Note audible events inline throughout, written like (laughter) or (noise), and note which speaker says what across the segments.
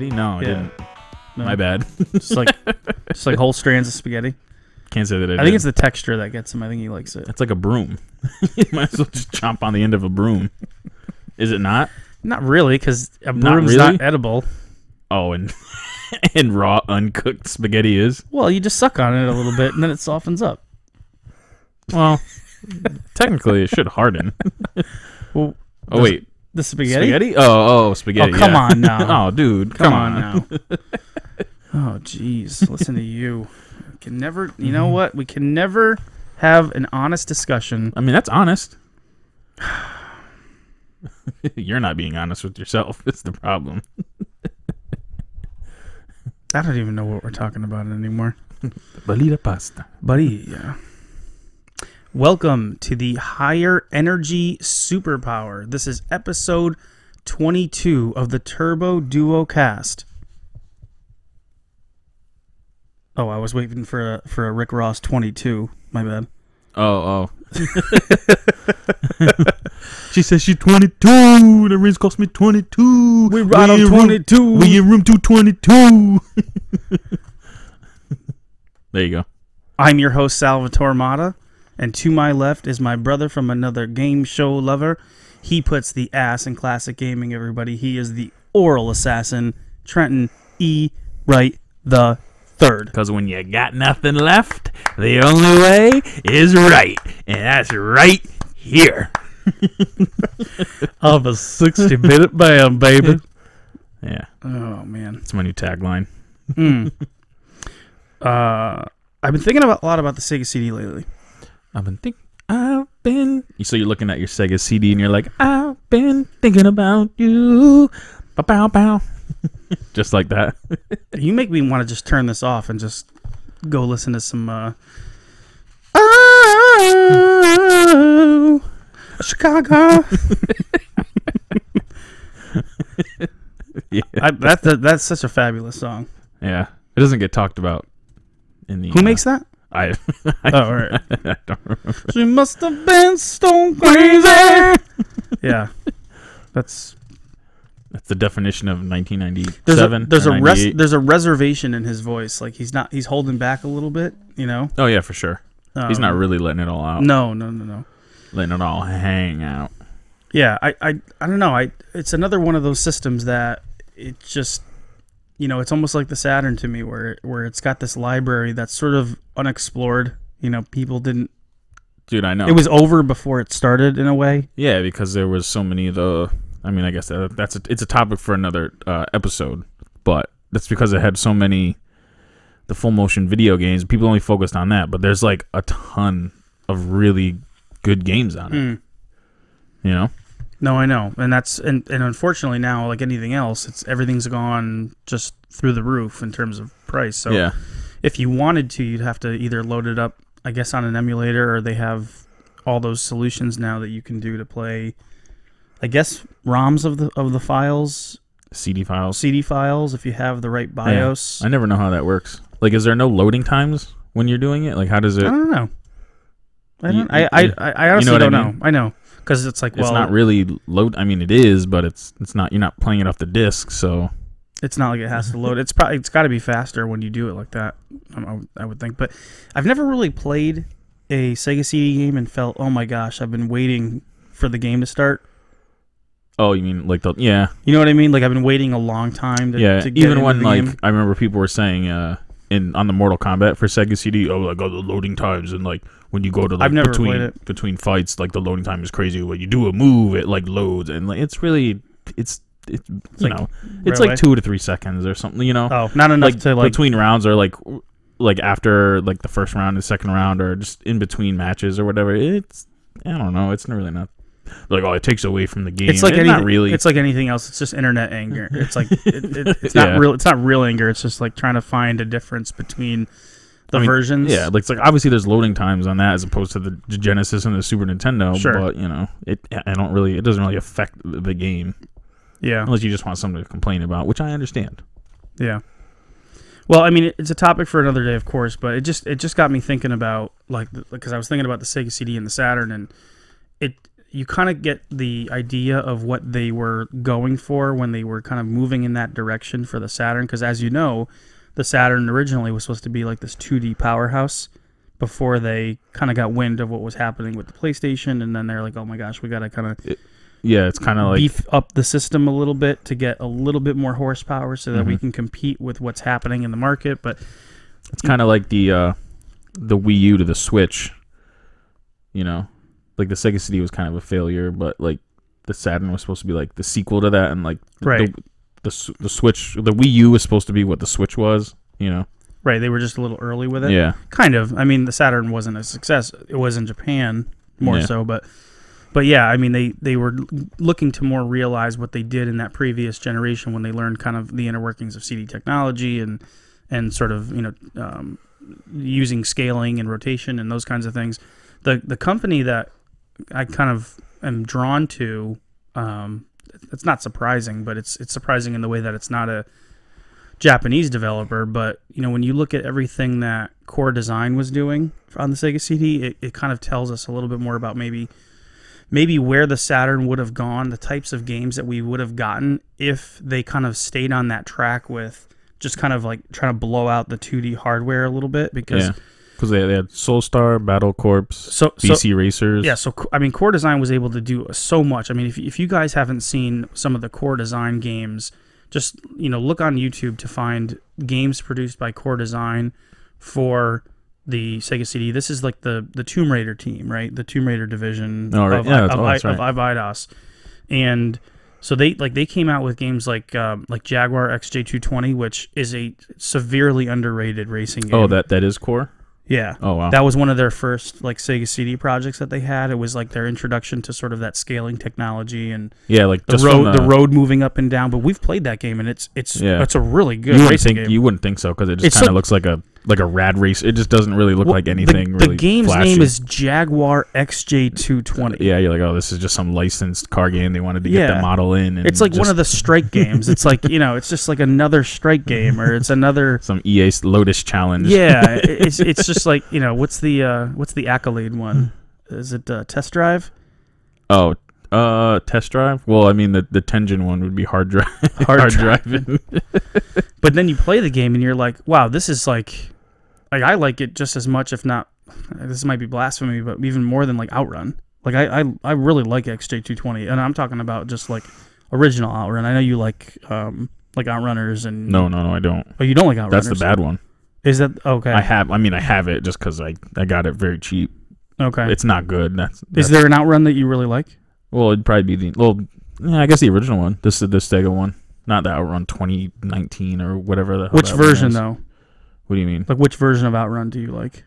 Speaker 1: Oh, No, I
Speaker 2: Yeah.
Speaker 1: didn't.
Speaker 2: No.
Speaker 1: My bad. (laughs)
Speaker 2: Just like just like whole strands of spaghetti.
Speaker 1: Can't say that I,
Speaker 2: I think it's the texture that gets him. I think he likes it.
Speaker 1: That's like a broom. (laughs) you might as well just chomp on the end of a broom. Is it not?
Speaker 2: Not really, because a
Speaker 1: Not
Speaker 2: broom's
Speaker 1: really?
Speaker 2: not edible.
Speaker 1: Oh, and (laughs) and raw uncooked spaghetti is.
Speaker 2: Well, you just suck on it a little bit, and then it softens up.
Speaker 1: Well, technically it should
Speaker 2: (laughs)
Speaker 1: harden.
Speaker 2: Well,
Speaker 1: Oh wait,
Speaker 2: the spaghetti.
Speaker 1: spaghetti? Oh, oh, spaghetti.
Speaker 2: Oh, come
Speaker 1: yeah.
Speaker 2: on now.
Speaker 1: (laughs) Oh, dude, come,
Speaker 2: Come
Speaker 1: on.
Speaker 2: on now. (laughs) oh, jeez. Listen to you. We can never. You
Speaker 1: Mm-hmm.
Speaker 2: know what? We can never have an honest discussion.
Speaker 1: I mean, that's honest. (sighs) You're not being honest with yourself. (laughs) It's the problem.
Speaker 2: I don't even know what we're talking about anymore.
Speaker 1: Bolita pasta.
Speaker 2: Buddy, yeah. Welcome to the Higher Energy Superpower. This is episode 22 of the Turbo Duo Cast. Oh, I was waiting for a, for a Rick Ross 22. My bad.
Speaker 1: Oh, oh. (laughs) she says she's 22. The rings cost me 22.
Speaker 2: We ride on
Speaker 1: in room-
Speaker 2: 22.
Speaker 1: we in room (laughs) 222. there you go.
Speaker 2: I'm your host, Salvatore Mata, and to my left is my brother from another game show lover. He puts the ass in classic gaming, everybody. He is the oral assassin, Trenton E. Wright the third.
Speaker 1: Because when you got nothing left, the only way is right. And that's right here.
Speaker 2: Of a 60 (laughs) minute man, baby.
Speaker 1: Yeah,
Speaker 2: Oh, man.
Speaker 1: that's my new tagline.
Speaker 2: Mm. Uh, I've been thinking about, a lot about the Sega CD lately.
Speaker 1: I've been think I've been so you're looking at your Sega CD and you're like, I've been thinking about you. Bow bow bow. (laughs) Just like that. (laughs)
Speaker 2: You make me want to just turn this off and just go listen to
Speaker 1: (laughs)
Speaker 2: some uh,
Speaker 1: Oh,
Speaker 2: Chicago.
Speaker 1: (laughs) Yeah.
Speaker 2: I, that, that, that's such a fabulous song.
Speaker 1: yeah. It doesn't get talked about in the uh,
Speaker 2: Who makes that?
Speaker 1: I (laughs)
Speaker 2: Oh, all right.
Speaker 1: I don't remember.
Speaker 2: she must have been stone
Speaker 1: (laughs)
Speaker 2: crazy. yeah, that's
Speaker 1: That's the definition of nineteen ninety
Speaker 2: there's
Speaker 1: seven.
Speaker 2: a there's a res, there's a reservation in his voice. Like he's not he's holding back a little bit. You know,
Speaker 1: Oh yeah, for sure. He's
Speaker 2: Um,
Speaker 1: not really letting it all out.
Speaker 2: No, no, no, no.
Speaker 1: Letting it all hang out.
Speaker 2: Yeah, I, I, I don't know. I it's another one of those systems that it just, you know, it's almost like the Saturn to me, where where it's got this library that's sort of unexplored. You know, people didn't.
Speaker 1: Dude, I know.
Speaker 2: It was over before it started in a way.
Speaker 1: Yeah, because there was so many of the. I mean, I guess that, that's a, it's a topic for another uh, episode, but that's because it had so many the full motion video games. People only focused on that, but there's like a ton of really good games on it.
Speaker 2: Mm.
Speaker 1: You know,
Speaker 2: No, I know, and that's and, and unfortunately now, like anything else, it's everything's gone just through the roof in terms of price. So
Speaker 1: yeah,
Speaker 2: if you wanted to, you'd have to either load it up, I guess, on an emulator, or they have all those solutions now that you can do to play, I guess, ROMs of the of the files,
Speaker 1: CD files.
Speaker 2: CD files, if you have the right BIOS.
Speaker 1: I never know how that works. Like, is there no loading times when you're doing it? Like, how does it?
Speaker 2: I don't know. I
Speaker 1: You-
Speaker 2: don't. I, I,
Speaker 1: you-
Speaker 2: I, I honestly
Speaker 1: what I
Speaker 2: don't
Speaker 1: mean?
Speaker 2: know. I know because it's like well,
Speaker 1: it's not really load. I mean, it is, but it's it's not. You're not playing it off the disc, so
Speaker 2: it's not like it has to load. It's probably it's got to be faster when you do it like that. um, I, would- I would think, but I've never really played a Sega CD game and felt, oh my gosh, I've been waiting for the game to start.
Speaker 1: oh, you mean like the yeah,
Speaker 2: You know what I mean? Like I've been waiting a long time to,
Speaker 1: yeah,
Speaker 2: to get
Speaker 1: even
Speaker 2: into
Speaker 1: when
Speaker 2: the
Speaker 1: like
Speaker 2: game.
Speaker 1: I remember people were saying uh in on the Mortal Kombat for Sega CD, oh like oh, the loading times and like when you go to like
Speaker 2: I've never
Speaker 1: between
Speaker 2: played it.
Speaker 1: between fights, like the loading time is crazy. When you do a move, it like loads and like it's really it's it's you
Speaker 2: like
Speaker 1: know it's
Speaker 2: railway.
Speaker 1: like two to three seconds or something. You know,
Speaker 2: oh, not enough
Speaker 1: like,
Speaker 2: to like
Speaker 1: between rounds or like w- like after like the first round and second round or just in between matches or whatever. It's I don't know. It's really not like oh it takes away from the game.
Speaker 2: it's like
Speaker 1: not
Speaker 2: anything
Speaker 1: really.
Speaker 2: it's like anything else. It's just internet anger. It's
Speaker 1: (laughs)
Speaker 2: like it, it, it's not
Speaker 1: Yeah.
Speaker 2: real. It's not real anger. It's just like trying to find a difference between the
Speaker 1: I mean,
Speaker 2: versions.
Speaker 1: Yeah, like, it's like obviously there's loading times on that as opposed to the Genesis and the Super Nintendo.
Speaker 2: Sure.
Speaker 1: But you know, it I don't really it doesn't really affect the the game
Speaker 2: yeah.
Speaker 1: unless you just want something to complain about, which I understand.
Speaker 2: Yeah. Well, I mean, it- it's a topic for another day, of course, but it just it just got me thinking about like because I was thinking about the Sega CD and the Saturn, and it you kind of get the idea of what they were going for when they were kind of moving in that direction for the Saturn. Because as you know, the Saturn originally was supposed to be like this 2D powerhouse before they kind of got wind of what was happening with the PlayStation. And then they're like, oh my gosh, we got to kind of
Speaker 1: Yeah, it's kind of like
Speaker 2: beef up the system a little bit to get a little bit more horsepower so that we
Speaker 1: Mm-hmm.
Speaker 2: can compete with what's happening in the market. But
Speaker 1: it's kind of like the uh, the Wii U to the Switch. You know, like the Sega CD was kind of a failure, but like the Saturn was supposed to be like the sequel to that, and like
Speaker 2: Right.
Speaker 1: the, the S- the Switch, the Wii U was supposed to be what the Switch was. You know,
Speaker 2: right, they were just a little early with it.
Speaker 1: yeah,
Speaker 2: Kind of. I mean, the Saturn wasn't a success. It was in Japan more
Speaker 1: Yeah.
Speaker 2: so, but but yeah, I mean they they were l- looking to more realize what they did in that previous generation when they learned kind of the inner workings of CD technology and and sort of you know um, using scaling and rotation and those kinds of things. The the company that I kind of am drawn to. Um, it's not surprising, but it's it's surprising in the way that it's not a Japanese developer. But you know, when you look at everything that Core Design was doing on the Sega CD, it, it kind of tells us a little bit more about maybe maybe where the Saturn would have gone, the types of games that we would have gotten if they kind of stayed on that track with just kind of like trying to blow out the 2D hardware a little bit because
Speaker 1: yeah, because they, they had Soulstar, Battle Corps,
Speaker 2: so so
Speaker 1: BC Racers.
Speaker 2: yeah, so co- I mean, Core Design was able to do so much. I mean, if, if you guys haven't seen some of the Core Design games, just you know, look on YouTube to find games produced by Core Design for the Sega CD. This is like the the Tomb Raider team, right? The Tomb Raider division
Speaker 1: Oh, right.
Speaker 2: of,
Speaker 1: Yeah,
Speaker 2: of,
Speaker 1: that's- oh, that's
Speaker 2: I-
Speaker 1: right.
Speaker 2: of Idos, and so they like they came out with games like um, like Jaguar XJ220, which is a severely underrated racing game.
Speaker 1: Oh, that that is core.
Speaker 2: yeah.
Speaker 1: Oh wow.
Speaker 2: That was one of their first like Sega CD projects that they had. It was like their introduction to sort of that scaling technology and
Speaker 1: yeah, like
Speaker 2: the
Speaker 1: just from
Speaker 2: road, the, road moving up and down. But we've played that game and it's it's
Speaker 1: Yeah.
Speaker 2: it's a really
Speaker 1: You
Speaker 2: good
Speaker 1: wouldn't
Speaker 2: racing
Speaker 1: think
Speaker 2: game.
Speaker 1: you wouldn't think so because it
Speaker 2: It's
Speaker 1: just
Speaker 2: so-
Speaker 1: kind of looks like a like a rad race. It just doesn't really look
Speaker 2: Well,
Speaker 1: like
Speaker 2: the-
Speaker 1: anything.
Speaker 2: The,
Speaker 1: really
Speaker 2: game's
Speaker 1: flashy.
Speaker 2: name is Jaguar XJ220.
Speaker 1: Yeah, you're like, oh, this is just some licensed car game. They wanted to get
Speaker 2: Yeah.
Speaker 1: the model in. And
Speaker 2: It's like one
Speaker 1: just
Speaker 2: of the strike games. It's like you know, it's just like another strike game, or
Speaker 1: (laughs)
Speaker 2: it's another.
Speaker 1: some EA 's Lotus challenge.
Speaker 2: Yeah, it- it's it's just like you know, what's the uh, what's the accolade one?
Speaker 1: Hmm.
Speaker 2: Is it uh, test drive?
Speaker 1: (laughs) Oh, uh, test drive. Well, I mean, the the Tengen one would be hard drive. (laughs)
Speaker 2: Hard
Speaker 1: hard
Speaker 2: drive.
Speaker 1: driving.
Speaker 2: (laughs) but then you play the game and you're like, wow, this is like, like I like it just as much, if not, this might be blasphemy, but even more than like Outrun. Like I, I, I really like XJ220, and I'm talking about just like original Outrun. I know you like, um, like Outrunners and
Speaker 1: No, no, no, I don't.
Speaker 2: oh, you don't like Outrunners.
Speaker 1: That's the bad one.
Speaker 2: Is that okay?
Speaker 1: I have. I mean, I have it just because I I got it very cheap.
Speaker 2: okay.
Speaker 1: It's not good. That's,
Speaker 2: is
Speaker 1: that's
Speaker 2: there an Outrun that you really like?
Speaker 1: well, it'd probably be the well. Yeah, I guess the original one. This is the Stego one, not that Outrun 2019 or whatever the. hell
Speaker 2: Which
Speaker 1: Oh, that one
Speaker 2: version
Speaker 1: is.
Speaker 2: though?
Speaker 1: What do you mean?
Speaker 2: Like which version of Outrun do you like?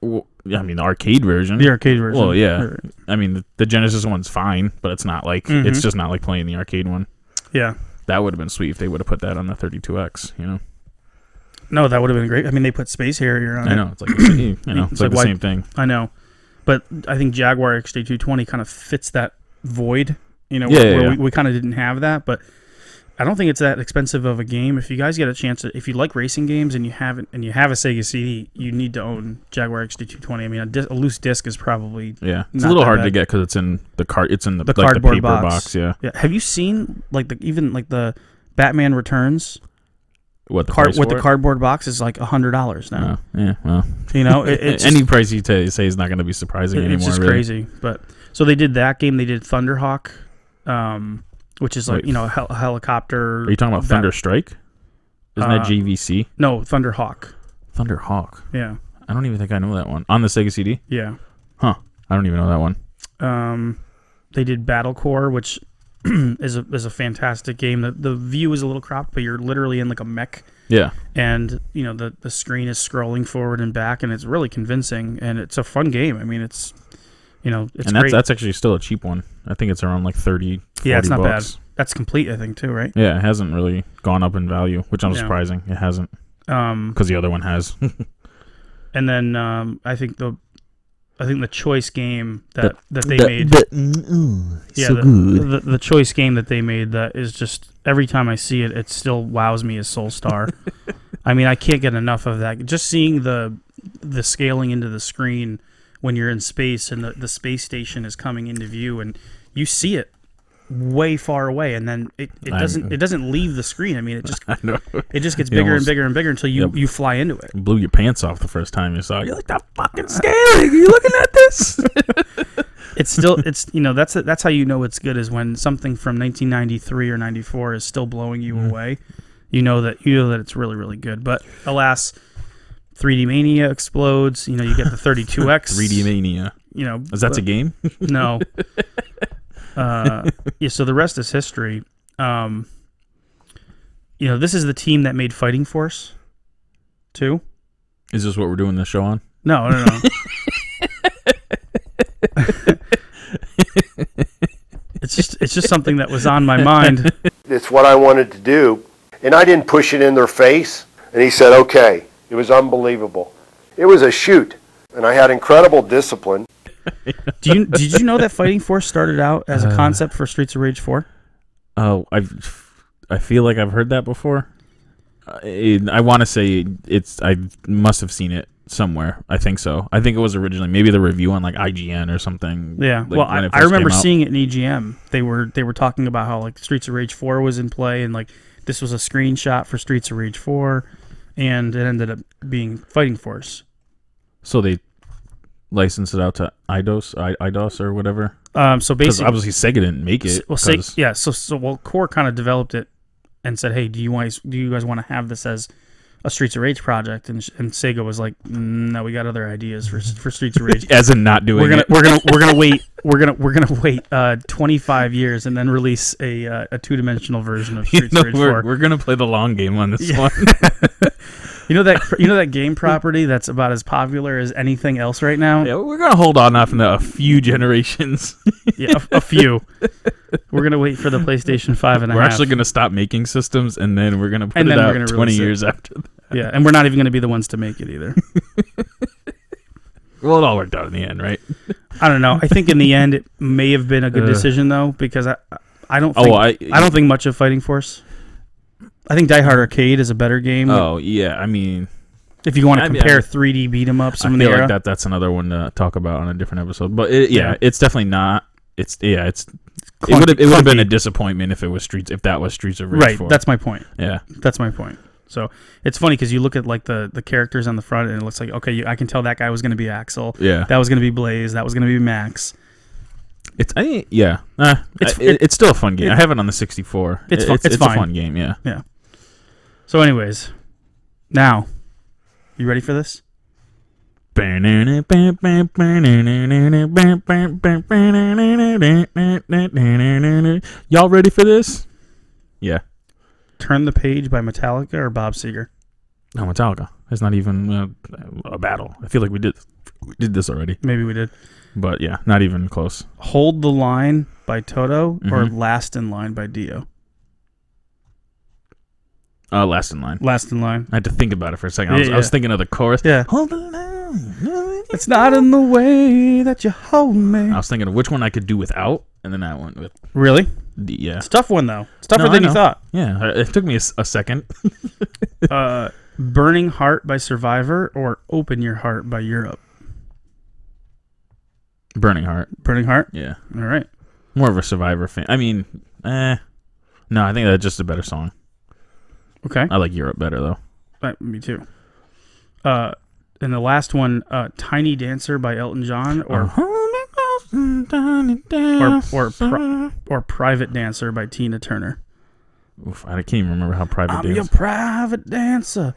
Speaker 1: Well, yeah, I mean the arcade version.
Speaker 2: The arcade version.
Speaker 1: Hmm? Well, yeah.
Speaker 2: Or-
Speaker 1: I mean the, the Genesis one's fine, but it's not like
Speaker 2: Mhm.
Speaker 1: it's just not like playing the arcade one.
Speaker 2: yeah.
Speaker 1: That would have been sweet if they would have put that on the 32X. You know.
Speaker 2: No, that would have been great. I mean, they put Space Harrier on it.
Speaker 1: I know it's like the same- you
Speaker 2: (clears throat)
Speaker 1: know
Speaker 2: It's
Speaker 1: it's like,
Speaker 2: like why-
Speaker 1: the same thing.
Speaker 2: I know, but I think Jaguar XJ220 kind of fits that void. You know,
Speaker 1: Yeah,
Speaker 2: where,
Speaker 1: yeah,
Speaker 2: where
Speaker 1: yeah.
Speaker 2: We, we kind of didn't have that, but I don't think it's that expensive of a game. If you guys get a chance, to, if you like racing games and you haven't and you have a Sega CD, you need to own Jaguar XJ220. I mean, a, dis- a loose disc is probably.
Speaker 1: Yeah, it's a
Speaker 2: Not
Speaker 1: little
Speaker 2: that
Speaker 1: hard
Speaker 2: bad.
Speaker 1: to get because it's in the cart. It's in the,
Speaker 2: The
Speaker 1: like the
Speaker 2: cardboard
Speaker 1: paper
Speaker 2: box.
Speaker 1: box. Yeah,
Speaker 2: Yeah. Have you seen like the even like the Batman Returns
Speaker 1: what the
Speaker 2: card
Speaker 1: price
Speaker 2: with
Speaker 1: for
Speaker 2: the
Speaker 1: it?
Speaker 2: cardboard box is like a hundred dollars now.
Speaker 1: No. Yeah, well, (laughs)
Speaker 2: You know, it, it's
Speaker 1: any price you ta say is not going to be surprising
Speaker 2: It-
Speaker 1: anymore.
Speaker 2: It's just
Speaker 1: really.
Speaker 2: crazy. But so they did that game. They did Thunderhawk, um, which is like
Speaker 1: Wait,
Speaker 2: you know a hel- helicopter.
Speaker 1: Are you talking about
Speaker 2: that-
Speaker 1: Thunder Strike? Isn't
Speaker 2: Uh,
Speaker 1: that GVC?
Speaker 2: No, Thunderhawk.
Speaker 1: Thunder Hawk.
Speaker 2: Yeah,
Speaker 1: I don't even think I know that one on the Sega CD.
Speaker 2: yeah.
Speaker 1: I don't even know that one.
Speaker 2: Um, they did Battle Core, which (clears throat) is a is a fantastic game. The the view is a little cropped, but you're literally in like a mech,
Speaker 1: Yeah,
Speaker 2: and you know the the screen is scrolling forward and back, and it's really convincing, and it's a fun game. I mean, it's you know it's
Speaker 1: and that's
Speaker 2: great.
Speaker 1: that's actually still a cheap one. I think it's around like 30
Speaker 2: Yeah, it's
Speaker 1: 40
Speaker 2: not bad.
Speaker 1: bucks.
Speaker 2: that's complete, I think, too, right?
Speaker 1: Yeah, it hasn't really gone up in value, which I'm
Speaker 2: No.
Speaker 1: surprising. It hasn't
Speaker 2: Um,
Speaker 1: because the other one has.
Speaker 2: and then um, I think the I think the choice game that that they made
Speaker 1: mm,
Speaker 2: yeah the, The, the choice game that they made that is just every time I see it it still wows me as Soul Star. I mean I can't get enough of that. Just seeing the the scaling into the screen when you're in space and the, the space station is coming into view and you see it way far away and then it, it
Speaker 1: I-
Speaker 2: doesn't it doesn't leave the screen. I mean it just
Speaker 1: (laughs) I know. (laughs)
Speaker 2: it just gets
Speaker 1: You
Speaker 2: bigger and
Speaker 1: almost-
Speaker 2: bigger and bigger until you,
Speaker 1: Yep.
Speaker 2: you fly into it.
Speaker 1: Blew your pants off the first time you saw it. You're like, that fucking (laughs) scary. Are you looking at (laughs) this?
Speaker 2: It's still it's you know that's that's how you know it's good is when something from 1993 or 94 is still blowing you
Speaker 1: Mm-hmm.
Speaker 2: away. You know that you know that it's really really good. But alas, 3D Mania explodes. You know you
Speaker 1: (laughs)
Speaker 2: get the 32x
Speaker 1: 3D Mania.
Speaker 2: You know
Speaker 1: Is that
Speaker 2: but-
Speaker 1: a game? (laughs)
Speaker 2: No. uh, yeah, so the rest is history. Um, you know, this is the team that made Fighting Force, too.
Speaker 1: Is this what we're doing this show on?
Speaker 2: No,
Speaker 1: (laughs)
Speaker 2: no, no. it's just it's just something that was on my mind.
Speaker 3: It's what I wanted to do. And I didn't push it in their face. And he said, okay. It was unbelievable. It was a shoot. And I had incredible discipline.
Speaker 2: Do you did you know that Fighting Force started out as
Speaker 1: Uh.
Speaker 2: a concept for Streets of Rage Four?
Speaker 1: Oh, I I feel like I've heard that before. I, I want to say it's I must have seen it somewhere. I think so. I think it was originally maybe the review on like IGN or something.
Speaker 2: Yeah.
Speaker 1: like,
Speaker 2: well,
Speaker 1: when
Speaker 2: I,
Speaker 1: it
Speaker 2: I
Speaker 1: first
Speaker 2: remember
Speaker 1: came out.
Speaker 2: seeing it in EGM. They were they were talking about how like Streets of Rage Four was in play and like this was a screenshot for Streets of Rage Four, and it ended up being Fighting Force.
Speaker 1: So they licensed it out to IDOS, I, IDOS or whatever.
Speaker 2: Um, so
Speaker 1: Because
Speaker 2: basically,
Speaker 1: obviously Sega didn't make it.
Speaker 2: well, say,
Speaker 1: 'cause-
Speaker 2: yeah. So so well, Core kind of developed it and said, hey, do you guys do you guys want to have this as a Streets of Rage project? And and Sega was like, "Mm, no, we got other ideas for for Streets of
Speaker 1: (laughs)
Speaker 2: Rage.
Speaker 1: as in not doing
Speaker 2: we're gonna
Speaker 1: it. (laughs)
Speaker 2: we're gonna we're gonna wait we're gonna we're gonna wait uh, 25 years and then release a uh, a two dimensional version of
Speaker 1: (laughs) You
Speaker 2: Streets
Speaker 1: know,
Speaker 2: of Rage
Speaker 1: we're,
Speaker 2: 4.
Speaker 1: we're gonna play the long game on this
Speaker 2: (laughs) Yeah.
Speaker 1: one.
Speaker 2: You know that you know that game property that's about as popular as anything else right now.
Speaker 1: yeah, we're gonna hold on off in a few generations.
Speaker 2: Yeah, a, a few. We're gonna wait for the PlayStation Five and a
Speaker 1: (laughs) we're
Speaker 2: half.
Speaker 1: actually gonna stop making systems, and then we're gonna put
Speaker 2: And
Speaker 1: it
Speaker 2: then we're
Speaker 1: out
Speaker 2: gonna
Speaker 1: twenty
Speaker 2: release it.
Speaker 1: years after. That.
Speaker 2: yeah, and we're not even gonna be the ones to make it either.
Speaker 1: Well, it all worked out in the end, right?
Speaker 2: I don't know. I think
Speaker 1: (laughs)
Speaker 2: in the end it may have been a good
Speaker 1: Uh.
Speaker 2: decision though because I I don't
Speaker 1: Oh,
Speaker 2: think,
Speaker 1: I-
Speaker 2: I don't think much of Fighting Force. I think Die Hard Arcade is a better game
Speaker 1: Oh yeah, I mean,
Speaker 2: if you want
Speaker 1: I
Speaker 2: to
Speaker 1: mean, I
Speaker 2: compare
Speaker 1: mean-
Speaker 2: 3D beat 'em ups
Speaker 1: I
Speaker 2: from the
Speaker 1: feel
Speaker 2: era.
Speaker 1: like that that's another one to talk about on a different episode. But it, yeah,
Speaker 2: Yeah.
Speaker 1: it's definitely not. It's yeah, it's
Speaker 2: Clunky-
Speaker 1: it would have it would have been a
Speaker 2: clunky.
Speaker 1: disappointment if it was streets if that was Streets of Rage
Speaker 2: right.
Speaker 1: 4.
Speaker 2: That's my point.
Speaker 1: yeah.
Speaker 2: That's my point. So it's funny because you look at like the the characters on the front and it looks like okay, you, I can tell that guy was going to be Axel.
Speaker 1: Yeah.
Speaker 2: That was going to be Blaze. That was going to be Max.
Speaker 1: It's I think- yeah. Uh,
Speaker 2: It's-
Speaker 1: it's it,
Speaker 2: it-
Speaker 1: it's still a fun game. I
Speaker 2: it-
Speaker 1: have it on the 64.
Speaker 2: It's
Speaker 1: It-
Speaker 2: fu-
Speaker 1: it's,
Speaker 2: it's
Speaker 1: it's a
Speaker 2: fine.
Speaker 1: fun game, yeah.
Speaker 2: So, anyways, now you ready for this?
Speaker 1: Y'all ready for this? Yeah.
Speaker 2: Turn the page by Metallica or Bob Seger.
Speaker 1: No, Metallica. It's not even uh, a battle. I feel like we did we did this already,
Speaker 2: Maybe we did.
Speaker 1: but yeah, not even close.
Speaker 2: Hold the line by Toto or
Speaker 1: Mhm.
Speaker 2: Last in Line by Dio.
Speaker 1: Uh, last in line.
Speaker 2: Last in Line.
Speaker 1: I had to think about it for a second. I
Speaker 2: Yeah,
Speaker 1: was, I was
Speaker 2: yeah.
Speaker 1: thinking of the chorus.
Speaker 2: Yeah.
Speaker 1: Hold the line.
Speaker 2: It's not in the way that you hold me.
Speaker 1: I was thinking of which one I could do without, and then I went with
Speaker 2: Really?
Speaker 1: the yeah.
Speaker 2: It's a tough one though. It's tougher
Speaker 1: No, I
Speaker 2: than you
Speaker 1: know. (laughs)
Speaker 2: thought.
Speaker 1: Yeah, uh, it took me a, s- a second.
Speaker 2: uh, Burning Heart by Survivor or Open Your Heart by Europe.
Speaker 1: Burning Heart.
Speaker 2: Burning Heart.
Speaker 1: Yeah,
Speaker 2: All right.
Speaker 1: more of a Survivor fan. I mean, eh. No, I think that's just a better song.
Speaker 2: Okay.
Speaker 1: I like Europe better though.
Speaker 2: Uh, me too. Uh, and the last one, uh, Tiny Dancer by Elton John or
Speaker 1: or
Speaker 2: or pro- or Private Dancer by Tina Turner.
Speaker 1: Oof, I can't even remember how private
Speaker 2: I'm
Speaker 1: Dance-
Speaker 2: your private dancer,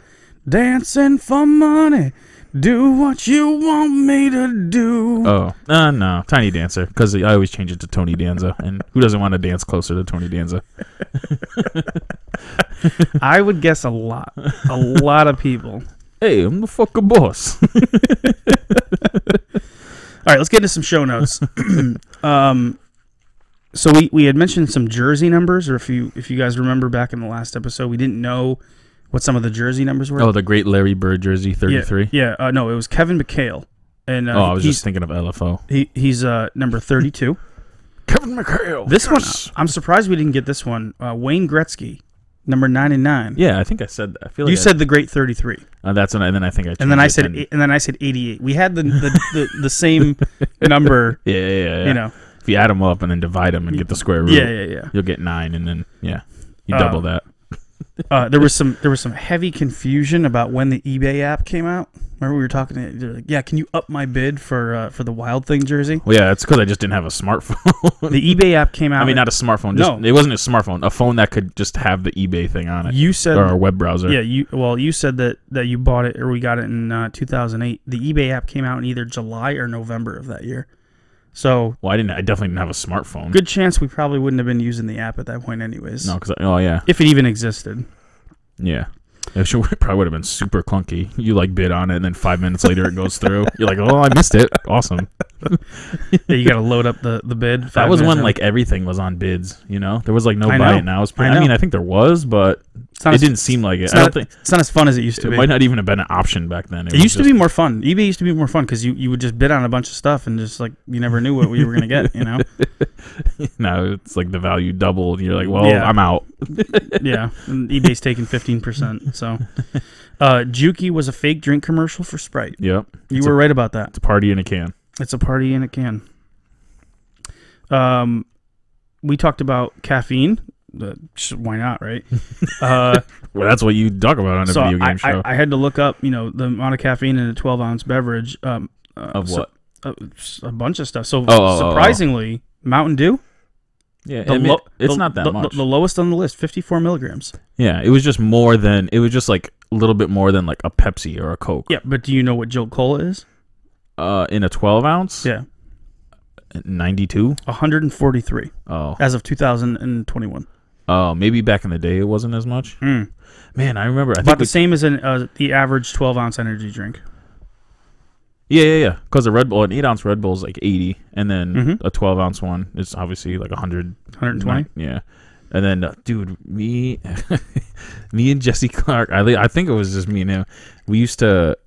Speaker 2: dancing for money. Do what you want me to do.
Speaker 1: Oh, uh, no, Tiny Dancer, because I always change it to Tony Danza, and who doesn't want to dance closer to Tony Danza?
Speaker 2: (laughs) I would guess a lot, a lot of people.
Speaker 1: Hey, I'm the fucking
Speaker 2: (laughs)
Speaker 1: boss.
Speaker 2: All right, let's get into some show notes. (clears throat) um, so we, we had mentioned some jersey numbers, or if you if you guys remember back in the last episode, we didn't know what some of the jersey numbers were.
Speaker 1: oh, the great Larry Bird jersey, thirty-three.
Speaker 2: Yeah, yeah uh, no, it was Kevin McHale, and uh,
Speaker 1: oh, I was
Speaker 2: he's
Speaker 1: just thinking of LFO.
Speaker 2: he, he's uh, number thirty-two.
Speaker 1: Kevin McHale.
Speaker 2: This one, I'm surprised we didn't get this one. Uh, Wayne Gretzky number 99.
Speaker 1: Yeah, I think I said. I feel like
Speaker 2: You
Speaker 1: I-
Speaker 2: said the Great 33.
Speaker 1: uh, that's when I, then I think I
Speaker 2: And then
Speaker 1: changed
Speaker 2: I
Speaker 1: it
Speaker 2: said
Speaker 1: and-
Speaker 2: and then I said 88. We had the the, the,
Speaker 1: (laughs)
Speaker 2: the same number,
Speaker 1: yeah, yeah, yeah, yeah.
Speaker 2: you know.
Speaker 1: if you add them up and then divide them and get the square root,
Speaker 2: Yeah, yeah, yeah.
Speaker 1: you'll get nine, and then yeah, you double
Speaker 2: Um,
Speaker 1: that.
Speaker 2: Uh, there was some there was some heavy confusion about when the eBay app came out. Remember we were talking to they're like, yeah, can you up my bid for uh, for the Wild Thing jersey?
Speaker 1: Well, yeah, it's because I just didn't have a smartphone. (laughs)
Speaker 2: The eBay app came out.
Speaker 1: Oh. I mean, not a smartphone. Just,
Speaker 2: No.
Speaker 1: it wasn't a smartphone. A phone that could just have the eBay thing on it,
Speaker 2: you said
Speaker 1: or a web browser.
Speaker 2: yeah you well you said that that you bought it or we got it in uh, 2008. The eBay app came out in either July or November of that year. So
Speaker 1: Well, I didn't. I definitely didn't have a smartphone.
Speaker 2: good chance we probably wouldn't have been using the app at that point anyways.
Speaker 1: No, because oh yeah,
Speaker 2: If it even existed.
Speaker 1: yeah. It should, it (laughs) probably would have been super clunky. You like bid on it, and then five minutes later it goes
Speaker 2: (laughs)
Speaker 1: through. You're like, oh, I missed it. Awesome.
Speaker 2: Yeah, you got to load up the the
Speaker 1: (laughs)
Speaker 2: bid.
Speaker 1: That
Speaker 2: five
Speaker 1: was
Speaker 2: minutes
Speaker 1: when
Speaker 2: in.
Speaker 1: like everything was on bids. You know, there was like no
Speaker 2: I
Speaker 1: buy
Speaker 2: know.
Speaker 1: it now. It's pre-
Speaker 2: I
Speaker 1: I, mean,
Speaker 2: know.
Speaker 1: I think there was, but
Speaker 2: it's not
Speaker 1: it
Speaker 2: as-
Speaker 1: didn't seem like it.
Speaker 2: It's
Speaker 1: I
Speaker 2: not,
Speaker 1: don't think
Speaker 2: it's not as fun as it used to
Speaker 1: it
Speaker 2: be.
Speaker 1: might not even have been an option back then.
Speaker 2: It used to be more fun. eBay used to be more fun because you, you would just bid on a bunch of stuff and just like you never knew what you were gonna get.
Speaker 1: (laughs)
Speaker 2: You know?
Speaker 1: now it's like the value doubled. You're like, well,
Speaker 2: Yeah.
Speaker 1: I'm out.
Speaker 2: yeah. And eBay's taking fifteen percent. So, uh, Juki was a fake drink commercial for Sprite.
Speaker 1: Yep,
Speaker 2: You
Speaker 1: It's
Speaker 2: were
Speaker 1: a-
Speaker 2: right about that.
Speaker 1: it's a party in a can.
Speaker 2: It's a party in a can. Um, we talked about caffeine. The- sh- Why
Speaker 1: (laughs)
Speaker 2: not, right? Uh,
Speaker 1: Well, that's what you talk about on a
Speaker 2: so
Speaker 1: video game
Speaker 2: I,
Speaker 1: show.
Speaker 2: I, I had to look up, you know, the amount of caffeine in a twelve ounce beverage. Um, uh,
Speaker 1: of
Speaker 2: so-
Speaker 1: what?
Speaker 2: a, a bunch of stuff. So
Speaker 1: Oh, oh, oh, oh.
Speaker 2: surprisingly, Mountain Dew.
Speaker 1: yeah,
Speaker 2: the
Speaker 1: I mean,
Speaker 2: lo-
Speaker 1: it's
Speaker 2: the-
Speaker 1: not that
Speaker 2: the,
Speaker 1: much.
Speaker 2: The, the lowest on the list, 54 milligrams.
Speaker 1: yeah, it was just more than it was just like a little bit more than like a Pepsi or a Coke.
Speaker 2: Yeah, but do you know what Jilt Cola is?
Speaker 1: Uh, in a 12 ounce.
Speaker 2: Yeah,
Speaker 1: 92.
Speaker 2: 143
Speaker 1: Oh,
Speaker 2: as of 2021.
Speaker 1: oh, maybe back in the day it wasn't as much.
Speaker 2: Hmm.
Speaker 1: Man, I remember. I
Speaker 2: About
Speaker 1: think
Speaker 2: the same as an, uh, the average 12 ounce energy drink.
Speaker 1: we- yeah, yeah, yeah. Because the Red Bull, an eight ounce Red Bull is like 80, and then
Speaker 2: Mhm.
Speaker 1: a 12 ounce one is obviously like 100
Speaker 2: 120.
Speaker 1: Nine- Yeah. And then, uh, dude, me, (laughs) me and Jesse Clark. I li- I think it was just me and him. We used to.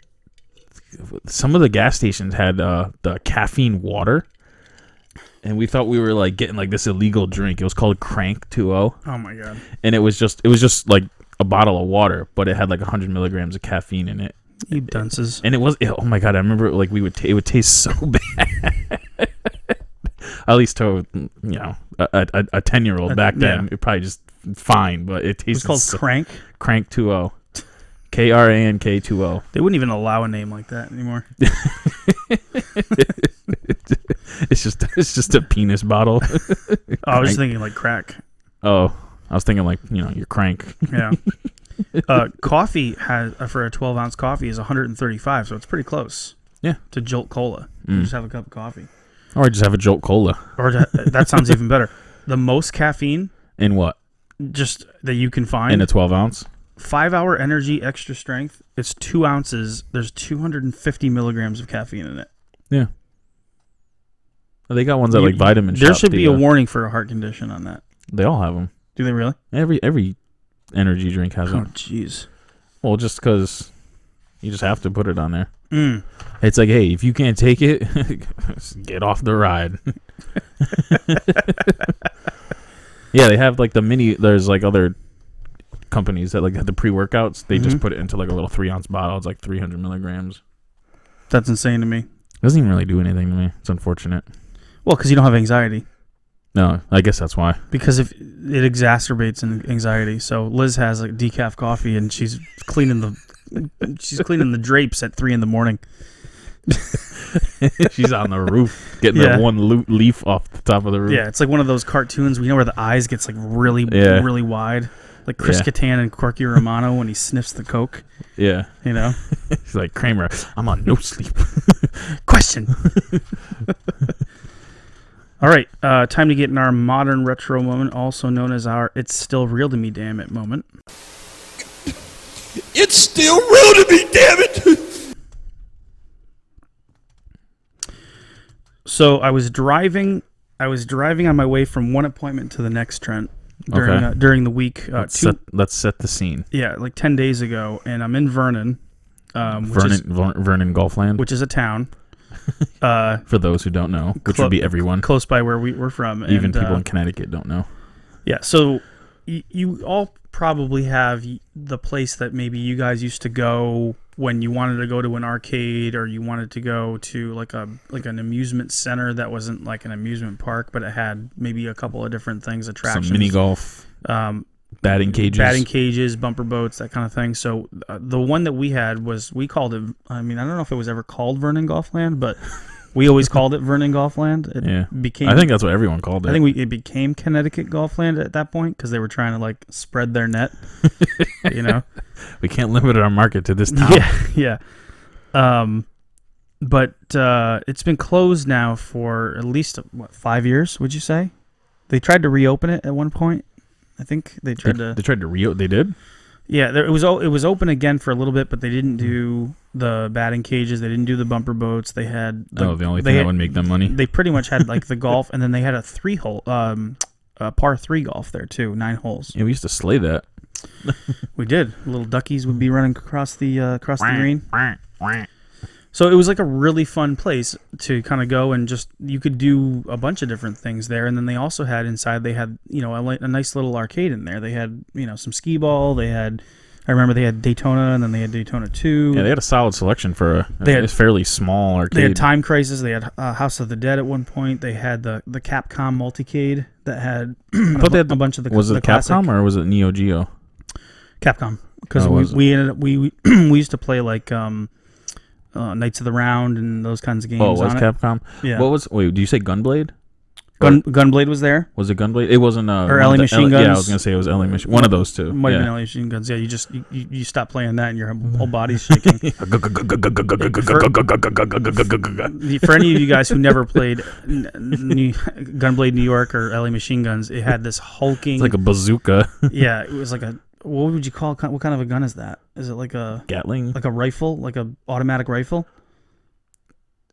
Speaker 1: Some of the gas stations had uh, the caffeine water, and we thought we were like getting like this illegal drink. It was called Crank Two O,
Speaker 2: Oh my god.
Speaker 1: and it was just it was just like a bottle of water, but it had like hundred milligrams of caffeine in it. (laughs)
Speaker 2: You dunces.
Speaker 1: And it was oh my god, I remember like we would t- it would taste so (laughs) bad. At least to you know a a- a ten year old back then,
Speaker 2: yeah.
Speaker 1: it probably just fine, but it
Speaker 2: It's
Speaker 1: tasted
Speaker 2: called
Speaker 1: so-
Speaker 2: Crank.
Speaker 1: Crank Two O, K R A N K Two O.
Speaker 2: They wouldn't even allow a name like that anymore.
Speaker 1: It's just (laughs) it's just a penis bottle. (laughs)
Speaker 2: Oh, I was just thinking like crack.
Speaker 1: oh, I was thinking like you know your crank. (laughs)
Speaker 2: Yeah. uh, coffee has uh, for a 12 ounce coffee is 135, so it's pretty close.
Speaker 1: Yeah. Mm.
Speaker 2: To Jilt Cola, you just have a cup of coffee.
Speaker 1: Or just have a Jolt Cola.
Speaker 2: or that, that sounds even better. The most caffeine
Speaker 1: In what?
Speaker 2: just that you can
Speaker 1: In
Speaker 2: find.
Speaker 1: a twelve ounce.
Speaker 2: five hour energy extra strength. It's two ounces. There's 250 milligrams of caffeine in it.
Speaker 1: Yeah. Oh, They got ones that
Speaker 2: You-
Speaker 1: like vitamin.
Speaker 2: There
Speaker 1: shots
Speaker 2: should
Speaker 1: to
Speaker 2: be a
Speaker 1: you.
Speaker 2: warning for a heart condition on that.
Speaker 1: They all have them.
Speaker 2: Do they really?
Speaker 1: Every every energy drink has
Speaker 2: Oh,
Speaker 1: them.
Speaker 2: jeez.
Speaker 1: Well, just because you just have to put it on there.
Speaker 2: Mm.
Speaker 1: It's like, hey, if you can't take it, (laughs) get off the ride. (laughs) yeah, they have like the mini. There's like other companies that like have the pre workouts. They just
Speaker 2: Mhm.
Speaker 1: put it into like a little three ounce bottle. It's like 300 milligrams.
Speaker 2: That's insane to me.
Speaker 1: doesn't even really do anything to me. It's unfortunate.
Speaker 2: Well, because you don't have anxiety.
Speaker 1: No, I guess that's why. (laughs)
Speaker 2: Because if it exacerbates an- anxiety, so Liz has like decaf coffee and she's cleaning the she's cleaning the drapes at three in the morning.
Speaker 1: She's on the roof getting
Speaker 2: Yeah.
Speaker 1: that one lo- leaf off the top of the roof.
Speaker 2: Yeah, it's like one of those cartoons we know where the eyes gets like really
Speaker 1: Yeah.
Speaker 2: really wide. Like Chris
Speaker 1: Yeah.
Speaker 2: Kattan and Corky Romano when he sniffs the coke,
Speaker 1: Yeah.
Speaker 2: you know.
Speaker 1: She's like, Kramer, I'm on no (laughs) sleep. (laughs)
Speaker 2: Question. All right, uh, time to get in our modern retro moment, also known as our "It's Still Real to Me, Damn It" moment.
Speaker 4: It's still real to me, damn it!
Speaker 2: So I was driving, I was driving on my way from one appointment to the next, Trent, during
Speaker 1: Okay.
Speaker 2: uh, during the week. Uh,
Speaker 1: Let's
Speaker 2: two,
Speaker 1: set, let's set the scene.
Speaker 2: yeah, like ten days ago, and I'm in Vernon, um, which
Speaker 1: Vernon,
Speaker 2: is
Speaker 1: Ver- Vernon Golfland.
Speaker 2: which is a town. Uh,
Speaker 1: for those who don't know, which
Speaker 2: Clo-
Speaker 1: would be everyone,
Speaker 2: close by where we were from.
Speaker 1: even
Speaker 2: and,
Speaker 1: people
Speaker 2: uh,
Speaker 1: in Connecticut don't know.
Speaker 2: yeah. So you, you all probably have y- the place that maybe you guys used to go when you wanted to go to an arcade or you wanted to go to like a like an amusement center that wasn't like an amusement park but it had maybe a couple of different things attractions
Speaker 1: Some mini golf,
Speaker 2: um
Speaker 1: batting cages.
Speaker 2: batting cages bumper boats that kind of thing so uh, the one that we had was we called it i mean i don't know if it was ever called vernon golf land
Speaker 1: (laughs)
Speaker 2: but we always called it vernon golf land it
Speaker 1: yeah,
Speaker 2: became
Speaker 1: I think that's what everyone called it.
Speaker 2: I think we, it became Connecticut Golf Land at that point because they were trying to like spread
Speaker 1: (laughs)
Speaker 2: their net, you know.
Speaker 1: we can't limit our market to this town.
Speaker 2: (laughs) Yeah, yeah. Um, but uh, it's been closed now for at least what five years? Would you say? They tried to reopen it at one point. I think they
Speaker 1: They,
Speaker 2: tried to.
Speaker 1: they tried to re. They did.
Speaker 2: Yeah, there, it was o- it was open again for a little bit, but they didn't
Speaker 1: Hmm.
Speaker 2: do the batting cages. They didn't do the bumper boats. They had
Speaker 1: oh, the only thing
Speaker 2: they
Speaker 1: that would make them money.
Speaker 2: they pretty much had like the golf, and then they had a three hole, um, a par three golf there too, nine holes.
Speaker 1: yeah, we used to slay that.
Speaker 2: We did. Little duckies
Speaker 1: Hmm.
Speaker 2: would be running across the uh, across the green.
Speaker 1: Well,
Speaker 2: So it was like a really fun place to kind of go and just you could do a bunch of different things there. And then they also had inside they had you know a, li- a nice little arcade in there. They had you know some skee ball. They had I remember they had Daytona and then they had Daytona two.
Speaker 1: Yeah, they had a solid selection for a,
Speaker 2: They had-
Speaker 1: a fairly small arcade.
Speaker 2: They had Time Crisis. They had uh, House of the Dead at one point. They had the the Capcom multicade that had (clears throat) I
Speaker 1: thought they had
Speaker 2: a bunch of the
Speaker 1: was
Speaker 2: the
Speaker 1: it
Speaker 2: classic-
Speaker 1: Capcom or was it Neo Geo?
Speaker 2: Capcom because
Speaker 1: Oh,
Speaker 2: we,
Speaker 1: was it?
Speaker 2: we ended up we (clears throat) we used to play like um, uh, Knights of the Round and those kinds of games.
Speaker 1: Oh, it was
Speaker 2: on
Speaker 1: Capcom.
Speaker 2: It. Yeah,
Speaker 1: What was? Wait, do you say Gunblade?
Speaker 2: Gun, Gunblade was there.
Speaker 1: Was it Gunblade? It wasn't. Uh, one
Speaker 2: Or
Speaker 1: of
Speaker 2: LA
Speaker 1: the-
Speaker 2: Machine
Speaker 1: Yeah, I
Speaker 2: Guns?
Speaker 1: was gonna say it was LA Machine. One of those two.
Speaker 2: Might have
Speaker 1: yeah.
Speaker 2: been LA machine guns. Yeah, you just you, you, you stop playing that and
Speaker 1: (laughs)
Speaker 2: your whole body's shaking. For any of you guys who never played N- New, Gunblade New York or LA Machine Guns, it had this hulking.
Speaker 1: It's like a bazooka,
Speaker 2: yeah, it was like a what would you call it? what kind of a gun is that? Is it like a
Speaker 1: Gatling, like,
Speaker 2: like a rifle, like a automatic rifle?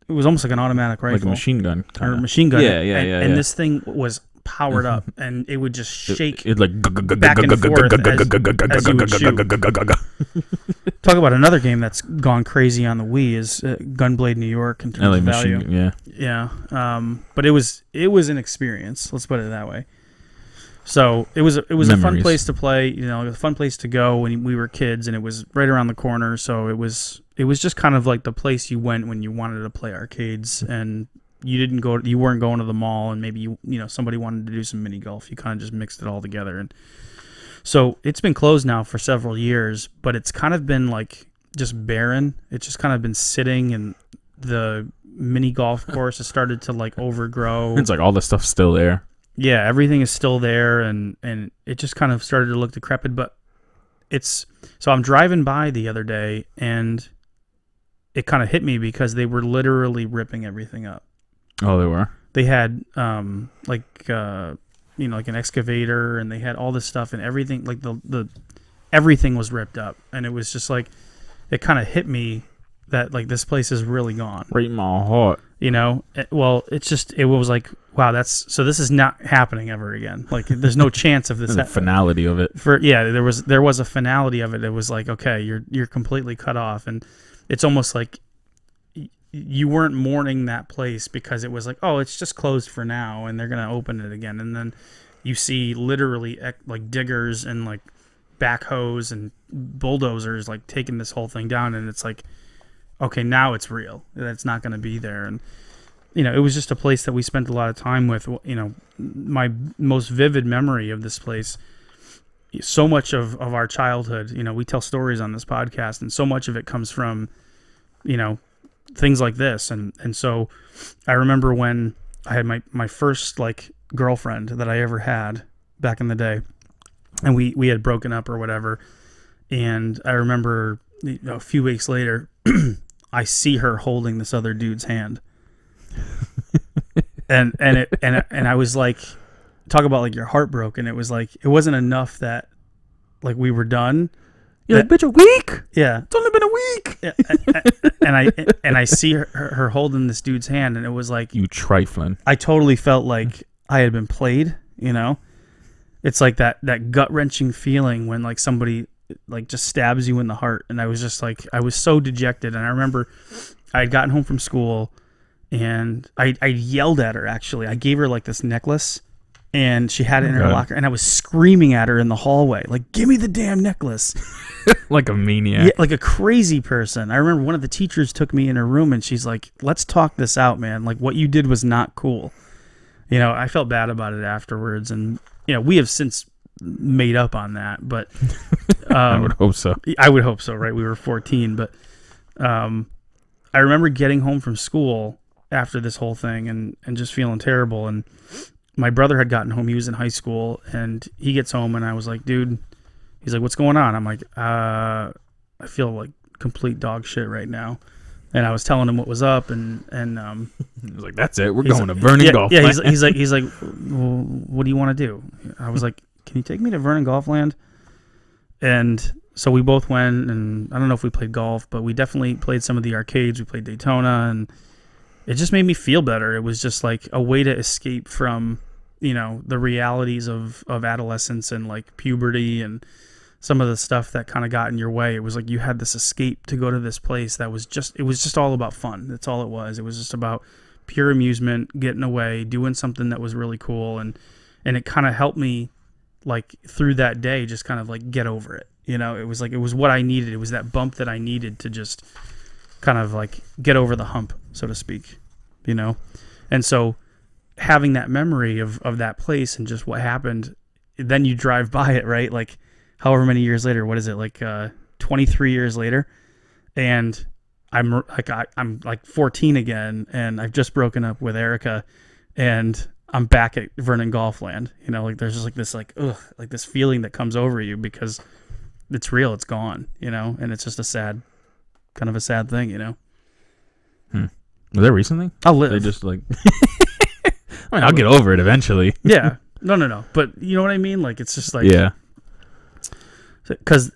Speaker 2: It was almost like an automatic rifle.
Speaker 1: a machine gun.
Speaker 2: or
Speaker 1: kinda.
Speaker 2: a machine gun.
Speaker 1: Yeah, yeah,
Speaker 2: and,
Speaker 1: yeah,
Speaker 2: And
Speaker 1: yeah.
Speaker 2: this thing was powered up, and it would just
Speaker 1: It-
Speaker 2: shake.
Speaker 1: It, like
Speaker 2: back and forth as- as you would shoot. Talk about another game that's gone crazy on the Wii is uh, Gunblade New York in terms
Speaker 1: LA
Speaker 2: of value.
Speaker 1: machine. Gun, Yeah,
Speaker 2: Yeah, um, but it was it was an experience. Let's put it that way. So it was it was a fun
Speaker 1: Memories.
Speaker 2: place to play. You know, a fun place to go when we were kids, and it was right around the corner. So it was it was just kind of like the place you went when you wanted to play arcades, and you didn't go you weren't going to the mall, and maybe you you know somebody wanted to do some mini golf. You kind of just mixed it all together, and so it's been closed now for several years, but it's kind of been like just barren. It's just kind of been sitting, and the mini golf course has started to like overgrow.
Speaker 1: it's like all the stuff's still there.
Speaker 2: yeah, everything is still there, and and it just kind of started to look decrepit. But it's so I'm driving by the other day, and it kind of hit me because they were literally ripping everything up
Speaker 1: Oh, they were.
Speaker 2: they had um like uh you know like an excavator and they had all this stuff and everything like the the everything was ripped up and it was just like it kind of hit me that like this place is really gone
Speaker 1: Right in my heart.
Speaker 2: you know It- well it's just it was like wow that's so this is not happening ever again like there's no (laughs) chance of this
Speaker 1: The
Speaker 2: hap-
Speaker 1: finality of it.
Speaker 2: for yeah there was there was a finality of it it was like okay you're you're completely cut off and it's almost like y- you weren't mourning that place because it was like oh it's just closed for now and they're going to open it again and then you see literally ec- like diggers and like backhoes and bulldozers like taking this whole thing down and it's like okay now it's real that's not going to be there and you know it was just a place that we spent a lot of time with you know my most vivid memory of this place so much of, of our childhood, you know, we tell stories on this podcast and so much of it comes from, you know, things like this. And, and so I remember when I had my, my first like girlfriend that I ever had back in the day and we, we had broken up or whatever. And I remember you know, a few weeks later, (clears throat) I see her holding this other dude's hand. and, and it, and, and I was like, talk about like your heartbroken. It was like it wasn't enough that like we were done.
Speaker 1: You're like, bitch, a week. It's
Speaker 2: Yeah,
Speaker 1: only been a week.
Speaker 2: and I and I see her, her, her holding this dude's hand, and it was like
Speaker 1: You trifling.
Speaker 2: I totally felt like I had been played. You know, it's like that that gut wrenching feeling when like somebody like just stabs you in the heart, and I was just like I was so dejected, and I remember I had gotten home from school. And I, I yelled at her actually. I gave her like this necklace and she had it in her
Speaker 1: God.
Speaker 2: locker, and I was screaming at her in the hallway, like, "Give me the damn necklace!"
Speaker 1: like a
Speaker 2: Yeah,
Speaker 1: maniac.
Speaker 2: like a crazy person. I remember one of the teachers took me in her room, and she's like, "Let's talk this out, man. Like, what you did was not cool." You know, I felt bad about it afterwards, and you know, we have since made up on that, but
Speaker 1: I would hope so.
Speaker 2: I would hope so, right? We were 14, but um, I remember getting home from school after this whole thing and, and just feeling terrible. And my brother had gotten home. He was in high school and he gets home and I was like, dude, he's like, what's going on? I'm like, uh, I feel like complete dog shit right now. And I was telling him what was up and, and, um,
Speaker 1: It was like that's it. We're
Speaker 2: He's
Speaker 1: going
Speaker 2: like-
Speaker 1: to Vernon
Speaker 2: yeah,
Speaker 1: Golf.
Speaker 2: Yeah,
Speaker 1: Land.
Speaker 2: he's, he's like,
Speaker 1: (laughs)
Speaker 2: he's like, well, what do you want to do? I was like, can you take me to Vernon Golf Land? And so we both went, and I don't know if we played golf, but we definitely played some of the arcades. We played Daytona, and it just made me feel better. It was just like a way to escape from, you know, the realities of of adolescence and like puberty and some of the stuff that kind of got in your way. It was like you had this escape to go to this place that was just it was just all about fun. That's all it was. It was just about pure amusement, getting away, doing something that was really cool and and it kind of helped me like through that day just kind of like get over it. You know, it was like it was what I needed. It was that bump that I needed to just kind of like get over the hump, so to speak. You know? And so having that memory of, of that place and just what happened, then you drive by it, right? Like however many years later, what is it? Like uh, 23 years later. And I'm r- like, I, I'm like 14 again and I've just broken up with Erica and I'm back at Vernon Golf Land. You know, like there's just like this, like, ugh, like this feeling that comes over you because it's real, it's gone, you know, and it's just a sad, kind of a sad thing, you know.
Speaker 1: was that recently?
Speaker 2: I'll live.
Speaker 1: They just
Speaker 2: (laughs)
Speaker 1: like. (laughs) I mean, I'll get over it eventually.
Speaker 2: yeah. No, no, no. But you know what I mean? Like, it's just like,
Speaker 1: Yeah.
Speaker 2: because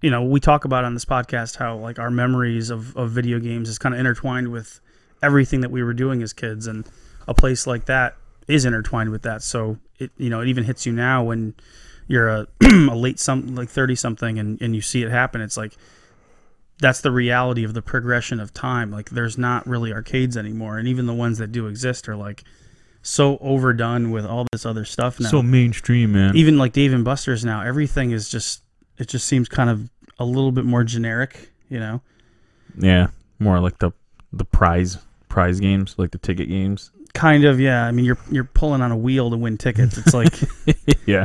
Speaker 2: you know we talk about on this podcast how like our memories of, of video games is kind of intertwined with everything that we were doing as kids and a place like that is intertwined with that so it you know it even hits you now when you're a, (clears throat) a late some like 30 something and, and you see it happen it's like that's the reality of the progression of time like there's not really arcades anymore and even the ones that do exist are like so overdone with all this other stuff now
Speaker 1: So mainstream, man.
Speaker 2: even like Dave and Buster's now, everything is just it just seems kind of a little bit more generic, you know.
Speaker 1: yeah. More like the the prize prize games, like the ticket games.
Speaker 2: Kind of, yeah. I mean, you're you're pulling on a wheel to win tickets. It's like,
Speaker 1: (laughs) yeah.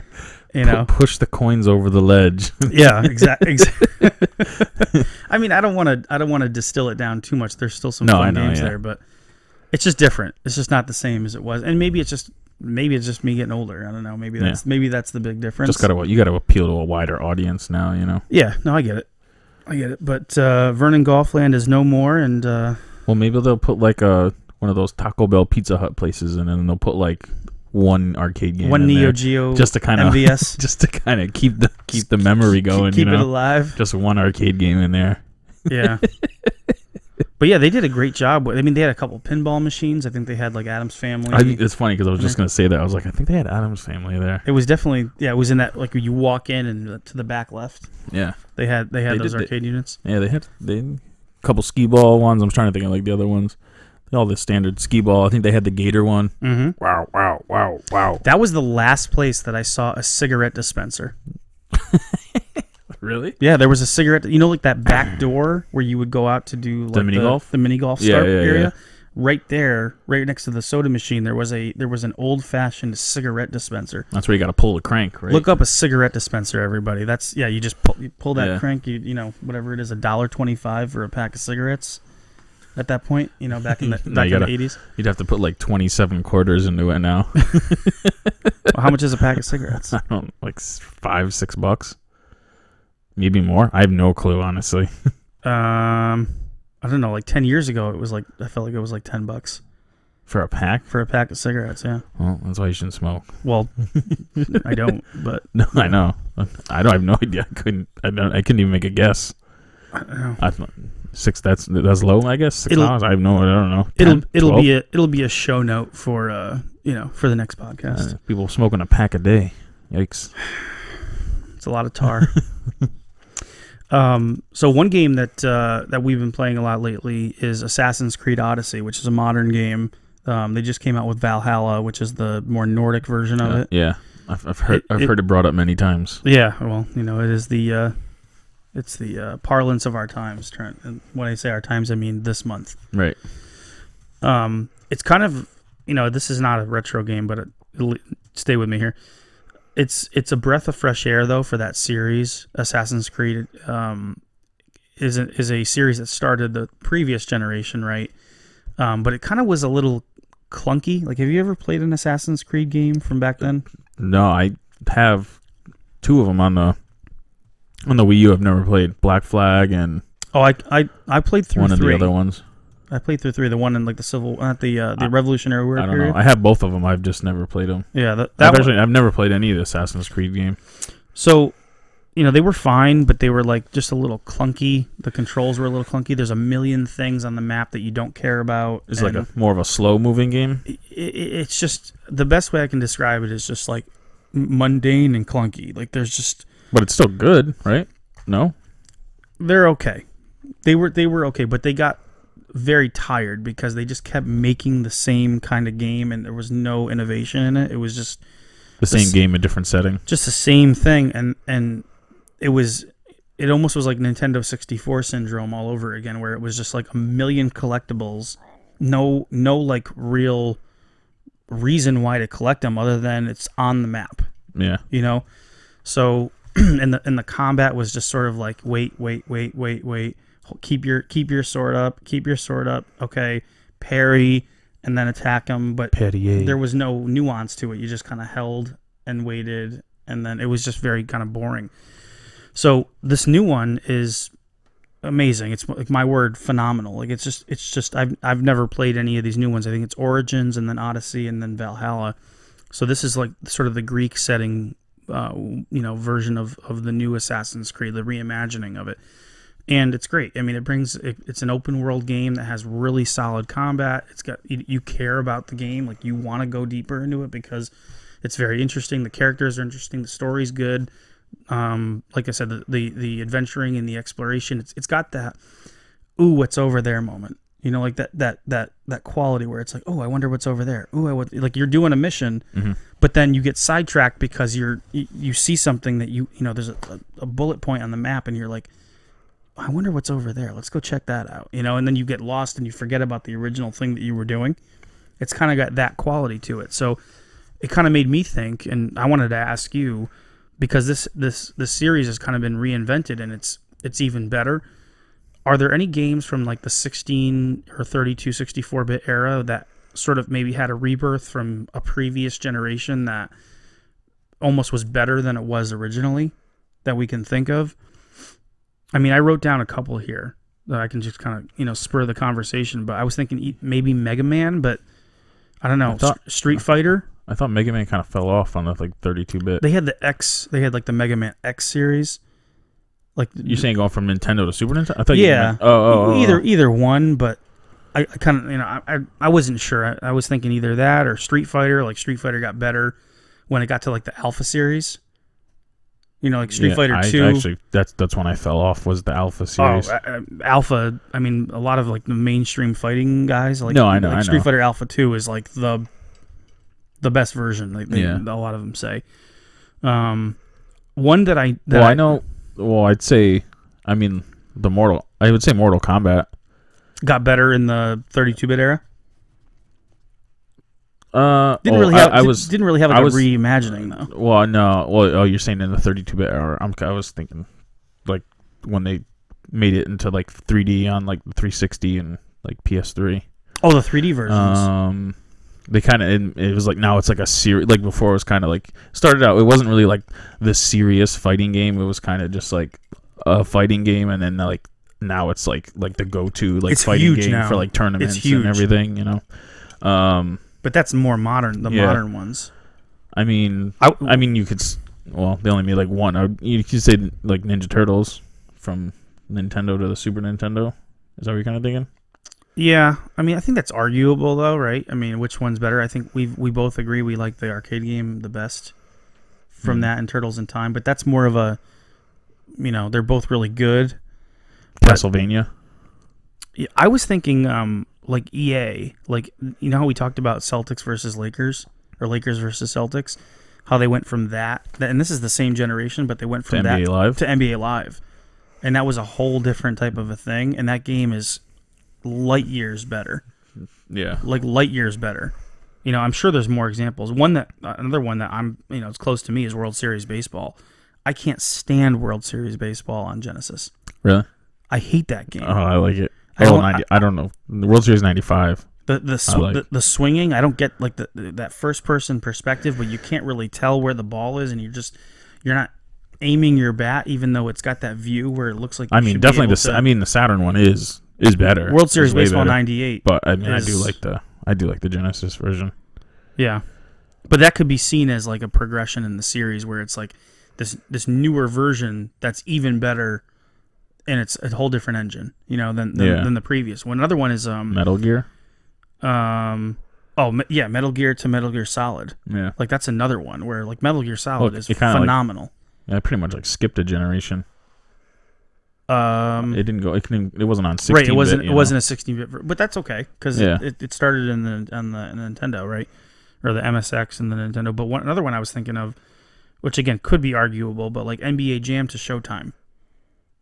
Speaker 2: you know,
Speaker 1: Pu- push the coins over the ledge. (laughs)
Speaker 2: yeah, exactly. (laughs) I mean, I don't want to I don't want to distill it down too much. There's still some
Speaker 1: No, I
Speaker 2: fun
Speaker 1: know,
Speaker 2: games
Speaker 1: yeah.
Speaker 2: there, but it's just different. It's just not the same as it was. And maybe it's just maybe it's just me getting older. I don't know. Maybe
Speaker 1: Yeah.
Speaker 2: that's maybe that's the big difference.
Speaker 1: just gotta you gotta appeal to a wider audience now. You know.
Speaker 2: yeah, no, I get it. I get it. But uh, Vernon Golfland is no more, and uh,
Speaker 1: Well, maybe they'll put like a one of those Taco Bell Pizza Hut places, and then they'll put like one arcade game,
Speaker 2: one
Speaker 1: in
Speaker 2: Neo
Speaker 1: there,
Speaker 2: Geo
Speaker 1: just to kind of (laughs)
Speaker 2: MVS.
Speaker 1: just to kind of keep the keep the memory going.
Speaker 2: keep
Speaker 1: you
Speaker 2: it
Speaker 1: know,
Speaker 2: alive.
Speaker 1: just one arcade game in there.
Speaker 2: (laughs) Yeah. but yeah, they did a great job. with- I mean, they had a couple pinball machines. I think they had like Adam's Family.
Speaker 1: I, it's funny because I was just gonna say that. I was like, I think they had Adam's Family there.
Speaker 2: it was definitely yeah. It was in that like you walk in and to the back left.
Speaker 1: Yeah,
Speaker 2: They had they had
Speaker 1: They
Speaker 2: those
Speaker 1: did the-
Speaker 2: arcade units.
Speaker 1: yeah, they had they had a couple skee ball ones. I'm trying to think of like the other ones. All the standard skee ball. I think they had the Gator one.
Speaker 2: Mm-hmm.
Speaker 1: Wow, wow, wow, wow.
Speaker 2: That was the last place that I saw a cigarette dispenser.
Speaker 1: Really?
Speaker 2: Yeah, there was a cigarette. You know, like that (clears throat) back door where you would go out to do like,
Speaker 1: mini golf?
Speaker 2: the mini golf
Speaker 1: Yeah,
Speaker 2: start
Speaker 1: yeah,
Speaker 2: area.
Speaker 1: yeah.
Speaker 2: Right there, right next to the soda machine, there was a there was an old fashioned cigarette dispenser.
Speaker 1: That's where you got to pull the crank, right?
Speaker 2: Look up a cigarette dispenser, everybody. That's yeah. You just pull, you pull that
Speaker 1: Yeah.
Speaker 2: crank. You you know whatever it is, a dollar twenty five for a pack of cigarettes. At that point, you know back
Speaker 1: (laughs)
Speaker 2: in the
Speaker 1: No,
Speaker 2: back
Speaker 1: you
Speaker 2: in the
Speaker 1: gotta-
Speaker 2: eighties,
Speaker 1: You'd have to put like 27 quarters into it now. (laughs)
Speaker 2: how much is a pack of cigarettes? Um,
Speaker 1: I don't like s- five, six bucks, maybe more. I have no clue, honestly.
Speaker 2: Um, I don't know. Like ten years ago, it was like I felt like it was like ten bucks
Speaker 1: For a pack,
Speaker 2: for a pack of cigarettes. Yeah.
Speaker 1: well, that's why you shouldn't smoke. (laughs)
Speaker 2: Well, I don't, but
Speaker 1: No, I know. I don't I have no (laughs) idea. I couldn't. I don't. I couldn't even make a guess. I don't know. six. That's that's low. I guess six
Speaker 2: It'll-
Speaker 1: dollars. I have no. I don't know.
Speaker 2: it'll it'll be a it'll be a show note for uh you know for the next podcast.
Speaker 1: Uh, people smoking a pack a day. Yikes!
Speaker 2: It's a lot of tar. um, so one game that uh, that we've been playing a lot lately is Assassin's Creed Odyssey, which is a modern game Um, they just came out with Valhalla, which is the more Nordic version of it.
Speaker 1: yeah, I've, I've heard
Speaker 2: Uh, It-
Speaker 1: I've
Speaker 2: it-
Speaker 1: heard it brought up many times.
Speaker 2: Yeah, well, you know, it is the uh, it's the uh, parlance of our times, Trent. And when I say our times, I mean this month.
Speaker 1: Right.
Speaker 2: Um, it's kind of you know this is not a retro game, but it, it'll- stay with me here. It's it's a breath of fresh air though for that series. Assassin's Creed um, is a, is a series that started the previous generation, right? Um, but it kind of was a little clunky. Like, have you ever played an Assassin's Creed game from back then?
Speaker 1: No, I have two of them on the on the Wii U. I've never played Black Flag and
Speaker 2: Oh, I I, I played through
Speaker 1: one of
Speaker 2: three.
Speaker 1: the other ones.
Speaker 2: I played through three, the one in like the civil, not the uh, the Revolutionary War
Speaker 1: I don't
Speaker 2: period.
Speaker 1: know. I have both of them. I've just never played them.
Speaker 2: yeah, that,
Speaker 1: I've
Speaker 2: that one.
Speaker 1: actually I've never played any of the Assassin's Creed game.
Speaker 2: So, you know, they were fine, but they were like just a little clunky. The controls were a little clunky. There's a million things on the map that you don't care about.
Speaker 1: It's
Speaker 2: and
Speaker 1: like a more of a slow moving game.
Speaker 2: i- i- it's just the best way I can describe it is just like mundane and clunky. Like there's just
Speaker 1: But it's still good, right? No?
Speaker 2: they're okay. They were they were okay, but they got very tired because they just kept making the same kind of game and there was no innovation in it. It was just
Speaker 1: The same
Speaker 2: s-
Speaker 1: game, a different setting.
Speaker 2: just the same thing and and it was it almost was like Nintendo 64 syndrome all over again where it was just like a million collectibles no no like real reason why to collect them other than it's on the map
Speaker 1: Yeah.
Speaker 2: you know so (clears throat) and the and the combat was just sort of like wait wait wait wait wait Ho- keep your keep your sword up keep your sword up okay parry and then attack them but there was no nuance to it you just kind of held and waited and then it was just very kind of boring so this new one is amazing it's like my word phenomenal like it's just it's just I've, I've never played any of these new ones i think it's origins and then odyssey and then valhalla so this is like sort of the Greek setting, uh, you know, version of of the new Assassin's Creed, the reimagining of it, and it's great. I mean, it brings it, it's an open world game that has really solid combat. It's got you, you care about the game, like you want to go deeper into it because it's very interesting. The characters are interesting. The story's good. Um, like I said, the, the the adventuring and the exploration, it's it's got that ooh, what's over there moment. You know, like that that that that quality where it's like, oh, I wonder what's over there. Ooh, I would like you're doing a mission, but then you get sidetracked because you're you, you see something that you you know there's a, a- a bullet point on the map and you're like, I wonder what's over there. Let's go check that out. You know, and then you get lost and you forget about the original thing that you were doing. It's kind of got that quality to it. So it kind of made me think, and I wanted to ask you because this this this series has kind of been reinvented and it's it's even better are there any games from like the 16 or 32 64 bit era that sort of maybe had a rebirth from a previous generation that almost was better than it was originally that we can think of i mean i wrote down a couple here that i can just kind of you know spur the conversation but i was thinking e- maybe mega man but i don't know
Speaker 1: I thought-
Speaker 2: Str- street fighter
Speaker 1: I thought Mega Man kind of fell off on that like 32 bit.
Speaker 2: they had the x they had like the mega man x series like
Speaker 1: You're saying going from Nintendo to Super Nintendo? I thought you
Speaker 2: yeah. E-,
Speaker 1: meant- oh, oh, oh,
Speaker 2: either
Speaker 1: oh.
Speaker 2: either one, but I, I kind of you know I, I, I wasn't sure. I, I was thinking either that or Street Fighter. Like Street Fighter got better when it got to like the Alpha series. You know, like Street
Speaker 1: Yeah,
Speaker 2: Fighter
Speaker 1: I,
Speaker 2: Two.
Speaker 1: Actually, that's that's when I fell off was the Alpha
Speaker 2: Oh,
Speaker 1: series.
Speaker 2: uh, Alpha. I mean, a lot of like the mainstream fighting guys. Like,
Speaker 1: No, I know,
Speaker 2: Like
Speaker 1: I
Speaker 2: Street
Speaker 1: know.
Speaker 2: Fighter Alpha Two is like the the best version. Like they,
Speaker 1: Yeah.
Speaker 2: a lot of them say. Um, one that I that
Speaker 1: well, I know. Well, I'd say, I mean, the Mortal. I would say Mortal Kombat.
Speaker 2: got better in the 32-bit era.
Speaker 1: Uh,
Speaker 2: Didn't
Speaker 1: oh,
Speaker 2: really
Speaker 1: I-
Speaker 2: have.
Speaker 1: I, was.
Speaker 2: didn't really have like
Speaker 1: I
Speaker 2: a
Speaker 1: was-
Speaker 2: reimagining though.
Speaker 1: Well, no. Well, oh, you're saying in the 32-bit era. I'm, I was thinking, like, when they made it into like 3D on like the 360 and like PS3.
Speaker 2: Oh, the 3D versions.
Speaker 1: Um, they kind of it was like now it's like a serious like before it was kind of like started out it wasn't really like the serious fighting game it was kind of just like a fighting game and then like now it's like like the go to like
Speaker 2: It's
Speaker 1: fighting
Speaker 2: huge
Speaker 1: game
Speaker 2: now.
Speaker 1: for like tournaments
Speaker 2: It's huge.
Speaker 1: and everything you know. Um,
Speaker 2: but that's more modern. The
Speaker 1: Yeah.
Speaker 2: modern ones.
Speaker 1: I mean,
Speaker 2: I-
Speaker 1: I, mean you could s- well they only made like one. I, would- you could say like Ninja Turtles from Nintendo to the Super Nintendo. Is that what you're kind of thinking?
Speaker 2: Yeah, I mean, I think that's arguable though, right? I mean, which one's better? I think we we both agree we like the arcade game the best from that and Turtles in Time, but that's more of a, you know, they're both really good.
Speaker 1: Castlevania.
Speaker 2: Yeah, I was thinking, um, like EA, like you know how we talked about Celtics versus Lakers or Lakers versus Celtics, how they went from that, and this is the same generation, but they went from
Speaker 1: To
Speaker 2: that
Speaker 1: NBA Live?
Speaker 2: to NBA Live, and that was a whole different type of a thing, and that game is light years better,
Speaker 1: Yeah.
Speaker 2: like light years better. You know, I'm sure there's more examples. One that uh, another one that I'm you know it's close to me is World Series baseball. I can't stand World Series baseball on Genesis.
Speaker 1: Really?
Speaker 2: I hate that game.
Speaker 1: Oh, I like it.
Speaker 2: I
Speaker 1: oh,
Speaker 2: don't-
Speaker 1: 90, I, don't know. The World Series 95.
Speaker 2: the the, sw-
Speaker 1: like-
Speaker 2: the the swinging i don't get like the, the that first person perspective but you can't really tell where the ball is and you're just you're not aiming your bat even though it's got that view where it looks like
Speaker 1: I
Speaker 2: you
Speaker 1: mean,
Speaker 2: should be
Speaker 1: definitely
Speaker 2: able
Speaker 1: the.
Speaker 2: to-
Speaker 1: I mean, the Saturn one is is better.
Speaker 2: world series
Speaker 1: Is way
Speaker 2: baseball
Speaker 1: better.
Speaker 2: 98
Speaker 1: But I mean, I do
Speaker 2: is-
Speaker 1: like the. I do like the Genesis version.
Speaker 2: yeah but that could be seen as like a progression in the series where it's like this this newer version that's even better and it's a whole different engine you know than than,
Speaker 1: Yeah.
Speaker 2: than the previous one another one is um
Speaker 1: Metal Gear.
Speaker 2: um oh me- yeah metal gear to metal gear solid
Speaker 1: Yeah.
Speaker 2: Like that's another one where like Metal Gear Solid
Speaker 1: Look,
Speaker 2: is
Speaker 1: it kinda, like-
Speaker 2: phenomenal.
Speaker 1: I pretty much like skipped a generation.
Speaker 2: um,
Speaker 1: It didn't go. It couldn't. It wasn't on 16.
Speaker 2: right, it wasn't it wasn't a 16 bit, ver- but that's okay because
Speaker 1: Yeah.
Speaker 2: it, it, it started in the on the Nintendo right or the MSX and the Nintendo. But one another one I was thinking of, which again could be arguable, but like NBA Jam to Showtime,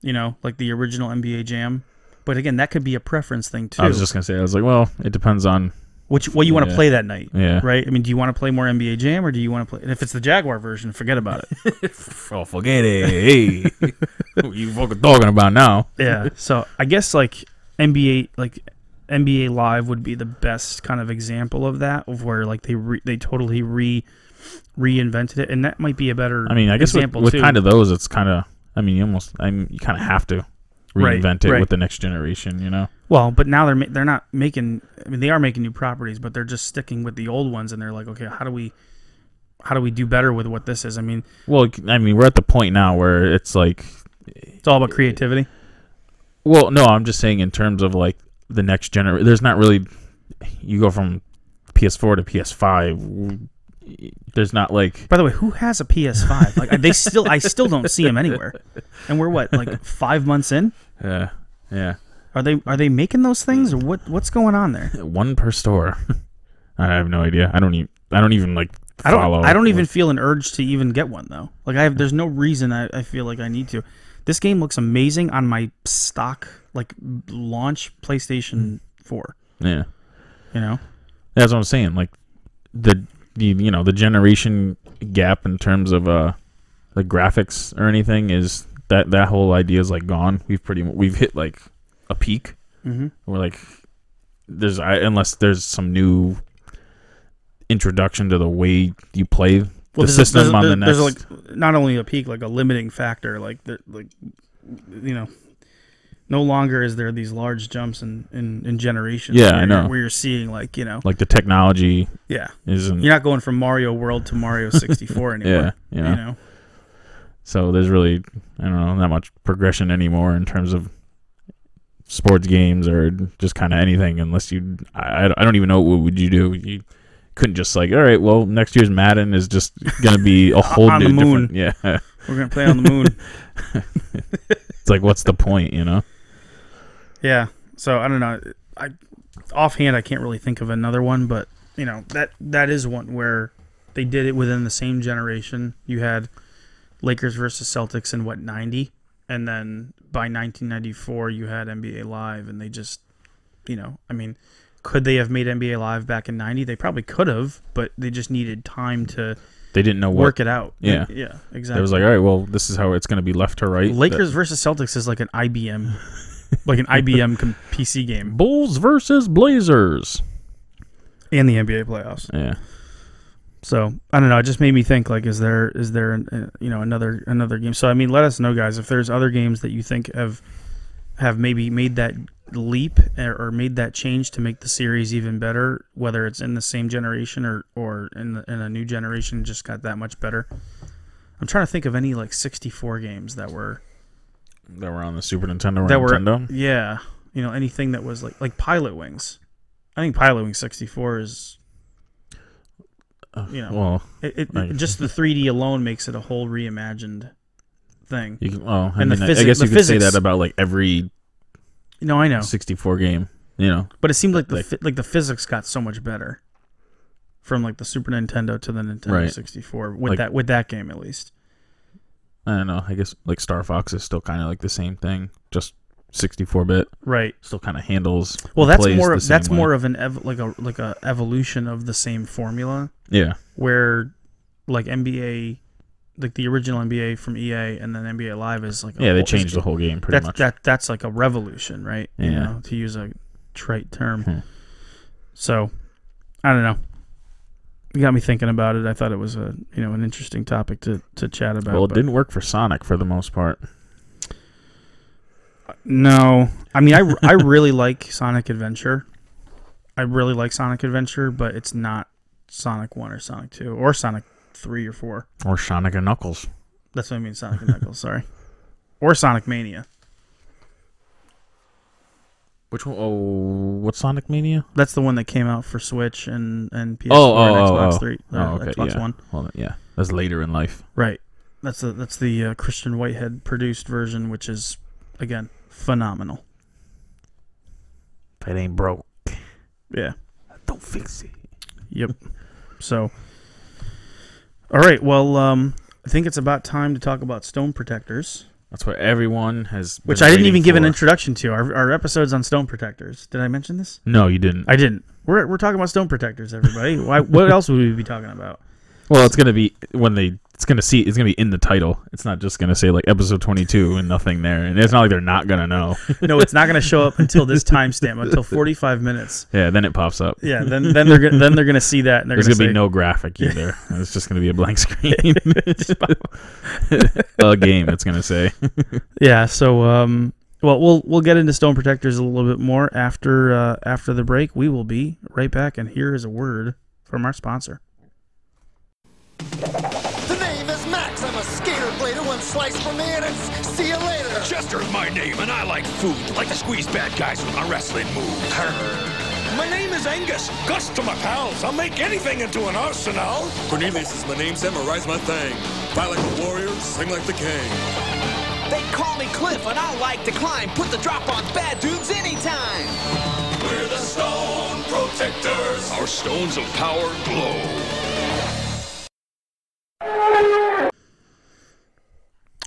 Speaker 2: you know, like the original NBA Jam. But again, that could be a preference thing too.
Speaker 1: I was just gonna say. I was like, well, it depends
Speaker 2: (laughs)
Speaker 1: on.
Speaker 2: which what you want to
Speaker 1: Yeah.
Speaker 2: play that night,
Speaker 1: Yeah.
Speaker 2: right? I mean, do you want to play more NBA Jam or do you want to play? And if it's the Jaguar version, forget about it.
Speaker 1: Oh, forget it. Hey, (laughs) what you fucking talking about now? (laughs)
Speaker 2: yeah. So I guess like NBA like NBA Live would be the best kind of example of that, of where like they re- they totally re reinvented it, and that might be a better.
Speaker 1: I mean, I guess with,
Speaker 2: example
Speaker 1: with
Speaker 2: too.
Speaker 1: kind of those, it's kind of. I mean, you almost. I mean, you kind of have to
Speaker 2: Right,
Speaker 1: reinvent it
Speaker 2: right.
Speaker 1: with the next generation. You know.
Speaker 2: well, but now they're ma- they're not making. I mean, they are making new properties, but they're just sticking with the old ones, and they're like, okay, how do we how do we do better with what this is? I mean,
Speaker 1: Well, I mean, we're at the point now where it's like.
Speaker 2: it's all about creativity.
Speaker 1: Well, no, I'm just saying in terms of like the next generation. There's not really. You go from PS4 to PS5. There's not like.
Speaker 2: By the way, who has a PS5? Like they still, I still don't see them anywhere. And we're what, like five months in?
Speaker 1: Yeah. uh, Yeah.
Speaker 2: Are they are they making those things, or what? What's going on there?
Speaker 1: One per store. (laughs) I have no idea. I don't even. I don't even like.
Speaker 2: I don't.
Speaker 1: Follow
Speaker 2: I don't even feel an urge to even get one though. Like I have. There's no reason I, I feel like I need to. This game looks amazing on my stock like launch
Speaker 1: Mm.
Speaker 2: PlayStation Four.
Speaker 1: Yeah.
Speaker 2: You know.
Speaker 1: That's what I'm saying. Like the the you know the generation gap in terms of uh the graphics or anything is that that whole idea is like gone. We've pretty mu- we've hit like a peak.
Speaker 2: Mm-hmm.
Speaker 1: We're like there's I, unless there's some new introduction to the way you play the system on the next.
Speaker 2: There's like not only a peak, like a limiting factor. Like the like, you know. No longer is there these large jumps in, in, in generations.
Speaker 1: Yeah, I
Speaker 2: where-
Speaker 1: know.
Speaker 2: Where you're seeing like you know,
Speaker 1: like the technology
Speaker 2: yeah,
Speaker 1: isn't.
Speaker 2: you're not going from Mario World to Mario 64 anymore.
Speaker 1: (laughs) Yeah, you know.
Speaker 2: You know.
Speaker 1: So there's really I don't know that much progression anymore in terms of sports games or just kind of anything unless you I, I- I don't even know what would you do you couldn't just like all right well next year's Madden is just gonna be
Speaker 2: (laughs)
Speaker 1: a whole
Speaker 2: On the
Speaker 1: new
Speaker 2: moon.
Speaker 1: different- yeah (laughs)
Speaker 2: We're gonna play on the moon.
Speaker 1: it's like what's the point you know
Speaker 2: Yeah. So I don't know. I offhand I can't really think of another one, but you know that that is one where they did it within the same generation. You had Lakers versus Celtics in what ninety, and then by nineteen ninety four you had NBA Live, and they just you know I mean. Could they have made NBA Live back in '90? They probably could have, but they just needed time to
Speaker 1: they didn't know what
Speaker 2: work it out.
Speaker 1: Yeah.
Speaker 2: yeah,
Speaker 1: it
Speaker 2: exactly.
Speaker 1: was like all right well this is how it's gonna be left to right
Speaker 2: Lakers versus Celtics is like an IBM, like an IBM com- PC game,
Speaker 1: Bulls versus Blazers
Speaker 2: and the NBA playoffs.
Speaker 1: yeah
Speaker 2: So I don't know. It just made me think. Like, is there is there an, uh, you know another another game? So I mean, let us know, guys, if there's other games that you think have have maybe made that leap or, or made that change to make the series even better, whether it's in the same generation or or in the, in a new generation, just got that much better. I'm trying to think of any like 64 games that were
Speaker 1: that were on the Super Nintendo or
Speaker 2: that
Speaker 1: Nintendo
Speaker 2: were yeah, you know anything that was like like Pilot Wings. I think Pilot Wings 64 is you know
Speaker 1: Uh, well
Speaker 2: It, it,
Speaker 1: Like-
Speaker 2: just the 3D alone makes it a whole reimagined thing.
Speaker 1: you can, well I
Speaker 2: And the Oh.
Speaker 1: mean, I-
Speaker 2: physi-
Speaker 1: I guess
Speaker 2: the
Speaker 1: you could say
Speaker 2: physics-
Speaker 1: that about like every
Speaker 2: No, I know.
Speaker 1: 64 game You know,
Speaker 2: But it seemed like the
Speaker 1: Like-
Speaker 2: like, like the physics got so much better from like the Super Nintendo to the Nintendo
Speaker 1: Right.
Speaker 2: 64 with
Speaker 1: Like-
Speaker 2: that with that game at least.
Speaker 1: I don't know. I guess like Star Fox is still kind of like the same thing, just 64 bit.
Speaker 2: Right.
Speaker 1: Still kind of handles.
Speaker 2: Well,
Speaker 1: and
Speaker 2: that's
Speaker 1: plays
Speaker 2: more
Speaker 1: the same
Speaker 2: that's
Speaker 1: way.
Speaker 2: more of an ev- like a like a evolution of the same formula
Speaker 1: yeah,
Speaker 2: where like NBA like the original NBA from EA and then NBA Live is like a
Speaker 1: yeah. They
Speaker 2: whole-
Speaker 1: changed
Speaker 2: is-
Speaker 1: the whole game pretty
Speaker 2: that's
Speaker 1: much.
Speaker 2: that that's like a revolution, right? You
Speaker 1: Yeah.
Speaker 2: know, to use a trite term.
Speaker 1: Hmm.
Speaker 2: So, I don't know. It got me thinking about it. I thought it was a you know an interesting topic to, to chat about.
Speaker 1: well, it
Speaker 2: but-
Speaker 1: didn't work for Sonic for the most part.
Speaker 2: No, I mean I, I really like Sonic Adventure. I really like Sonic Adventure, but it's not Sonic One or Sonic Two or Sonic Three or Four.
Speaker 1: Or Sonic and Knuckles.
Speaker 2: That's what I
Speaker 1: (laughs)
Speaker 2: mean, Sonic and Knuckles. Sorry, or Sonic Mania.
Speaker 1: Which one? Oh, what's Sonic Mania?
Speaker 2: That's the one that came out for Switch and and PS4
Speaker 1: Oh,
Speaker 2: and
Speaker 1: oh, oh,
Speaker 2: Xbox
Speaker 1: oh.
Speaker 2: Three,
Speaker 1: Oh,
Speaker 2: uh,
Speaker 1: okay,
Speaker 2: Xbox
Speaker 1: yeah.
Speaker 2: One.
Speaker 1: Well, yeah, that's later in life.
Speaker 2: Right. That's the that's the uh, Christian Whitehead produced version, which is again phenomenal.
Speaker 1: If it ain't broke,
Speaker 2: Yeah.
Speaker 1: don't fix it.
Speaker 2: Yep. So. All right. Well, um, I think it's about time to talk about stone protectors,
Speaker 1: That's what everyone has. been
Speaker 2: which I didn't
Speaker 1: waiting
Speaker 2: even give an
Speaker 1: for.
Speaker 2: introduction to. Our our episodes on stone protectors. Did I mention this?
Speaker 1: No, you didn't.
Speaker 2: I didn't. We're we're talking about stone protectors, everybody. Why? What else would we be talking about?
Speaker 1: well, it's gonna be when they. It's gonna see. It's gonna be in the title. It's not just gonna say like episode twenty two and nothing there. And it's not like they're not gonna (laughs) know.
Speaker 2: No, it's not going to show up until this timestamp, until forty five minutes.
Speaker 1: yeah, then it pops up.
Speaker 2: Yeah. Then then they're gonna, then they're going to see that and they're
Speaker 1: There's
Speaker 2: going
Speaker 1: gonna,
Speaker 2: to
Speaker 1: be no (laughs) graphic either. it's just gonna be a (laughs) blank screen. a game. It's gonna say.
Speaker 2: Yeah. So, um, well, we'll we'll get into stone protectors a little bit more after uh, after the break. We will be right back, and here is a word from our sponsor.
Speaker 5: The name is Max. I'm a skater blader. One slice for me, and it's see you later.
Speaker 4: Chester is my name, and I like food. Like to squeeze bad guys with my wrestling moves. (laughs) My name is Angus. Guts to my pals. I'll make anything into an arsenal.
Speaker 6: Cornelius is my name, Samurai's my thing. Fight like a warrior, sing like the king.
Speaker 5: They call me Cliff, and I like to climb. Put the drop on bad dudes anytime.
Speaker 6: We're the Stone Protectors.
Speaker 4: Our stones of power glow.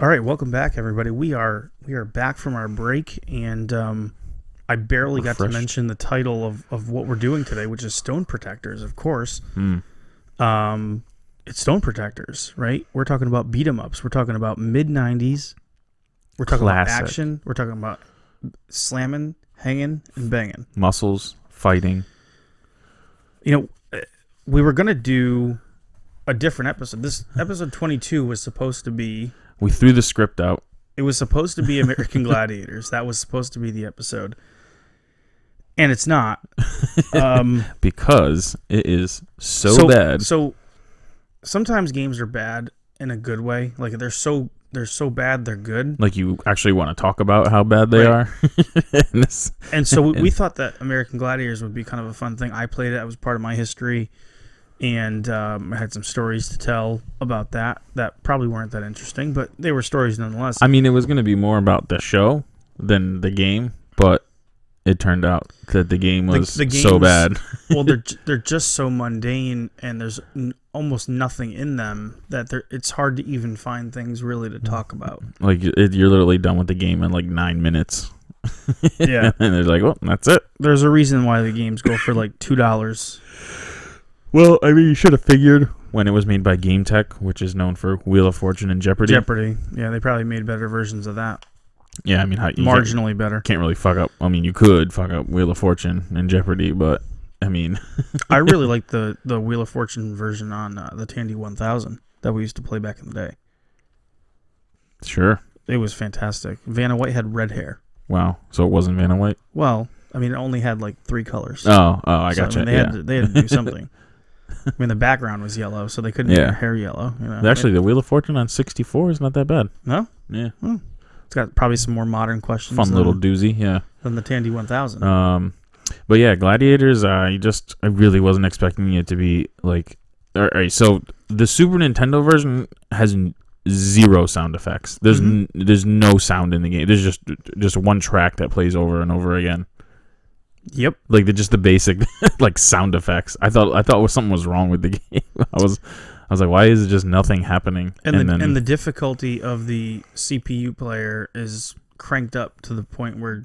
Speaker 2: All right, welcome back, everybody. We are we are back from our break, and um, I barely got to
Speaker 1: Refreshed.
Speaker 2: mention the title of, of what we're doing today, which is stone protectors, of course.
Speaker 1: Hmm.
Speaker 2: Um, it's stone protectors, right? We're talking about beat 'em ups. We're talking about mid '90s. We're talking about
Speaker 1: Classic.
Speaker 2: action. We're talking about slamming, hanging, and banging.
Speaker 1: Muscles fighting.
Speaker 2: you know uh, we were gonna do a different episode this episode 22 was supposed to be
Speaker 1: We threw the script out.
Speaker 2: it was supposed to be
Speaker 1: (laughs)
Speaker 2: american gladiators that was supposed to be the episode and
Speaker 1: (laughs)
Speaker 2: it's not um
Speaker 1: Because it is so,
Speaker 2: so
Speaker 1: bad.
Speaker 2: so sometimes games are bad in a good way like they're so they're so bad they're good
Speaker 1: like you actually want to talk about how bad they
Speaker 2: Right.
Speaker 1: are. (laughs) and this,
Speaker 2: and so we,
Speaker 1: (laughs)
Speaker 2: we thought that american gladiators would be kind of a fun thing i played it i was part of my history and um, i had some stories to tell about that that probably weren't that interesting but they were stories nonetheless
Speaker 1: I mean, it was going to be more about the show than the game, but it turned out that the game
Speaker 2: The-
Speaker 1: was
Speaker 2: the
Speaker 1: so
Speaker 2: games-
Speaker 1: bad. (laughs)
Speaker 2: well they're ju- they're just so mundane and there's n- almost nothing in them that they're, it's hard to even find things really to
Speaker 1: (laughs)
Speaker 2: talk about
Speaker 1: like it, you're literally done with the game in like nine minutes, (laughs)
Speaker 2: yeah
Speaker 1: and they're like, "Well, that's it."
Speaker 2: there's a reason why the games go for like
Speaker 1: (laughs)
Speaker 2: two dollars
Speaker 1: Well, I mean, you should have figured when it was made by Game Tech, which is known for Wheel of Fortune and Jeopardy.
Speaker 2: jeopardy yeah they probably made better versions of that
Speaker 1: yeah, I mean, how, you can't-
Speaker 2: marginally better
Speaker 1: can't really fuck up. I mean, you could fuck up Wheel of Fortune and Jeopardy, but I mean, (laughs)
Speaker 2: i really like the the wheel of fortune version on uh, the tandy 1000 that we used to play back in the day
Speaker 1: sure.
Speaker 2: it was fantastic vanna white had red hair
Speaker 1: Wow. So it wasn't Vanna White.
Speaker 2: well i mean it only had like three colors
Speaker 1: Oh, oh, I got
Speaker 2: So,
Speaker 1: gotcha.
Speaker 2: I mean, they,
Speaker 1: yeah.
Speaker 2: had to, they had to
Speaker 1: (laughs)
Speaker 2: do something. I mean, the background was yellow, so they couldn't
Speaker 1: Yeah.
Speaker 2: make their hair yellow. You know?
Speaker 1: Actually, the Wheel of Fortune on 64 is not that bad.
Speaker 2: no.
Speaker 1: Yeah.
Speaker 2: It's got probably some more modern questions.
Speaker 1: Fun
Speaker 2: than,
Speaker 1: little doozy. Yeah.
Speaker 2: than the Tandy 1000.
Speaker 1: Um, but yeah, Gladiators. I just I really wasn't expecting it to be like. All right, so the Super Nintendo version has n- zero sound effects. There's n-
Speaker 2: Mm-hmm.
Speaker 1: there's no sound in the game. There's just just one track that plays over and over again.
Speaker 2: Yep.
Speaker 1: like the just the basic (laughs) like sound effects. I thought I thought was something was wrong with the (laughs) game. I was I was like, why is it just nothing happening?
Speaker 2: And, the and the difficulty of the CPU player is cranked up to the point where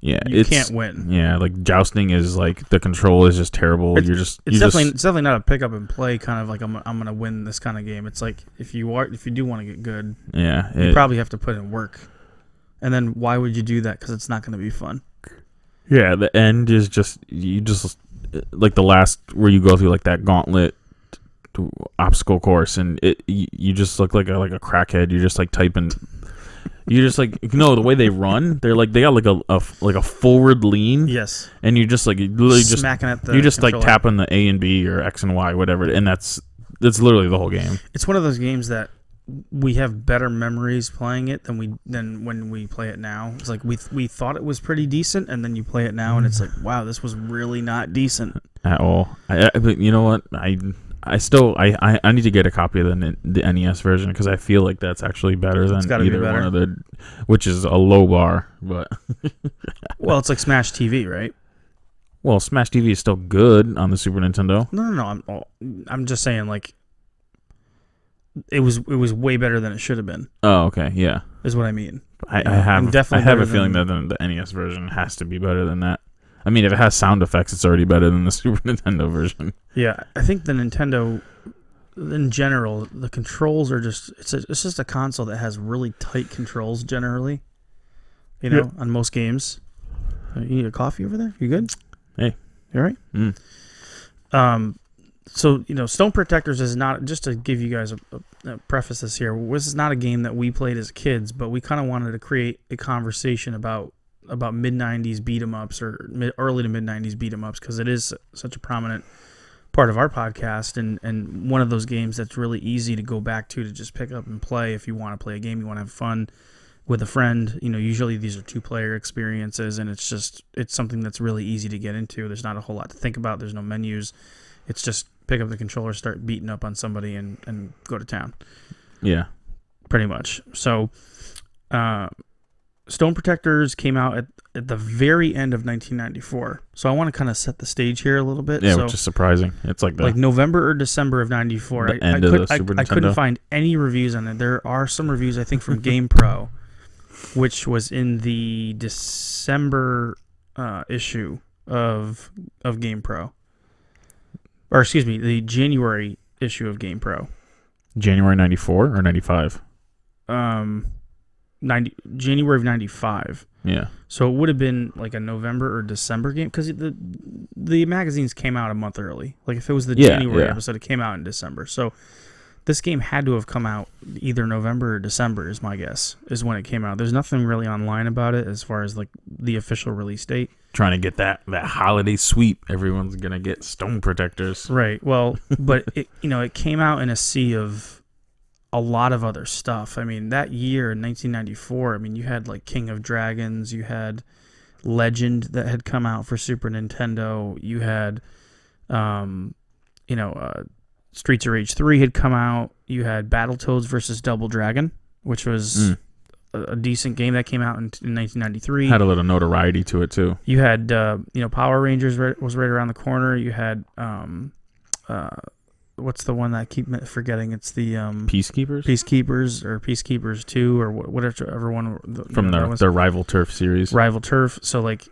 Speaker 1: yeah,
Speaker 2: you
Speaker 1: it's-
Speaker 2: can't win.
Speaker 1: Yeah, like jousting is like the control is just terrible.
Speaker 2: It's-
Speaker 1: You're just
Speaker 2: it's
Speaker 1: you
Speaker 2: definitely
Speaker 1: just,
Speaker 2: it's definitely not a pick up and play kind of like I'm I'm gonna win this kind of game. It's like if you are if you do want to get good,
Speaker 1: yeah.
Speaker 2: you
Speaker 1: it-
Speaker 2: probably have to put in work. And then why would you do that? Because it's not going to be fun.
Speaker 1: Yeah, the end is just you just like the last where you go through like that gauntlet to obstacle course, and it you, you just look like a like a crackhead. You're just like typing. You're just like no, the way they run, they're like they got like a, a f- like a forward lean,
Speaker 2: Yes,
Speaker 1: and you just like you literally just
Speaker 2: smacking at the.
Speaker 1: you just like
Speaker 2: controller.
Speaker 1: tapping the A and B or X and Y whatever, and that's that's literally the whole game.
Speaker 2: It's one of those games that we have better memories playing it than we than when we play it now. It's like we th- we thought it was pretty decent, and then you play it now, and it's like, wow, this was really not decent.
Speaker 1: at all. I, I but you know what I I still I, I, I need to get a copy of the, N- the NES version because I feel like that's actually better than
Speaker 2: gotta
Speaker 1: either
Speaker 2: be better.
Speaker 1: one of the, which is a low bar. But (laughs)
Speaker 2: Well, it's like Smash TV, right?
Speaker 1: well, Smash TV is still good on the Super Nintendo.
Speaker 2: No, no, no. I'm oh, I'm just saying like it was it was way better than it should have been.
Speaker 1: Oh, okay, yeah.
Speaker 2: Is what I mean.
Speaker 1: I, I
Speaker 2: Yeah, and
Speaker 1: have
Speaker 2: definitely
Speaker 1: I have
Speaker 2: better
Speaker 1: a feeling
Speaker 2: than-
Speaker 1: that the, the NES version has to be better than that. I mean, if it has sound effects, it's already better than the (laughs) Super Nintendo version.
Speaker 2: Yeah, I think the Nintendo, in general, the controls are just it's a, it's just a console that has really tight controls generally. You know, on most games. Uh, You need a coffee over there? You good?
Speaker 1: Hey.
Speaker 2: you all right?
Speaker 1: Mm.
Speaker 2: Um, so you know, Stone Protectors is not just to give you guys a, a, a preface this here. This is not a game that we played as kids, but we kind of wanted to create a conversation about about mid '90s beat 'em ups or mid, early to mid '90s beat 'em ups because it is such a prominent part of our podcast and, and one of those games that's really easy to go back to to just pick up and play if you want to play a game you want to have fun with a friend you know usually these are two player experiences and it's just it's something that's really easy to get into there's not a whole lot to think about there's no menus it's just pick up the controller start beating up on somebody and and go to town
Speaker 1: Yeah,
Speaker 2: pretty much. So, uh, Stone Protectors came out at, at the very end of 1994. So I want to kind of set the stage here a little bit.
Speaker 1: yeah,
Speaker 2: so,
Speaker 1: which is surprising. It's like the
Speaker 2: like November or December of '94.
Speaker 1: The
Speaker 2: I,
Speaker 1: end
Speaker 2: I,
Speaker 1: of
Speaker 2: could,
Speaker 1: the Super
Speaker 2: I, I couldn't
Speaker 1: Nintendo.
Speaker 2: find any reviews on it. There are some reviews I think
Speaker 1: (laughs)
Speaker 2: from GamePro, which was in the December uh, issue of of GamePro, or excuse me, the January issue of GamePro.
Speaker 1: January '94 or '95.
Speaker 2: um, 90, January of 95.
Speaker 1: Yeah,
Speaker 2: So it would have been like a November or December game because the the magazines came out a month early. Like if it was the
Speaker 1: Yeah,
Speaker 2: January
Speaker 1: yeah.
Speaker 2: episode, it came out in December. So this game had to have come out either November or December is my guess is when it came out. There's nothing really online about it as far as like the official release date.
Speaker 1: trying to get that that holiday sweep. Everyone's gonna get stone protectors.
Speaker 2: (laughs) Right. Well, but it you know it came out in a sea of a lot of other stuff. I mean, that year in 1994, I mean, you had like King of Dragons, you had Legend that had come out for Super Nintendo, you had um you know, uh Streets of Rage 3 had come out, you had Battletoads versus Double Dragon, which was
Speaker 1: Mm.
Speaker 2: a, a decent game that came out in, in 1993.
Speaker 1: Had a little notoriety to it too.
Speaker 2: You had uh, you know Power Rangers right, was right around the corner. You had um, uh, what's the one that I keep mi- forgetting? It's the um,
Speaker 1: Peacekeepers
Speaker 2: Peacekeepers or Peacekeepers Two or wha- whatever one the, you
Speaker 1: from
Speaker 2: know, that
Speaker 1: their
Speaker 2: was
Speaker 1: their rival turf series.
Speaker 2: rival turf. So like,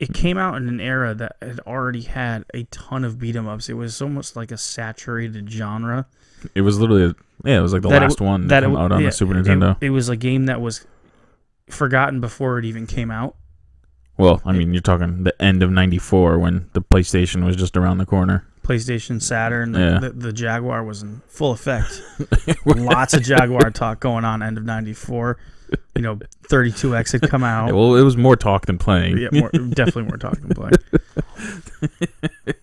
Speaker 2: it came out in an era that had already had a ton of beat 'em ups. It was almost like a saturated genre.
Speaker 1: It was literally yeah, it was like the
Speaker 2: That it
Speaker 1: last
Speaker 2: w-
Speaker 1: one that,
Speaker 2: it
Speaker 1: came
Speaker 2: w-
Speaker 1: out on
Speaker 2: yeah,
Speaker 1: the Super
Speaker 2: it-
Speaker 1: Nintendo.
Speaker 2: It, was a game that was forgotten before it even came out.
Speaker 1: well, I mean, you're talking the end of '94 when the PlayStation was just around the corner.
Speaker 2: PlayStation, Saturn, the,
Speaker 1: Yeah.
Speaker 2: the, the Jaguar was in full
Speaker 1: (laughs)
Speaker 2: effect. Lots of Jaguar talk going on end of 94. You know, 32X had come out.
Speaker 1: Well, it was more talk than playing.
Speaker 2: Oh. yeah, more, definitely more talking play.
Speaker 1: (laughs)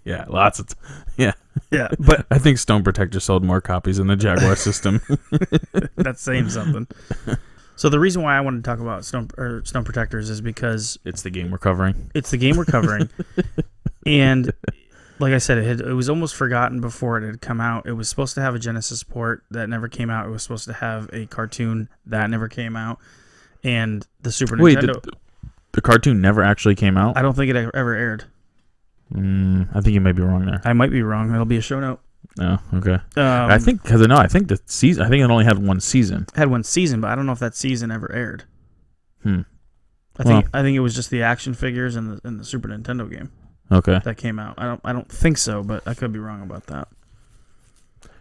Speaker 1: Yeah, lots of. T- (laughs) yeah,
Speaker 2: Yeah, but
Speaker 1: I think Stone Protector sold more copies than the Jaguar
Speaker 2: (laughs)
Speaker 1: system.
Speaker 2: that's
Speaker 1: (laughs)
Speaker 2: saying something. So the reason why I wanted to talk about Stone or Stone Protectors is because
Speaker 1: it's the game we're covering.
Speaker 2: it's the game
Speaker 1: (laughs)
Speaker 2: we're covering, and like I said, it had, it was almost forgotten before it had come out. It was supposed to have a Genesis port that never came out. It was supposed to have a cartoon that never came out, and the Super
Speaker 1: Wait,
Speaker 2: Nintendo.
Speaker 1: did, the cartoon never actually came out?
Speaker 2: I don't think it ever ever aired.
Speaker 1: I think you may be wrong there.
Speaker 2: I might be wrong. That'll be a show note.
Speaker 1: Oh, okay.
Speaker 2: Um,
Speaker 1: I think because I know I think the season. I think it only had one season.
Speaker 2: had one season, but I don't know if that season ever aired. Hmm. I think I think it was just the action figures and the and the Super Nintendo game
Speaker 1: Okay,
Speaker 2: that came out. I don't I don't think so, but I could be wrong about that.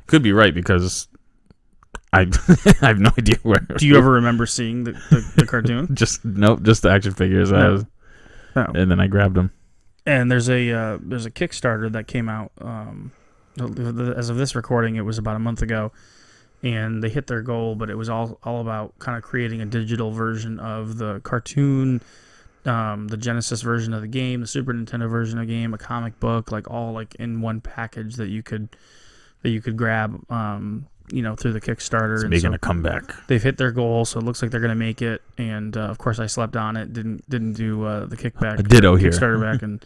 Speaker 1: could be right because I (laughs) I have no idea where.
Speaker 2: Do you ever remember seeing the, the, the
Speaker 1: (laughs)
Speaker 2: cartoon?
Speaker 1: Just nope. Just the action figures. I
Speaker 2: No.
Speaker 1: was,
Speaker 2: No.
Speaker 1: and then I grabbed them.
Speaker 2: and there's a uh, there's a Kickstarter that came out um, th- th- as of this recording. It was about a month ago, and they hit their goal, but it was all all about kind of creating a digital version of the cartoon, um, the Genesis version of the game, the Super Nintendo version of the game, a comic book, like all like in one package that you could that you could grab. Um, you know, through the Kickstarter, and
Speaker 1: Making
Speaker 2: so-
Speaker 1: a comeback.
Speaker 2: they've hit their goal, so it looks like they're gonna make it. And uh, of course, I slept on it. Didn't didn't do uh, the kickback.
Speaker 1: A ditto here.
Speaker 2: Kickstarter
Speaker 1: (laughs)
Speaker 2: back, and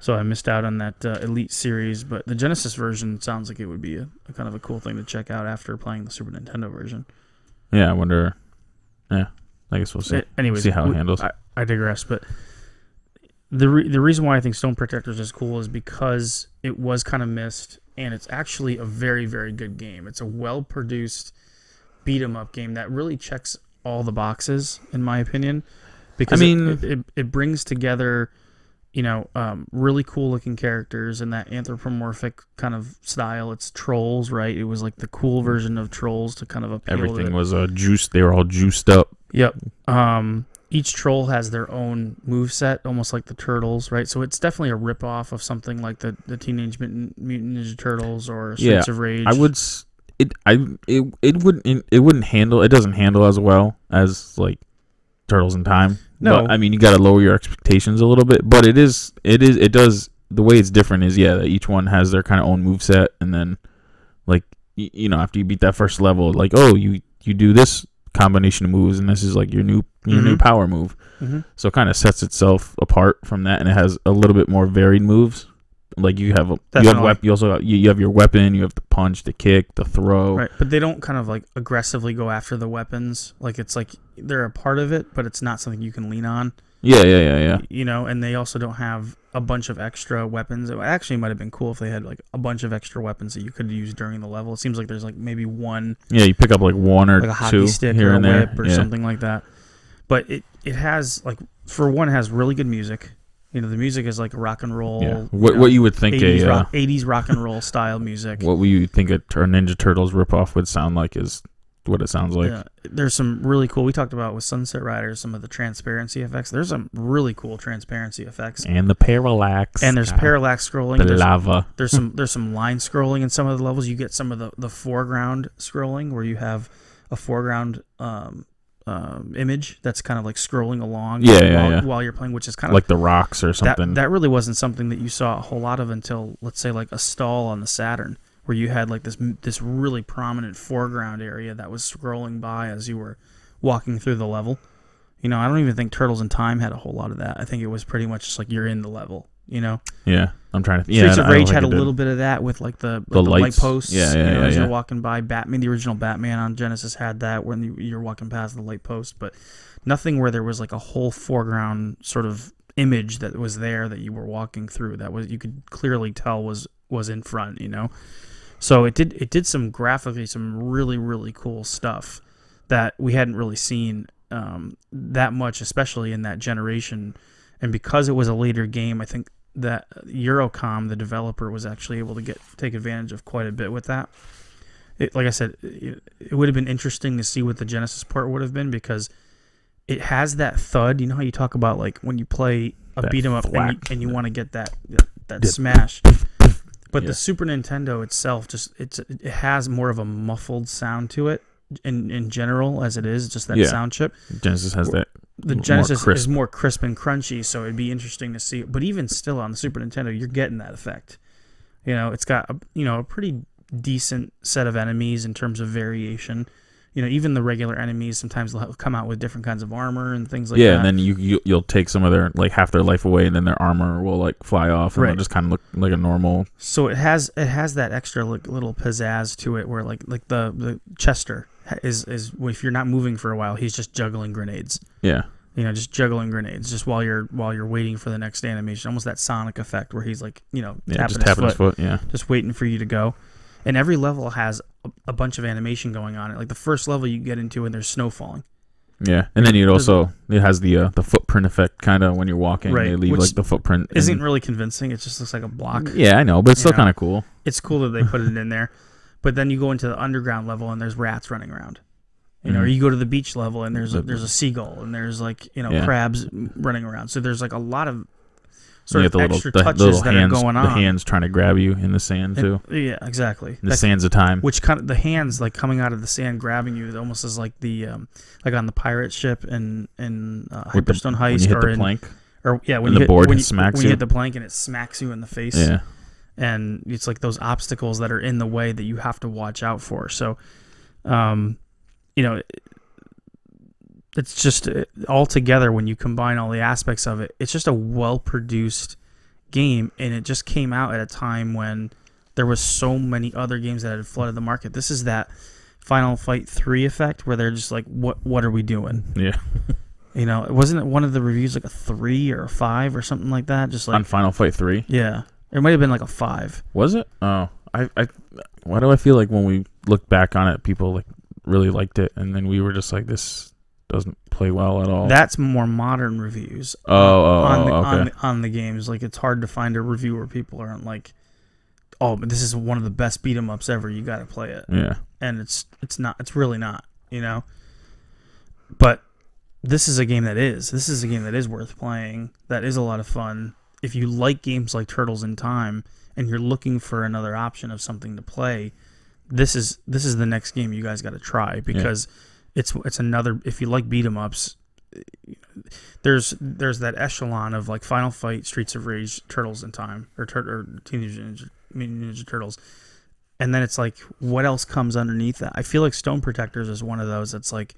Speaker 2: so I missed out on that uh, Elite series. But the Genesis version sounds like it would be a, a kind of a cool thing to check out after playing the Super Nintendo version.
Speaker 1: Yeah, I wonder. Yeah, I guess we'll see.
Speaker 2: A- anyways,
Speaker 1: see how it
Speaker 2: we-
Speaker 1: handles.
Speaker 2: I, I digress, but the re- the reason why I think Stone Protectors is cool is because it was kind of missed, and it's actually a very very good game. It's a well produced beat 'em up game that really checks all the boxes, in my opinion. Because it-
Speaker 1: mean-
Speaker 2: it, it, it brings together, you know, um, really cool looking characters in that anthropomorphic kind of style. It's trolls, right? It was like the cool version of trolls to kind of appeal to
Speaker 1: Everything was uh, juiced. They were all juiced up.
Speaker 2: Yep. Um, each troll has their own move set, almost like the turtles, right? So it's definitely a ripoff of something like the, the Teenage Mutant, Mutant Ninja Turtles or Streets of Rage.
Speaker 1: I would. s- It. I. It. It wouldn't. It, wouldn't handle. It doesn't handle as well as like Turtles in Time.
Speaker 2: No.
Speaker 1: But, I mean you got to lower your expectations a little bit. But it is. It is. It does. The way it's different is yeah. that Each one has their kind of own move set, and then like y- you know after you beat that first level, like oh you you do this combination of moves, and this is like your new your new power move. So it kind of sets itself apart from that, and it has a little bit more varied moves. Like you have a, you have
Speaker 2: Definitely.
Speaker 1: wep- you also have, you, you have your weapon, you have the punch, the kick, the throw.
Speaker 2: Right, but they don't kind of like aggressively go after the weapons. Like it's like they're a part of it, but it's not something you can lean on,
Speaker 1: Yeah, yeah, yeah, yeah.
Speaker 2: you know. And they also don't have a bunch of extra weapons. It actually might have been cool if they had like a bunch of extra weapons that you could use during the level. It seems like there's like maybe one
Speaker 1: Yeah, you pick up like one or
Speaker 2: like a hockey
Speaker 1: two
Speaker 2: stick
Speaker 1: here
Speaker 2: or a
Speaker 1: and there.
Speaker 2: whip or
Speaker 1: yeah.
Speaker 2: something like that. But it it has like for one it has really good music. You know the music is like rock and roll.
Speaker 1: Yeah. What- what you would think a,
Speaker 2: 80s rock,
Speaker 1: uh,
Speaker 2: 80s rock and roll style music.
Speaker 1: (laughs) What would you think a tur- Ninja Turtles ripoff would sound like is what it sounds like.
Speaker 2: Yeah. There's some really cool. We talked about with Sunset Riders some of the transparency effects. There's some really cool transparency effects.
Speaker 1: And the parallax.
Speaker 2: And there's
Speaker 1: uh,
Speaker 2: parallax scrolling.
Speaker 1: The
Speaker 2: there's-
Speaker 1: lava.
Speaker 2: there's some there's some line scrolling in some of the levels. You get some of the the foreground scrolling where you have a foreground um, um, image that's kind of like scrolling along
Speaker 1: Yeah, yeah,
Speaker 2: while,
Speaker 1: yeah.
Speaker 2: while you're playing, which is kind of
Speaker 1: Like the rocks or
Speaker 2: that,
Speaker 1: something.
Speaker 2: that really wasn't something that you saw a whole lot of until let's say like a stall on the Saturn where you had like this this really prominent foreground area that was scrolling by as you were walking through the level. You know, I don't even think Turtles in Time had a whole lot of that. I think it was pretty much just like you're in the level, you know.
Speaker 1: yeah. I'm trying to think.
Speaker 2: Streets
Speaker 1: yeah,
Speaker 2: of
Speaker 1: I don't
Speaker 2: Rage
Speaker 1: think
Speaker 2: had
Speaker 1: it
Speaker 2: a
Speaker 1: did.
Speaker 2: little bit of that with like the,
Speaker 1: The
Speaker 2: the, the light
Speaker 1: lights.
Speaker 2: posts.
Speaker 1: Yeah, yeah,
Speaker 2: you know,
Speaker 1: yeah,
Speaker 2: As
Speaker 1: yeah.
Speaker 2: you're walking by, Batman, the original Batman on Genesis had that when you, you're walking past the light post, but nothing where there was like a whole foreground sort of image that was there that you were walking through that was you could clearly tell was was in front. You know, so it did it did some graphically some really really cool stuff that we hadn't really seen um, that much, especially in that generation. And because it was a later game, I think that Eurocom, the developer, was actually able to get take advantage of quite a bit with that. It, like I said, it, it would have been interesting to see what the Genesis port would have been because it has that thud. You know how you talk about like when you play a
Speaker 1: That
Speaker 2: beat 'em up and you,
Speaker 1: thwack.
Speaker 2: and you want to get that that smash. But the Super Nintendo itself just it's it has more of a muffled sound to it in in general as it is just that
Speaker 1: Yeah.
Speaker 2: sound chip.
Speaker 1: Genesis has that.
Speaker 2: The
Speaker 1: more
Speaker 2: Genesis
Speaker 1: crisp.
Speaker 2: is more crisp and crunchy, so it'd be interesting to see. But even still on the Super Nintendo, you're getting that effect. You know, it's got a, you know a pretty decent set of enemies in terms of variation. You know, even the regular enemies sometimes they'll come out with different kinds of armor and things like
Speaker 1: yeah,
Speaker 2: that.
Speaker 1: and then you, you you'll take some of their like half their life away, and then their armor will like fly off, and
Speaker 2: Right.
Speaker 1: it'll just kind of look like a normal.
Speaker 2: So it has it has that extra like, little pizzazz to it, where like like the the Chester ha- is is if you're not moving for a while, he's just juggling grenades.
Speaker 1: Yeah,
Speaker 2: you know, just juggling grenades just while you're while you're waiting for the next animation. Almost that Sonic effect where he's like, you know,
Speaker 1: Yeah, just tapping his foot. Yeah.
Speaker 2: just waiting for you to go. And every level has a, a bunch of animation going on. it. Like the first level you get into and there's snow falling.
Speaker 1: Yeah, and then you'd also it has the uh, the footprint effect kind of when you're walking.
Speaker 2: Right,
Speaker 1: They leave
Speaker 2: which
Speaker 1: like the footprint. in-
Speaker 2: Isn't really convincing. It just looks like a block.
Speaker 1: yeah, I know, but it's still
Speaker 2: Yeah.
Speaker 1: kind of cool.
Speaker 2: It's cool that they put it in there. But then you go into the underground level and there's rats running around. You
Speaker 1: Mm-hmm.
Speaker 2: know, or you go to the beach level and there's a, there's a seagull and there's like you know
Speaker 1: Yeah.
Speaker 2: crabs running around. So there's like a lot of
Speaker 1: You
Speaker 2: sort
Speaker 1: get
Speaker 2: of
Speaker 1: the little
Speaker 2: extra
Speaker 1: the
Speaker 2: touches
Speaker 1: little
Speaker 2: that
Speaker 1: hands,
Speaker 2: are going on.
Speaker 1: the hands trying to grab you in the sand too.
Speaker 2: Yeah, exactly.
Speaker 1: In the
Speaker 2: That-
Speaker 1: sands of time.
Speaker 2: which kind of the hands like coming out of the sand grabbing you it almost is like the um, like on the pirate ship in in uh,
Speaker 1: with the-
Speaker 2: Hyperstone
Speaker 1: when you
Speaker 2: Heist
Speaker 1: hit
Speaker 2: or
Speaker 1: the
Speaker 2: in
Speaker 1: plank.
Speaker 2: or yeah when
Speaker 1: and
Speaker 2: you
Speaker 1: the
Speaker 2: hit,
Speaker 1: board
Speaker 2: when
Speaker 1: smacks
Speaker 2: when you
Speaker 1: you.
Speaker 2: hit the plank and it smacks you in the face
Speaker 1: Yeah,
Speaker 2: and it's like those obstacles that are in the way that you have to watch out for so um you know it's just uh, all together when you combine all the aspects of it it's just a well produced game and it just came out at a time when there was so many other games that had flooded the market this is that final fight 3 effect where they're just like what what are we doing
Speaker 1: yeah.
Speaker 2: (laughs) you know wasn't it one of the reviews like a 3 or a 5 or something like that just
Speaker 1: On
Speaker 2: like
Speaker 1: Final Fight Three,
Speaker 2: yeah it might have been like a 5
Speaker 1: was it? Oh, I, I. Why do I feel like when we look back on it, people like really liked it, and then we were just like, this doesn't play well at all.
Speaker 2: That's more modern reviews
Speaker 1: oh, oh,
Speaker 2: on, the,
Speaker 1: oh, okay.
Speaker 2: on, the, on the games. Like it's hard to find a review where people aren't like, "Oh, but this is one of the best beat 'em ups ever. You got to play it."
Speaker 1: yeah,
Speaker 2: And it's it's not. It's really not. You know. But this is a game that is. This is a game that is worth playing. That is a lot of fun. If you like games like Turtles in Time and you're looking for another option of something to play, this is this is the next game you guys got to try because it's it's another if you like beat 'em ups there's there's that echelon of like Final Fight, Streets of Rage, Turtles in Time, or, tur- or Teenage Ninja, Mutant Ninja Turtles, and then it's like what else comes underneath that? I feel like Stone Protectors is one of those that's like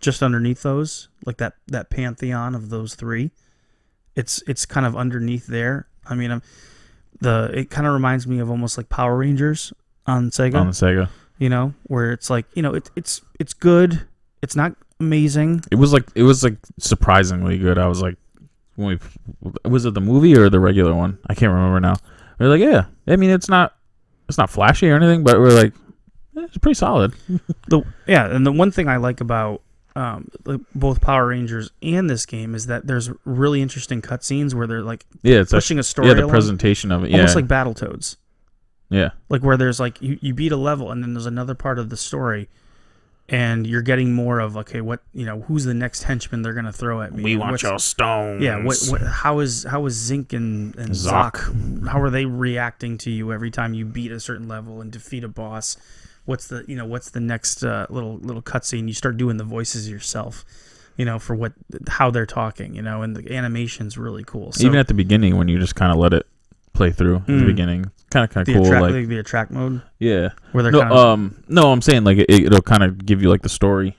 Speaker 2: just underneath those, like that that pantheon of those three. It's it's kind of underneath there. I mean, I'm, the it kind of reminds me of almost like Power Rangers on Sega
Speaker 1: on the Sega.
Speaker 2: you know, where it's like, you know, it, it's it's good. It's not amazing.
Speaker 1: It was like it was like surprisingly good. I was like, when we was it the movie or the regular one? I can't remember now. We were like, yeah. I mean, it's not it's not flashy or anything, but we're like, eh, it's pretty solid.
Speaker 2: The yeah, and the one thing I like about um, the, both Power Rangers and this game is that there's really interesting cutscenes where they're like
Speaker 1: Yeah, it's
Speaker 2: pushing a story
Speaker 1: Yeah, the
Speaker 2: along,
Speaker 1: presentation of it. Yeah,
Speaker 2: almost like Battletoads.
Speaker 1: yeah,
Speaker 2: like where there's like you, you beat a level and then there's another part of the story and you're getting more of okay what you know who's the next henchman they're gonna throw at me we want your stones yeah what, what how is how is zinc and, and zoc how are they reacting to you every time you beat a certain level and defeat a boss what's the you know what's the next uh, little little cutscene you start doing the voices yourself you know for what how they're talking you know and the animation's really cool so Mm.
Speaker 1: even at the beginning when you just kind of let it play through at the beginning, kind of kind
Speaker 2: the
Speaker 1: of cool.
Speaker 2: attract
Speaker 1: Like,
Speaker 2: the attract mode
Speaker 1: yeah.
Speaker 2: where they're
Speaker 1: No,
Speaker 2: kind of
Speaker 1: um, no, I'm saying like it, it'll kind of give you like the story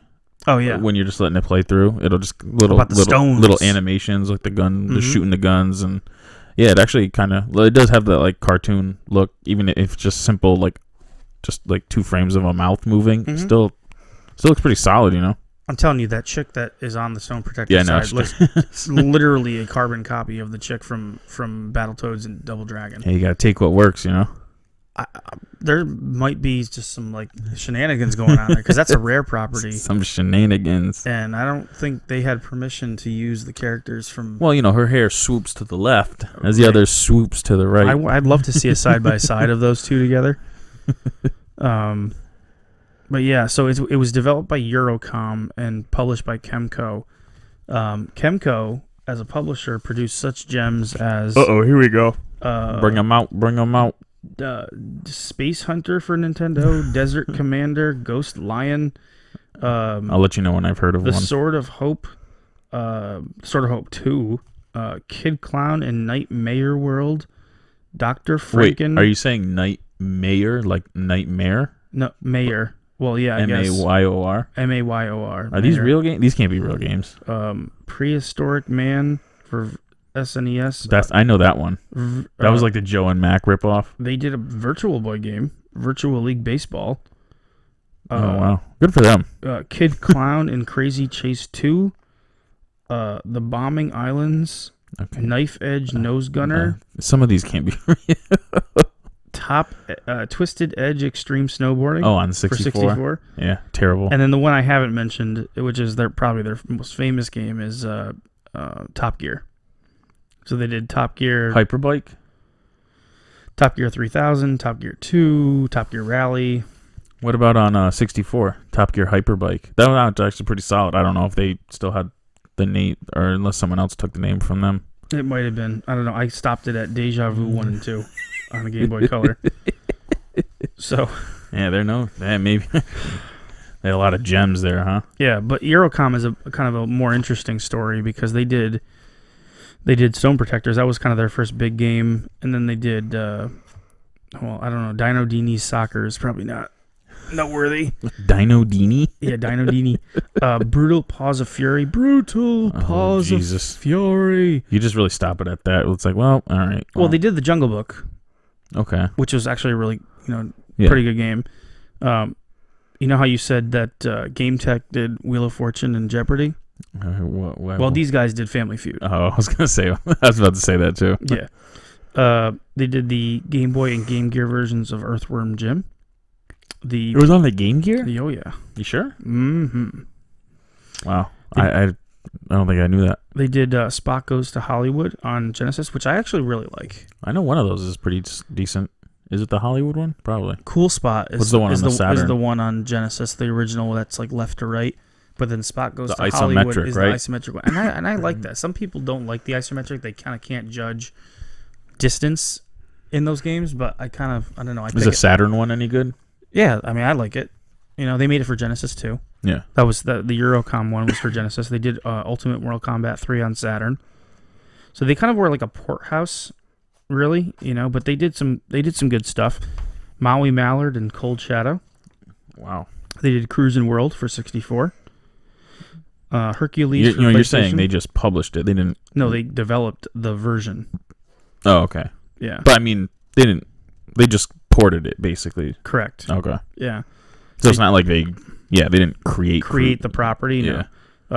Speaker 2: oh yeah
Speaker 1: when you're just letting it play through. It'll just little
Speaker 2: About the
Speaker 1: little
Speaker 2: stones. Mm-hmm.
Speaker 1: little animations like the gun, the shooting the guns, and yeah, it actually kind of it does have that like cartoon look, even if it's just simple like just like two frames of a mouth moving.
Speaker 2: Mm-hmm.
Speaker 1: Still, still looks pretty solid, you know.
Speaker 2: I'm telling you, that chick that is on the Stone Protector
Speaker 1: Yeah, no,
Speaker 2: side looks
Speaker 1: (laughs)
Speaker 2: it's literally a carbon copy of the chick from from Battletoads and Double Dragon.
Speaker 1: Hey, you gotta take what works, you know.
Speaker 2: There might be just some like shenanigans going on there because that's a
Speaker 1: (laughs)
Speaker 2: rare property,
Speaker 1: Some shenanigans.
Speaker 2: and I don't think they had permission to use the characters from.
Speaker 1: Well, you know, her hair swoops to the left as the other swoops to the right.
Speaker 2: I, would love to see a side by side of those
Speaker 1: (laughs)
Speaker 2: two together. Um, but yeah, so it's, it was developed by Eurocom and published by Chemco. Um, Chemco, as a publisher, produced such gems as
Speaker 1: oh, here we go. bring them out. Bring them out.
Speaker 2: uh, Space Hunter
Speaker 1: (laughs)
Speaker 2: for Nintendo, Desert Commander, Ghost Lion, um,
Speaker 1: I'll let you know when I've heard of
Speaker 2: The
Speaker 1: one.
Speaker 2: Sword of Hope, uh, Sword of Hope 2, uh, Kid Clown and Nightmare World, Dr.
Speaker 1: Wait,
Speaker 2: Franken.
Speaker 1: are you saying nightmare like nightmare?
Speaker 2: No, Mayor. Well, yeah, I
Speaker 1: M a
Speaker 2: guess.
Speaker 1: y o r.
Speaker 2: M A Y O R.
Speaker 1: Are these real games? These can't be real games.
Speaker 2: Um, Prehistoric Man for E SNES.
Speaker 1: That's I know that one.
Speaker 2: uh,
Speaker 1: That was like the Joe and Mac ripoff.
Speaker 2: They did a Virtual Boy game, Virtual League Baseball.
Speaker 1: oh wow, good for them. (laughs)
Speaker 2: uh, Kid Clown and Crazy Chase 2, uh, the bombing islands,
Speaker 1: Okay. Uh,
Speaker 2: knife edge nose gunner,
Speaker 1: Some of these can't be. (laughs)
Speaker 2: top uh, twisted edge extreme snowboarding.
Speaker 1: oh, on
Speaker 2: for
Speaker 1: 64.
Speaker 2: 64.
Speaker 1: Yeah, terrible.
Speaker 2: And then the one I haven't mentioned, which is their probably their most famous game, is uh, uh, Top Gear. So they did Top Gear,
Speaker 1: Hyperbike.
Speaker 2: Top Gear 3000, Top Gear 2, Top Gear Rally.
Speaker 1: What about on uh, 64? Top Gear Hyperbike. That one was actually pretty solid. I don't know if they still had the name or unless someone else took the name from them.
Speaker 2: It might have been. I don't know. I stopped it at Deja Vu 1 and 2 on the Game
Speaker 1: (laughs)
Speaker 2: Boy Color. So,
Speaker 1: Yeah, they're no. Yeah, maybe. (laughs) they had a lot of gems there, huh?
Speaker 2: yeah, but Eurocom is a kind of a more interesting story because they did they did Stone Protectors. That was kind of their first big game, and then they did uh, well, I don't know. Dino Dini's Soccer is probably not noteworthy.
Speaker 1: Dino Dini. (laughs)
Speaker 2: Yeah, Dino Dini. Uh, brutal Paws of Fury. Brutal Paws of
Speaker 1: Oh, Jesus.
Speaker 2: Fury.
Speaker 1: You just really stop it at that. It's like, well, all right.
Speaker 2: Well, they did the Jungle Book,
Speaker 1: okay. Uh,
Speaker 2: which was actually a really you know
Speaker 1: Yeah.
Speaker 2: pretty good game. Um, you know how you said that uh, Game Tech did Wheel of Fortune and Jeopardy.
Speaker 1: Uh, what, what-
Speaker 2: Well, these guys did Family Feud.
Speaker 1: (laughs) Oh, I was gonna say. (laughs) I was about to say that too.
Speaker 2: Yeah. Uh, they did the Game Boy and Game Gear versions of Earthworm Jim. The,
Speaker 1: It was on the Game Gear.
Speaker 2: the oh yeah,
Speaker 1: You sure?
Speaker 2: mm-hmm.
Speaker 1: Wow. I, I I don't think I knew that.
Speaker 2: They did uh, Spock Goes to Hollywood on Genesis, which I actually really like.
Speaker 1: I know one of those is pretty s- decent. Is it the Hollywood one? Probably.
Speaker 2: Cool Spot is
Speaker 1: What's the one
Speaker 2: is
Speaker 1: on the
Speaker 2: is
Speaker 1: Saturn?
Speaker 2: the one on Genesis, the original that's like left to right. But then Spock Goes
Speaker 1: The
Speaker 2: to Hollywood
Speaker 1: isometric,
Speaker 2: is
Speaker 1: right?
Speaker 2: the isometric one, and I and I like that. Some people don't like the isometric; they kind of can't judge distance in those games. But I kind of I don't know. I
Speaker 1: Is
Speaker 2: think
Speaker 1: the
Speaker 2: it,
Speaker 1: Saturn one any good?
Speaker 2: yeah, I mean I like it. You know, they made it for Genesis too.
Speaker 1: Yeah.
Speaker 2: That was the the Eurocom one was for Genesis. They did uh, Ultimate World Combat three on Saturn, so they kind of were like a porthouse, really, you know. But they did some they did some good stuff. Maui Mallard and Cold Shadow.
Speaker 1: Wow.
Speaker 2: They did Cruise and World for sixty four. Uh, Hercules.
Speaker 1: You,
Speaker 2: for
Speaker 1: you know, you're saying
Speaker 2: PlayStation.
Speaker 1: they just published it. They didn't.
Speaker 2: no, they developed the version.
Speaker 1: Oh, okay.
Speaker 2: Yeah,
Speaker 1: But I mean, they didn't. They just ported it basically.
Speaker 2: correct.
Speaker 1: Okay.
Speaker 2: Yeah,
Speaker 1: So it's not like they. Yeah, they didn't create
Speaker 2: create the property. You
Speaker 1: Yeah.
Speaker 2: know.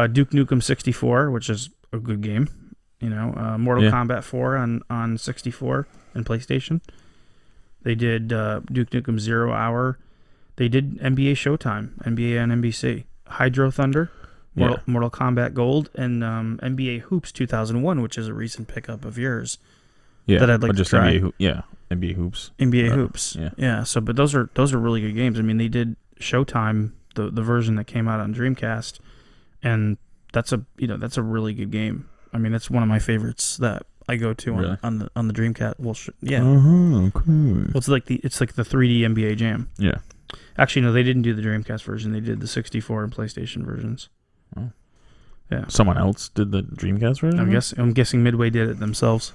Speaker 2: Uh, Duke Nukem sixty four, which is a good game. You know, uh, Mortal
Speaker 1: Yeah.
Speaker 2: Kombat four on on sixty four and PlayStation. They did uh, Duke Nukem Zero Hour. They did NBA Showtime, NBA on NBC, Hydro Thunder, Mortal,
Speaker 1: Yeah.
Speaker 2: Mortal Kombat Gold, and um, NBA Hoops two thousand one, which is a recent pickup of yours.
Speaker 1: yeah,
Speaker 2: that I'd like
Speaker 1: or
Speaker 2: to
Speaker 1: just
Speaker 2: try.
Speaker 1: NBA, hoo- yeah, NBA hoops.
Speaker 2: NBA Hoops.
Speaker 1: yeah.
Speaker 2: So, but those are those are really good games. I mean, they did Showtime, the the version that came out on Dreamcast, and that's a you know that's a really good game. I mean, that's one of my favorites that I go to on,
Speaker 1: Really?
Speaker 2: on the on the Dreamcast. Well, sh- yeah. Uh-huh,
Speaker 1: Oh, cool.
Speaker 2: Well, it's like the it's like the 3D NBA Jam.
Speaker 1: Yeah.
Speaker 2: Actually, no, they didn't do the Dreamcast version. They did the 64 and PlayStation versions.
Speaker 1: Someone else did the Dreamcast version.
Speaker 2: I'm guess I'm guessing Midway did it themselves.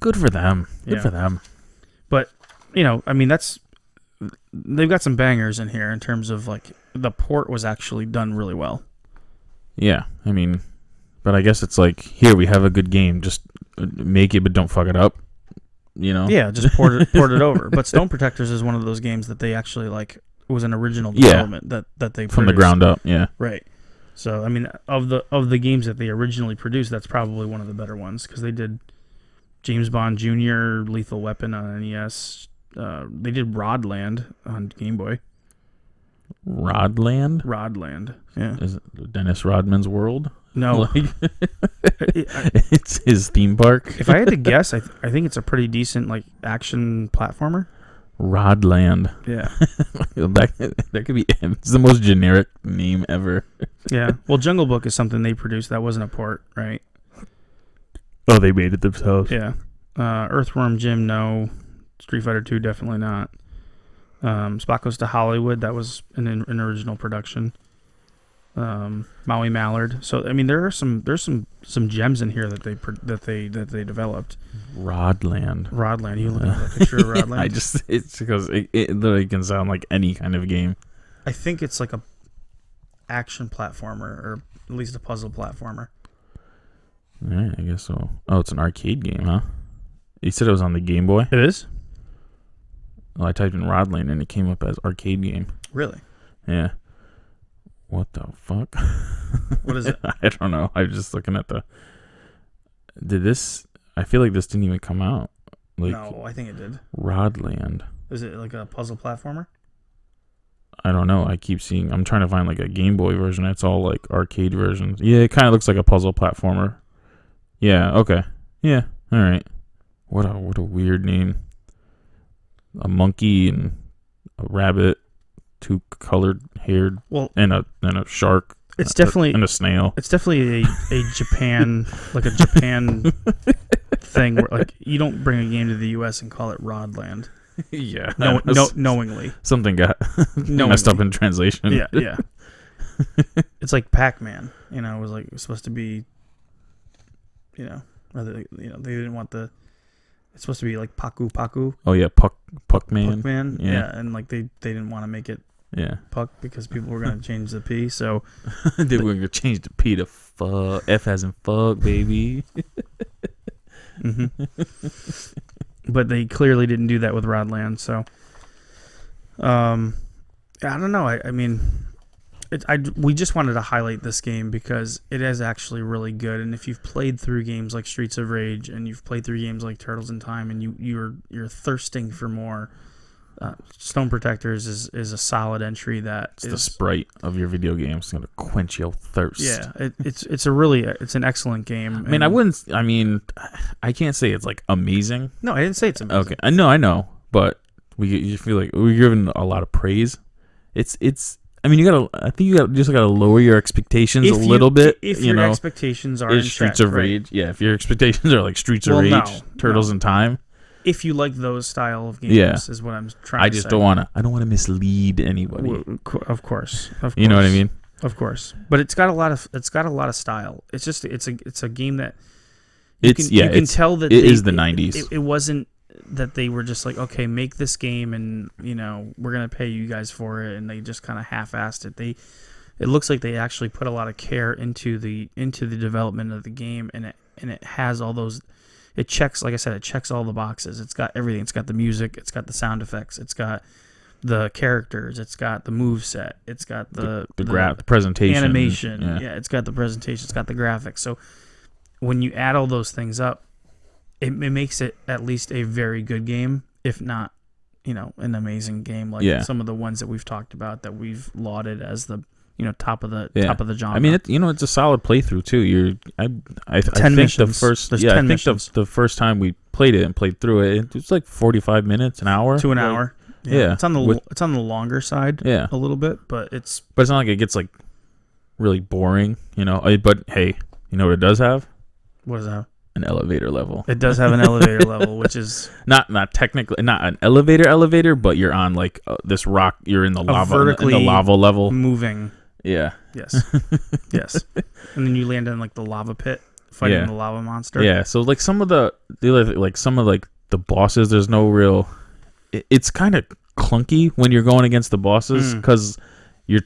Speaker 1: Good for them. Good
Speaker 2: Yeah.
Speaker 1: for them.
Speaker 2: But you know, I mean, that's they've got some bangers in here in terms of like the port was actually done really well.
Speaker 1: Yeah, I mean, but I guess it's like here we have a good game. Just uh, make it, but don't fuck it up. You know.
Speaker 2: Yeah, just port it, port it over.
Speaker 1: (laughs)
Speaker 2: But Stone Protectors is one of those games that they actually like was an original
Speaker 1: Yeah.
Speaker 2: development that that they
Speaker 1: From the
Speaker 2: produced.
Speaker 1: ground up. Yeah.
Speaker 2: right? So I mean, of the of the games that they originally produced, that's probably one of the better ones because they did James Bond Junior, Lethal Weapon on NES. Uh, they did Rodland on Game Boy.
Speaker 1: Rodland.
Speaker 2: Rodland. Yeah.
Speaker 1: Is it Dennis Rodman's world?
Speaker 2: No.
Speaker 1: (laughs) Like, it's his theme park.
Speaker 2: if I had to guess, I, th- I think it's a pretty decent like action platformer.
Speaker 1: Rodland. (laughs)
Speaker 2: Yeah.
Speaker 1: That, that could be. It's the most generic name ever.
Speaker 2: Yeah. Well, Jungle Book is something they produced that wasn't a port, right?
Speaker 1: Oh, they made it themselves.
Speaker 2: Yeah. Uh, Earthworm Jim, no. Street Fighter Two, definitely not. Um, Spock goes to Hollywood. That was an, an original production. Um, Maui Mallard. So I mean, there are some there's some some gems in here that they pro- that they that they developed.
Speaker 1: Rodland.
Speaker 2: Rodland. You look at the picture
Speaker 1: (laughs)
Speaker 2: of Rodland.
Speaker 1: I just it's because it, it literally can sound like any kind of game.
Speaker 2: I think it's like a action platformer or at least a puzzle platformer.
Speaker 1: All right, I guess so. Oh, it's an arcade game, huh? You said it was on the Game Boy.
Speaker 2: It is
Speaker 1: Well, I typed in Rodland and it came up as arcade game.
Speaker 2: really.
Speaker 1: Yeah. What the fuck? (laughs)
Speaker 2: What is it?
Speaker 1: I don't know. I was just looking at the. Did this? I feel like this didn't even come out. (laughs) Like
Speaker 2: no, I think it did.
Speaker 1: Rodland.
Speaker 2: Is it like a puzzle platformer?
Speaker 1: I don't know. I keep seeing. I'm trying to find like a Game Boy version. It's all like arcade versions. Yeah, it kind of looks like a puzzle platformer. Yeah. Okay. Yeah. All right. What a what a weird name. A monkey and a rabbit, two colored haired,
Speaker 2: Well,
Speaker 1: and a and a shark.
Speaker 2: it's definitely
Speaker 1: and a
Speaker 2: (laughs)
Speaker 1: snail.
Speaker 2: it's definitely a, a Japan like
Speaker 1: (laughs)
Speaker 2: a Japan thing where like you don't bring a game to the U.S. and call it Rodland
Speaker 1: yeah.
Speaker 2: no,
Speaker 1: (laughs)
Speaker 2: no, knowingly.
Speaker 1: something got
Speaker 2: (laughs) No,
Speaker 1: messed up in translation.
Speaker 2: Yeah, yeah. it's like Pac-Man. You know, it was like it was supposed to be. You know, rather you know they didn't want the. It's supposed to be like Paku Paku
Speaker 1: (laughs) Oh yeah, Puck Puckman.
Speaker 2: Pac-Man.
Speaker 1: yeah.
Speaker 2: Yeah. and like they they didn't want to make it
Speaker 1: Yeah.
Speaker 2: Puck because people were
Speaker 1: (laughs)
Speaker 2: gonna change the P. So
Speaker 1: they were gonna change the P to fuck. F as in fuck, baby.
Speaker 2: but they clearly didn't do that with Rodland. So, um, I don't know. I, I mean, it, I we just wanted to highlight this game because it is actually really good. And if you've played through games like Streets of Rage and you've played through games like Turtles in Time, and you you're you're thirsting for more. Uh, Stone Protectors is, is a solid entry that
Speaker 1: It's the
Speaker 2: is-
Speaker 1: sprite of your video game. It's gonna quench your thirst.
Speaker 2: yeah it, it's it's a really it's an excellent game.
Speaker 1: I mean, I wouldn't. I mean, I can't say it's like amazing.
Speaker 2: no I didn't say it's amazing.
Speaker 1: Okay, I know, I know, but we you feel like we're given a lot of praise. It's it's. I mean, you gotta. I think you gotta just gotta lower your expectations a
Speaker 2: If you-
Speaker 1: little bit.
Speaker 2: if
Speaker 1: you
Speaker 2: your
Speaker 1: know,
Speaker 2: expectations are in
Speaker 1: is Streets
Speaker 2: check,
Speaker 1: of
Speaker 2: right.
Speaker 1: Rage. Yeah, if your expectations are like Streets of
Speaker 2: Well,
Speaker 1: Rage,
Speaker 2: no,
Speaker 1: Turtles in Time,
Speaker 2: if you like those style of games
Speaker 1: Yeah.
Speaker 2: is what I'm trying
Speaker 1: I
Speaker 2: to
Speaker 1: just
Speaker 2: say.
Speaker 1: don't want to. I don't want to mislead anybody.
Speaker 2: W- co- of course of
Speaker 1: you know what I
Speaker 2: course,
Speaker 1: mean?
Speaker 2: of course but it's got a lot of it's got a lot of style it's just it's a it's a game that you
Speaker 1: It's
Speaker 2: can,
Speaker 1: yeah.
Speaker 2: you can
Speaker 1: it's,
Speaker 2: tell that
Speaker 1: it
Speaker 2: they-
Speaker 1: is the
Speaker 2: it-
Speaker 1: '90s.
Speaker 2: it, it wasn't that they were just like okay make this game and you know we're gonna pay you guys for it and they just kind of half-assed it they it looks like they actually put a lot of care into the into the development of the game and it and it has all those it checks like i said it checks all the boxes it's got everything it's got the music it's got the sound effects it's got the characters it's got the move set it's got the
Speaker 1: the, gra- the presentation,
Speaker 2: animation yeah. it's got the presentation it's got the graphics so when you add all those things up it, it makes it at least a very good game if not you know an amazing game like
Speaker 1: Yeah.
Speaker 2: some of the ones that we've talked about that we've lauded as the you know top of the
Speaker 1: Yeah.
Speaker 2: top of the genre
Speaker 1: I mean, it, you know, it's a solid playthrough too. You're, I, I, I think the
Speaker 2: missions.
Speaker 1: first,
Speaker 2: There's
Speaker 1: yeah, I
Speaker 2: 10
Speaker 1: think
Speaker 2: missions.
Speaker 1: the the first time we played it and played through it, it was like forty five minutes, an hour,
Speaker 2: to an
Speaker 1: Like,
Speaker 2: hour
Speaker 1: yeah,
Speaker 2: it's on the
Speaker 1: with-
Speaker 2: it's on the longer side
Speaker 1: Yeah.
Speaker 2: a little bit but it's
Speaker 1: But it's not like it gets like really boring, you know. I- But hey, you know what it does have?
Speaker 2: what is that
Speaker 1: An elevator level.
Speaker 2: it does have an
Speaker 1: (laughs)
Speaker 2: elevator level which is
Speaker 1: Not not technically not an elevator elevator, but you're on like uh, this rock. You're in the lava, in the- in
Speaker 2: vertically-
Speaker 1: the lava level.
Speaker 2: moving
Speaker 1: Yeah, (laughs)
Speaker 2: yes yes and then you land in like the lava pit fighting
Speaker 1: Yeah.
Speaker 2: the lava monster
Speaker 1: Yeah, so like some of the the other, like some of like the bosses, there's no real. It, it's kind of clunky when you're going against the bosses
Speaker 2: Mm.
Speaker 1: because you're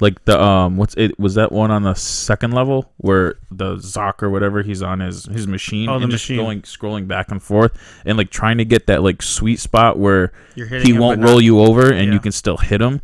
Speaker 1: like the um what's it was that one on the second level where the Zoc or whatever he's on his his machine
Speaker 2: Oh, the
Speaker 1: and just
Speaker 2: machine.
Speaker 1: going scrolling back and forth and like trying to get that like sweet spot where
Speaker 2: You're hitting
Speaker 1: he
Speaker 2: him,
Speaker 1: won't
Speaker 2: but
Speaker 1: roll
Speaker 2: not-
Speaker 1: you over and
Speaker 2: Yeah.
Speaker 1: you can still hit him.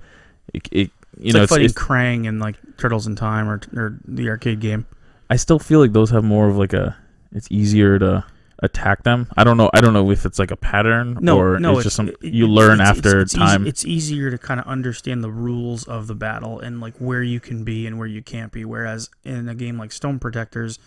Speaker 1: It, it you
Speaker 2: It's
Speaker 1: know
Speaker 2: like
Speaker 1: it's,
Speaker 2: fighting
Speaker 1: it's-
Speaker 2: Krang in like Turtles in Time or, or the arcade game.
Speaker 1: I still feel like those have more of like a it's easier to attack them. I don't know. I don't know if it's like a pattern
Speaker 2: No,
Speaker 1: or
Speaker 2: no,
Speaker 1: it's, just some you learn
Speaker 2: it's-
Speaker 1: after
Speaker 2: it's, it's easy-
Speaker 1: time.
Speaker 2: it's easier to kind of understand the rules of the battle and like where you can be and where you can't be. Whereas in a game like Stone Protectors,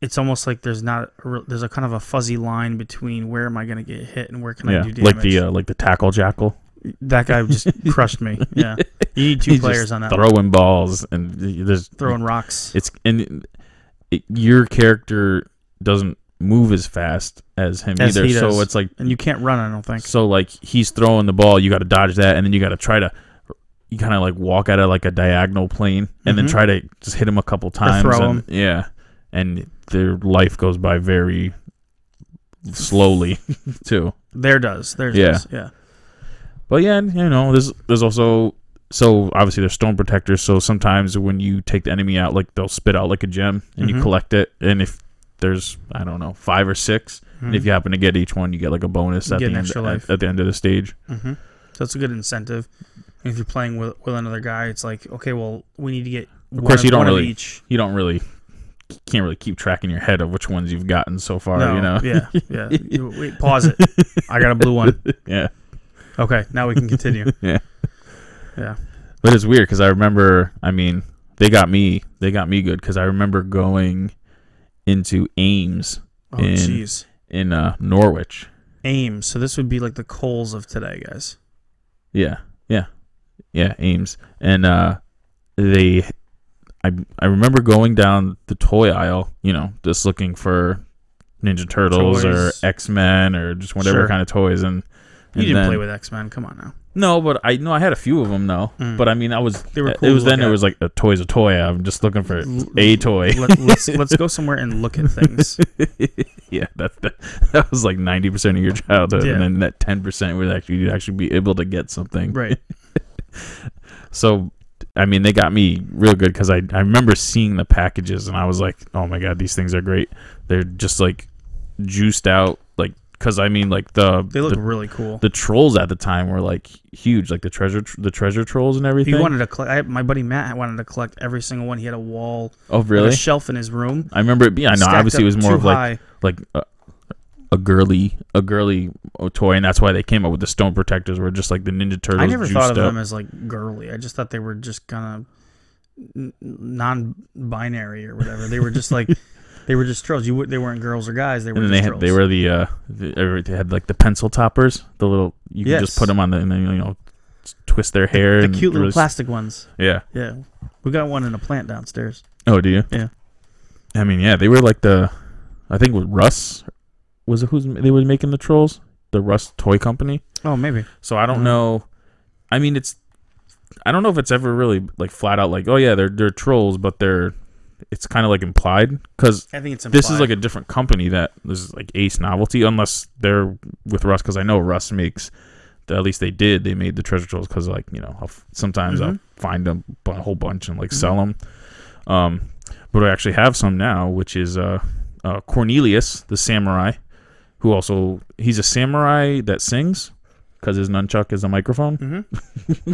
Speaker 2: it's almost like there's not a, real- there's a kind of a fuzzy line between where am I going to get hit and where can I
Speaker 1: yeah,
Speaker 2: do damage.
Speaker 1: like the uh, like the tackle jackal.
Speaker 2: that guy
Speaker 1: (laughs)
Speaker 2: just crushed me. Yeah, you need two
Speaker 1: He's just
Speaker 2: players on that. one.
Speaker 1: throwing balls and there's
Speaker 2: throwing rocks.
Speaker 1: it's and it, your character doesn't move as fast as him
Speaker 2: As
Speaker 1: either.
Speaker 2: he
Speaker 1: So
Speaker 2: does.
Speaker 1: it's like
Speaker 2: and you can't run. I don't think.
Speaker 1: So like he's throwing the ball, you got to dodge that, and then you got to try to you kind of like walk out of like a diagonal plane, and then try to just hit him a couple times.
Speaker 2: Mm-hmm. throw
Speaker 1: and-
Speaker 2: him.
Speaker 1: Yeah, and their life goes by very slowly (laughs) too.
Speaker 2: There does. There's
Speaker 1: Yeah.
Speaker 2: does. yeah.
Speaker 1: But yeah, and, you know, there's there's also so obviously there's stone protectors. So sometimes when you take the enemy out, like they'll spit out like a gem, and
Speaker 2: Mm-hmm.
Speaker 1: you collect it. And if there's I don't know five or 6 and if you happen to get each one, you get like a bonus at
Speaker 2: Mm-hmm. get
Speaker 1: the
Speaker 2: an
Speaker 1: end
Speaker 2: extra
Speaker 1: at-
Speaker 2: life.
Speaker 1: at the end of the stage.
Speaker 2: So it's a good incentive. And if you're playing with with another guy, it's like, okay, well, we need to get
Speaker 1: Of course, you don't
Speaker 2: one of
Speaker 1: really
Speaker 2: each.
Speaker 1: you don't really can't really keep track in your head of which ones you've gotten so far.
Speaker 2: No,
Speaker 1: you know,
Speaker 2: yeah, yeah. You- Wait, pause it. I got a blue one.
Speaker 1: (laughs) yeah.
Speaker 2: Okay, now we can continue.
Speaker 1: Yeah.
Speaker 2: Yeah.
Speaker 1: But it's weird because I remember. I mean, they got me. They got me good because I remember going into Ames
Speaker 2: Oh,
Speaker 1: in
Speaker 2: jeez.
Speaker 1: in uh, Norwich.
Speaker 2: Ames. So this would be like the coals of today, guys.
Speaker 1: Yeah, yeah, yeah. Ames and uh, they, I I remember going down the toy aisle, you know, just looking for Ninja Turtles
Speaker 2: Toys.
Speaker 1: or X Men or just whatever
Speaker 2: Sure.
Speaker 1: kind of toys, and,
Speaker 2: You
Speaker 1: and
Speaker 2: didn't
Speaker 1: then-
Speaker 2: play with X Men. Come on now.
Speaker 1: No, but I no, I had a few of them though. But I mean, I was
Speaker 2: Mm.
Speaker 1: uh,
Speaker 2: They were cool
Speaker 1: it
Speaker 2: to
Speaker 1: was then
Speaker 2: look
Speaker 1: it
Speaker 2: at.
Speaker 1: was like a toy's a toy. I'm just looking for a toy.
Speaker 2: Let, let's let's go somewhere and look at things.
Speaker 1: (laughs) yeah, that, that that was like ninety percent of your childhood,
Speaker 2: Yeah.
Speaker 1: and then that ten percent would actually you'd actually be able to get something.
Speaker 2: Right.
Speaker 1: (laughs) So, I mean, they got me real good because I, I remember seeing the packages and I was like, oh my god, these things are great. They're just like juiced out, like because I mean, like the
Speaker 2: They look
Speaker 1: the,
Speaker 2: really cool.
Speaker 1: the trolls at the time were like huge, like the treasure tr- the treasure trolls and everything.
Speaker 2: He wanted to collect. I, my buddy Matt wanted to collect every single one. He had a wall,
Speaker 1: oh
Speaker 2: like
Speaker 1: really?
Speaker 2: a shelf in his room.
Speaker 1: I remember it being. I know
Speaker 2: stacked
Speaker 1: obviously it
Speaker 2: up
Speaker 1: was more
Speaker 2: too
Speaker 1: of like
Speaker 2: high.
Speaker 1: like a, a girly a girly uh, toy, and that's why they came up with the stone protectors, were just like the Ninja Turtles.
Speaker 2: I never
Speaker 1: juiced
Speaker 2: thought of
Speaker 1: up.
Speaker 2: them as like girly. I just thought they were just kind of non-binary or whatever. They were
Speaker 1: (laughs)
Speaker 2: just like they were just trolls. You would they weren't girls or guys. They were
Speaker 1: And then
Speaker 2: just
Speaker 1: they had
Speaker 2: trolls.
Speaker 1: they were the uh the, they had like the pencil toppers, the little you could just
Speaker 2: Yes.
Speaker 1: put them on the and then you know s- twist their hair
Speaker 2: the
Speaker 1: and
Speaker 2: cute little
Speaker 1: really s-
Speaker 2: plastic ones.
Speaker 1: Yeah.
Speaker 2: Yeah, we got one in a plant downstairs.
Speaker 1: Oh, do you?
Speaker 2: Yeah.
Speaker 1: I mean, yeah, they were like the I think with Russ was it who's they were making the trolls? The Russ toy company.
Speaker 2: Oh, maybe.
Speaker 1: So I don't know. I mean, it's I don't know if it's ever really like flat out like, oh yeah, they're they're trolls, but they're it's kind of like implied cuz
Speaker 2: I think it's
Speaker 1: this is like a different company that this is like Ace Novelty, unless they're with Russ, because I know Russ makes. At least they did. They made the treasure trolls because, like you know, I'll, f- sometimes I'll find them a whole bunch and like sell 'em. sell them. Um, but I actually have some now, which is uh, uh, Cornelius the samurai, who also he's a samurai that sings because his nunchuck is a microphone (laughs)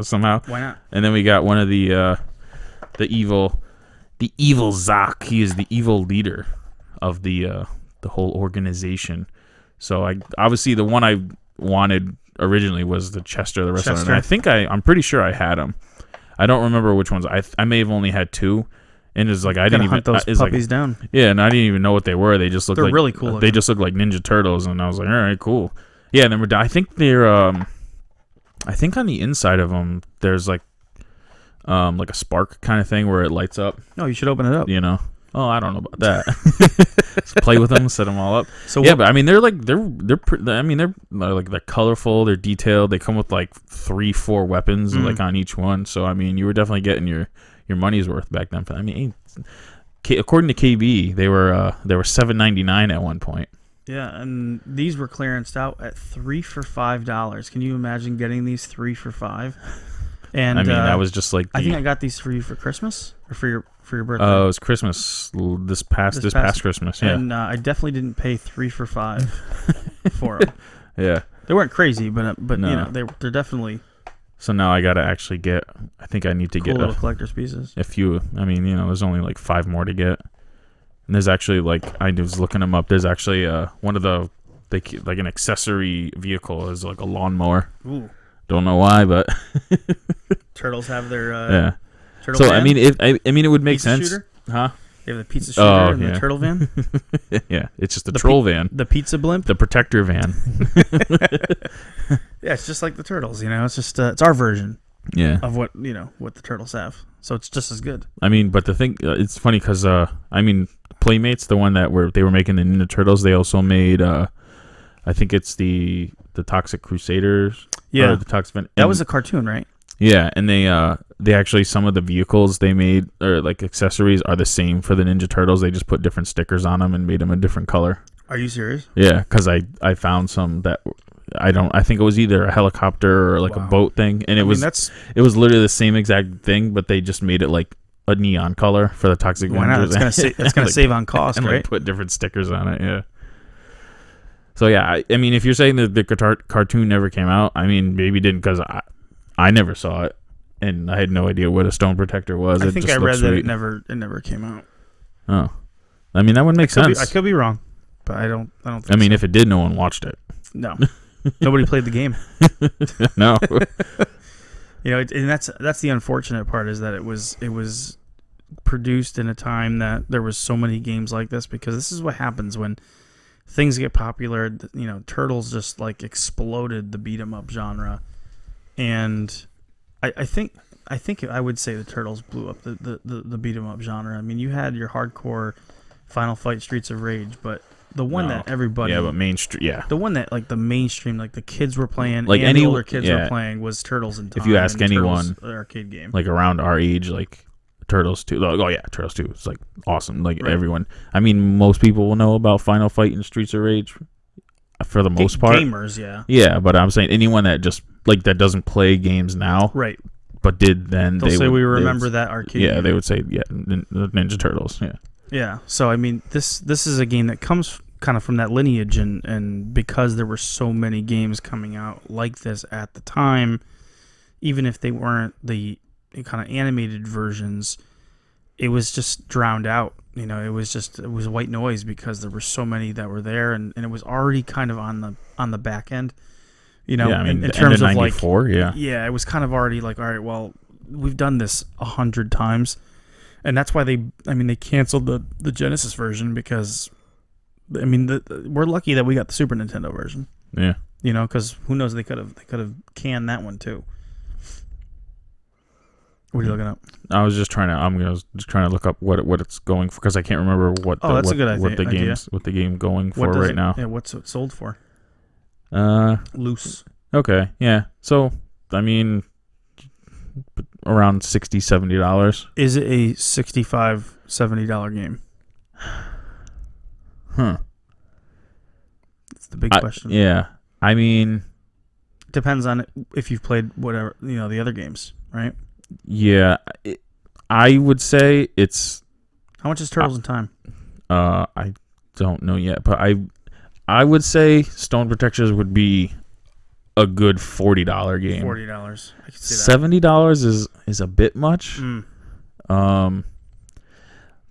Speaker 1: somehow.
Speaker 2: why not?
Speaker 1: And then we got one of the uh, the evil the evil Zok. He is the evil leader of the uh, the whole organization. So I obviously the one I wanted originally was the Chester the wrestler. And
Speaker 2: Chester.
Speaker 1: I think I I'm pretty sure I had him. I don't remember which ones. I I may have only had two. And it's like I
Speaker 2: Gotta
Speaker 1: didn't
Speaker 2: hunt
Speaker 1: even
Speaker 2: those
Speaker 1: I- it's like-
Speaker 2: puppies down.
Speaker 1: yeah, and I didn't even know what they were. They just looked
Speaker 2: They're
Speaker 1: like
Speaker 2: really cool
Speaker 1: They
Speaker 2: looking.
Speaker 1: just looked like Ninja Turtles, and I was like, all right, cool. Yeah, and then we're. done. I think they're. Um, I think on the inside of them, there's like, um, like a spark kind of thing where it lights up.
Speaker 2: No, you should open it up.
Speaker 1: You know. Oh, I don't know about
Speaker 2: (laughs)
Speaker 1: that. Just play with them, set them all up.
Speaker 2: So
Speaker 1: yeah,
Speaker 2: what-
Speaker 1: but I mean, they're like they're they're. Pre- I mean, they're they're, like they're colorful. They're detailed. They come with like three, four weapons
Speaker 2: Mm.
Speaker 1: like on each one. So I mean, you were definitely getting your your money's worth back then. I mean, K- according to KB, they were uh, they were seven ninety nine at one point.
Speaker 2: Yeah, and these were clearanced out at three for five dollars. Can you imagine getting these three for five?
Speaker 1: (laughs)
Speaker 2: And
Speaker 1: I mean,
Speaker 2: uh,
Speaker 1: that was just like the,
Speaker 2: I think I got these for you for Christmas or for your for your birthday.
Speaker 1: uh, it was Christmas l- this past this, past, Christmas. Yeah,
Speaker 2: And uh, I definitely didn't pay three for
Speaker 1: (laughs)
Speaker 2: five for them.
Speaker 1: yeah.
Speaker 2: They weren't crazy, but uh, but you
Speaker 1: No.
Speaker 2: know they they're definitely
Speaker 1: So now I gotta actually get. I think I need to
Speaker 2: cool
Speaker 1: get
Speaker 2: little
Speaker 1: a,
Speaker 2: collector's pieces.
Speaker 1: a few. I mean, you know, there's only like five more to get. And there's actually like I was looking them up. There's actually uh one of the they c- like an accessory vehicle is like a lawnmower.
Speaker 2: Ooh,
Speaker 1: Don't know why, but (laughs)
Speaker 2: turtles have their uh,
Speaker 1: yeah.
Speaker 2: turtle.
Speaker 1: So
Speaker 2: van.
Speaker 1: I mean, if I, I mean, it would make
Speaker 2: Pizza
Speaker 1: sense,
Speaker 2: shooter?
Speaker 1: huh? (laughs)
Speaker 2: they have the pizza shooter
Speaker 1: Oh,
Speaker 2: and
Speaker 1: yeah.
Speaker 2: the
Speaker 1: (laughs)
Speaker 2: turtle van,
Speaker 1: yeah, it's just a troll
Speaker 2: pi-
Speaker 1: van,
Speaker 2: the pizza blimp.
Speaker 1: the protector
Speaker 2: (laughs)
Speaker 1: van.
Speaker 2: Yeah, it's just like the turtles. You know, it's just uh, it's our version
Speaker 1: Yeah,
Speaker 2: of what you know what the turtles have. So it's just as good.
Speaker 1: I mean, but the thing, uh, it's funny because uh, I mean, Playmates, the one that were they were making the Ninja Turtles, they also made uh, I think it's the the Toxic Crusaders. or
Speaker 2: Yeah.
Speaker 1: the Toxic. Ven-
Speaker 2: That
Speaker 1: and-
Speaker 2: was a cartoon, right?
Speaker 1: yeah, and they uh they actually some of the vehicles they made or like accessories are the same for the Ninja Turtles. They just put different stickers on them and made them a different color.
Speaker 2: Are you serious?
Speaker 1: Yeah, because I I found some that I don't. I think it was either a helicopter or like a boat thing, and it was
Speaker 2: that's-
Speaker 1: it was literally the same exact thing, but they just made it like a neon color for the toxic.
Speaker 2: Why not?
Speaker 1: Avenger (laughs)
Speaker 2: It's gonna sa-
Speaker 1: thing.
Speaker 2: it's gonna
Speaker 1: Like,
Speaker 2: save on cost,
Speaker 1: and
Speaker 2: right?
Speaker 1: like put different stickers on it. Yeah. So yeah, I, I mean, if you're saying that the catar- cartoon never came out, I mean, maybe it didn't because I I never saw it, and I had no idea what a stone protector was.
Speaker 2: I
Speaker 1: It
Speaker 2: think
Speaker 1: just
Speaker 2: I
Speaker 1: looked
Speaker 2: read that
Speaker 1: sweet.
Speaker 2: it never it never came out.
Speaker 1: Oh, I mean that would make
Speaker 2: Could be-
Speaker 1: sense.
Speaker 2: I could be wrong, but I don't I don't. Think
Speaker 1: I mean, if it did, no one watched it. (laughs)
Speaker 2: so. no, nobody played the game. (laughs)
Speaker 1: No,
Speaker 2: You know, it, and that's that's the unfortunate part is that it was it was produced in a time that there was so many games like this because this is what happens when things get popular. th- You know, Turtles just like exploded the beat 'em up genre, and I, I think I think I would say the Turtles blew up the the, the, the beat 'em up genre. I mean, you had your hardcore Final Fight, Streets of Rage, but the one that everybody
Speaker 1: yeah, but mainstream. Yeah,
Speaker 2: the one that like the mainstream, like the kids were playing,
Speaker 1: Like
Speaker 2: like and
Speaker 1: any-
Speaker 2: the older kids
Speaker 1: yeah.
Speaker 2: were playing, was Turtles and Time.
Speaker 1: If you ask
Speaker 2: and
Speaker 1: anyone,
Speaker 2: Turtles, the arcade game,
Speaker 1: like around our age, like Turtles Two. Like, oh yeah, Turtles Two. It's like awesome. Like
Speaker 2: Right.
Speaker 1: everyone. I mean, most people will know about Final Fight and Streets of Rage, uh, for the
Speaker 2: Ga-
Speaker 1: most part.
Speaker 2: gamers, yeah,
Speaker 1: Yeah, but I'm saying anyone that just like that doesn't play games now,
Speaker 2: right.
Speaker 1: but did then.
Speaker 2: They'll
Speaker 1: they
Speaker 2: say
Speaker 1: would,
Speaker 2: we
Speaker 1: they would
Speaker 2: remember
Speaker 1: s-
Speaker 2: that arcade.
Speaker 1: Yeah,
Speaker 2: game.
Speaker 1: they would say yeah, nin- the Ninja Turtles. Yeah,
Speaker 2: Yeah. So I mean, this this is a game that comes kind of from that lineage, and and because there were so many games coming out like this at the time, even if they weren't the kind of animated versions, it was just drowned out. You know, it was just it was white noise because there were so many that were there, and, and it was already kind of on the on the back end. You know,
Speaker 1: yeah. I mean,
Speaker 2: in,
Speaker 1: the
Speaker 2: in
Speaker 1: end
Speaker 2: terms
Speaker 1: of
Speaker 2: of like
Speaker 1: '94. yeah,
Speaker 2: yeah, it was kind of already like, all right, well, we've done this a hundred times, and that's why they, I mean, they canceled the the Genesis version because, I mean, the, the- we're lucky that we got the Super Nintendo version,
Speaker 1: yeah.
Speaker 2: you know, because who knows they could have they could have canned that one too. What are you looking up?
Speaker 1: I was just trying to. I'm gonna was just trying to look up what what it's going for because I can't remember what.
Speaker 2: Oh,
Speaker 1: the,
Speaker 2: that's a
Speaker 1: what,
Speaker 2: good
Speaker 1: what
Speaker 2: idea-
Speaker 1: the
Speaker 2: idea.
Speaker 1: games what the game going for
Speaker 2: What does
Speaker 1: right
Speaker 2: it-
Speaker 1: now.
Speaker 2: Yeah, what's it sold for?
Speaker 1: Uh,
Speaker 2: Loose.
Speaker 1: okay, yeah. So I mean, p- around 60 70 dollars.
Speaker 2: Is it a 65 70 dollar game?
Speaker 1: Huh.
Speaker 2: That's the big
Speaker 1: I-
Speaker 2: question.
Speaker 1: yeah. I mean,
Speaker 2: Depends on if you've played whatever you know the other games, right?
Speaker 1: yeah. It, I would say it's
Speaker 2: How much is Turtles in Time?
Speaker 1: Uh, I don't know yet, but I I would say Stone Protectors would be a good forty dollar game.
Speaker 2: Forty dollars. I could see that.
Speaker 1: Seventy dollars is is a bit much.
Speaker 2: Mm.
Speaker 1: Um,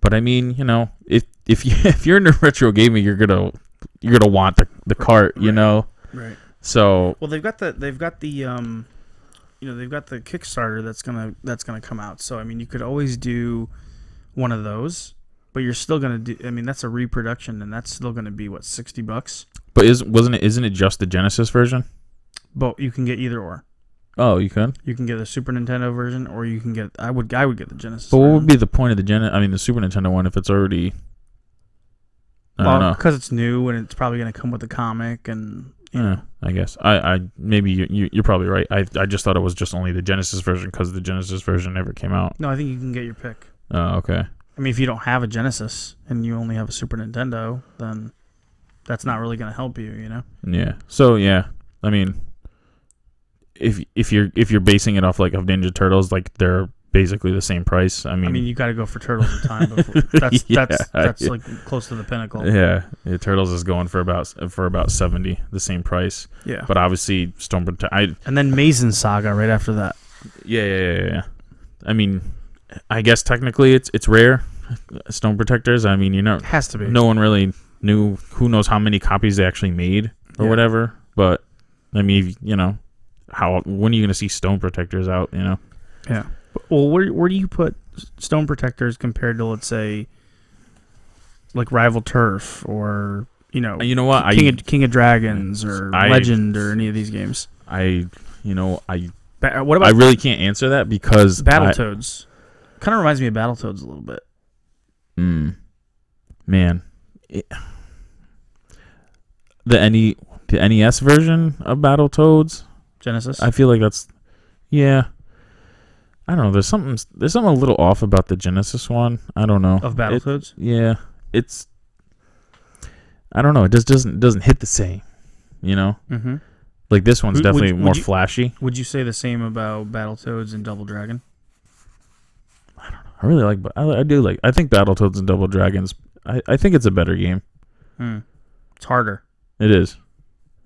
Speaker 1: but I mean, you know, if if you (laughs) if you're into retro gaming, you're gonna you're gonna want the the cart, you know.
Speaker 2: Right.
Speaker 1: So
Speaker 2: Well, they've got the they've got the um, you know, they've got the Kickstarter that's gonna that's gonna come out. So I mean, you could always do one of those, but you're still gonna do. I mean, that's a reproduction, and that's still gonna be what sixty bucks.
Speaker 1: but is wasn't it isn't it just the Genesis version?
Speaker 2: But you can get either or.
Speaker 1: Oh, you could.
Speaker 2: You can get the Super Nintendo version, or you can get. I would I would get the Genesis.
Speaker 1: But what
Speaker 2: version.
Speaker 1: would be the point of the Gen I mean the Super Nintendo one if it's already I don't know.
Speaker 2: because it's new and it's probably gonna come with a comic and. You
Speaker 1: Yeah,
Speaker 2: know.
Speaker 1: I guess. I, I maybe you, you you're probably right. I I just thought it was just only the Genesis version because the Genesis version never came out.
Speaker 2: No, I think you can get your pick.
Speaker 1: Oh, okay.
Speaker 2: I mean, if you don't have a Genesis and you only have a Super Nintendo, then that's not really going to help you, you know?
Speaker 1: Yeah. So yeah, I mean, if if you're if you're basing it off like of Ninja Turtles, like they're basically the same price. I mean,
Speaker 2: I mean, you got to go for Turtles in
Speaker 1: (laughs)
Speaker 2: Time. Before. That's
Speaker 1: Yeah,
Speaker 2: that's that's
Speaker 1: yeah.
Speaker 2: like close to the pinnacle.
Speaker 1: yeah, yeah, Turtles is going for about for about seventy, the same price.
Speaker 2: Yeah.
Speaker 1: But obviously, Stone Prote- I
Speaker 2: And then Mazen Saga right after that.
Speaker 1: Yeah, yeah, yeah, yeah, yeah. I mean, I guess technically it's it's rare. uh, Stone protectors. I mean, you know,
Speaker 2: Has to be.
Speaker 1: no one really knew who knows how many copies they actually made or
Speaker 2: Yeah.
Speaker 1: whatever. But I mean, if- you know, how when are you gonna see stone protectors out? You know,
Speaker 2: Yeah. Well, where where do you put Stone Protectors compared to let's say like Rival Turf or you know
Speaker 1: And you know what?
Speaker 2: King
Speaker 1: I
Speaker 2: of, King of Dragons or
Speaker 1: I-
Speaker 2: Legend or any of these games?
Speaker 1: I you know I
Speaker 2: Ba- what
Speaker 1: I
Speaker 2: about
Speaker 1: really can't answer that because I-
Speaker 2: Battletoads? Kind of reminds me of Battletoads a little bit.
Speaker 1: Mm. Man, It- the NE the NES version of Battletoads
Speaker 2: Genesis.
Speaker 1: I feel like that's yeah. I don't know. There's something there's something a little off about the Genesis one. I don't know.
Speaker 2: of
Speaker 1: It-
Speaker 2: Battletoads.
Speaker 1: yeah. It's I don't know. It just doesn't doesn't hit the same, you know?
Speaker 2: Mm-hmm.
Speaker 1: Like this one's
Speaker 2: Would- would-
Speaker 1: definitely
Speaker 2: would
Speaker 1: more
Speaker 2: you-
Speaker 1: flashy.
Speaker 2: Would you say the same about Battletoads and Double Dragon?
Speaker 1: I really like but I, I do like I think Battletoads and Double Dragons I, I think it's a better game.
Speaker 2: It's harder.
Speaker 1: It is.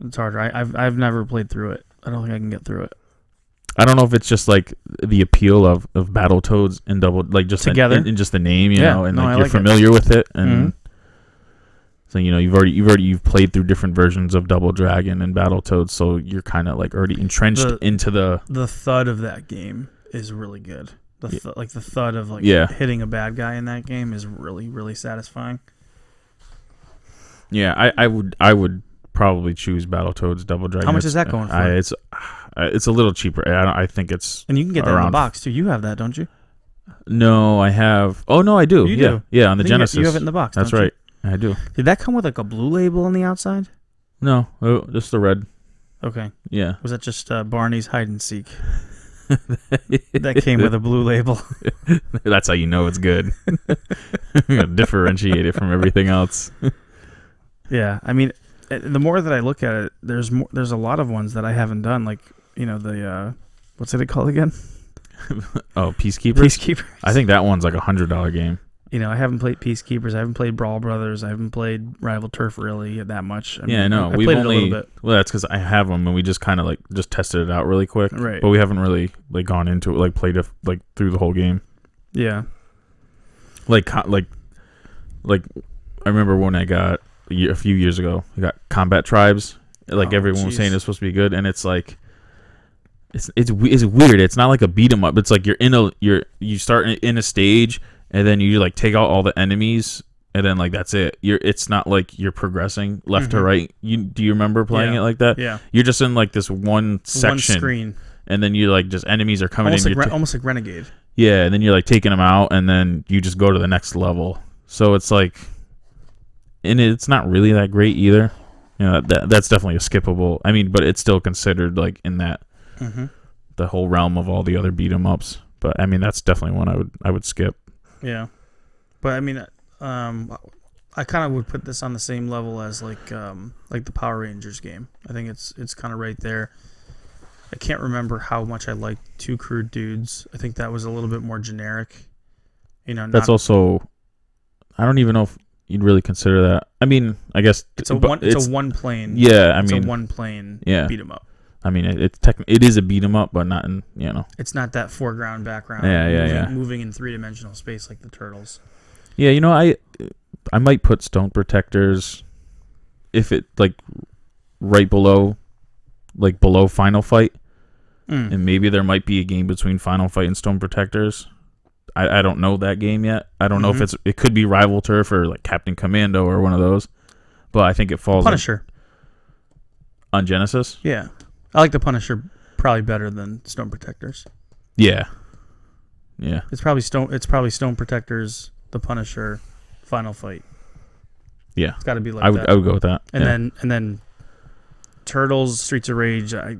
Speaker 2: It's harder. I, I've I've never played through it. I don't think I can get through it.
Speaker 1: I don't know if it's just like the appeal of of Battletoads and double like just the-
Speaker 2: Together?
Speaker 1: and, and just the name, you
Speaker 2: Yeah,
Speaker 1: know, and
Speaker 2: no,
Speaker 1: like
Speaker 2: I
Speaker 1: you're
Speaker 2: like it. Mm-hmm.
Speaker 1: familiar with it and so you know you've already you've already you've played through different versions of Double Dragon and Battletoads, so you're kind of like already entrenched
Speaker 2: The-
Speaker 1: into the
Speaker 2: The thud of that game is really good. The th- like the thud of like
Speaker 1: Yeah.
Speaker 2: hitting a bad guy in that game is really really satisfying.
Speaker 1: Yeah, I, I would I would probably choose Battletoads Double Dragon.
Speaker 2: much
Speaker 1: It's-
Speaker 2: is that going for?
Speaker 1: I, it's uh, it's a little cheaper. I, don't- I think it's
Speaker 2: And you can get that in the
Speaker 1: around-
Speaker 2: box too. You have that, don't you?
Speaker 1: No, I have. Oh no, I do.
Speaker 2: You
Speaker 1: yeah,
Speaker 2: do.
Speaker 1: yeah, on the
Speaker 2: I think you-
Speaker 1: Genesis.
Speaker 2: you have it in the box,
Speaker 1: That's
Speaker 2: don't you?
Speaker 1: right. I do.
Speaker 2: Did that come with like a blue label on the outside?
Speaker 1: No, oh, just the red.
Speaker 2: Okay.
Speaker 1: Yeah, (laughs)
Speaker 2: Was that just uh, Barney's hide and seek? that came with a blue label.
Speaker 1: that's how you know it's good. (laughs) Differentiate it from everything else.
Speaker 2: yeah, I mean, uh, the more that I look at it, there's more. There's a lot of ones that I haven't done. Like you know the uh, what's it called again? (laughs)
Speaker 1: Oh, Peacekeepers.
Speaker 2: Peacekeeper.
Speaker 1: I think that one's like a hundred dollar game.
Speaker 2: you know I haven't played Peacekeepers. I haven't played Brawl Brothers. I haven't played Rival Turf really that much. I
Speaker 1: Yeah, I
Speaker 2: mean,
Speaker 1: know.
Speaker 2: Mm-hmm. I
Speaker 1: We've
Speaker 2: played
Speaker 1: only
Speaker 2: it a little bit.
Speaker 1: well, that's because I have them, and we just kind of like just tested it out really quick.
Speaker 2: Right.
Speaker 1: But we haven't really like gone into it, like played it like through the whole game.
Speaker 2: Yeah.
Speaker 1: like co- like like I remember when I got a ye- a few years ago, I got Combat Tribes. Like
Speaker 2: Oh,
Speaker 1: everyone was saying
Speaker 2: jeez.
Speaker 1: it's supposed to be good, and it's like it's it's we- it's weird. It's not like a beat 'em up. It's like you're in a you're you start in- in a stage, and then you like take out all the enemies, and then like that's it. You're it's not like you're progressing left to right. You do you remember playing
Speaker 2: Mm-hmm. Yeah.
Speaker 1: it like that?
Speaker 2: Yeah.
Speaker 1: You're just in like this one section,
Speaker 2: One screen.
Speaker 1: and then you like just enemies are coming
Speaker 2: Almost
Speaker 1: in.
Speaker 2: like,
Speaker 1: you're
Speaker 2: re-
Speaker 1: ta-
Speaker 2: almost like Renegade.
Speaker 1: yeah, and then you're like taking them out, and then you just go to the next level. So it's like, and it's not really that great either. You know, that that's definitely a skippable. I mean, but it's still considered like in that
Speaker 2: Mm-hmm.
Speaker 1: the whole realm of all the other beat 'em ups. But I mean, that's definitely one I would I would skip.
Speaker 2: Yeah, but I mean, um, I kind of would put this on the same level as like um, like the Power Rangers game. I think it's it's kind of right there. I can't remember how much I liked Two Crude Dudes. I think that was a little bit more generic. You know,
Speaker 1: That's
Speaker 2: not-
Speaker 1: also, I don't even know if you'd really consider that. I mean, I guess
Speaker 2: It's a
Speaker 1: but
Speaker 2: one. It's, a one plane.
Speaker 1: yeah. I
Speaker 2: it's
Speaker 1: mean,
Speaker 2: a one plane.
Speaker 1: yeah.
Speaker 2: beat 'em up.
Speaker 1: I mean, it, it's tech, it is a beat 'em up, but not in you know.
Speaker 2: It's not that foreground background.
Speaker 1: Yeah, yeah,
Speaker 2: moving,
Speaker 1: yeah.
Speaker 2: Moving in three dimensional space like the turtles.
Speaker 1: Yeah, you know, I I might put stone protectors if it like right below like below final fight.
Speaker 2: Mm.
Speaker 1: And maybe there might be a game between Final Fight and Stone Protectors. I, I don't know that game yet. I don't know
Speaker 2: Mm-hmm.
Speaker 1: if it's it could be Rival Turf or like Captain Commando or one of those. But I think it falls on,
Speaker 2: Punisher.
Speaker 1: on Genesis.
Speaker 2: Yeah, I like the Punisher probably better than Stone Protectors.
Speaker 1: Yeah. Yeah.
Speaker 2: It's probably stone. It's probably stone protectors, the Punisher, final fight.
Speaker 1: Yeah.
Speaker 2: It's got to be like
Speaker 1: I would
Speaker 2: that.
Speaker 1: I would go with that.
Speaker 2: and
Speaker 1: yeah.
Speaker 2: then and then Turtles, Streets of Rage. I,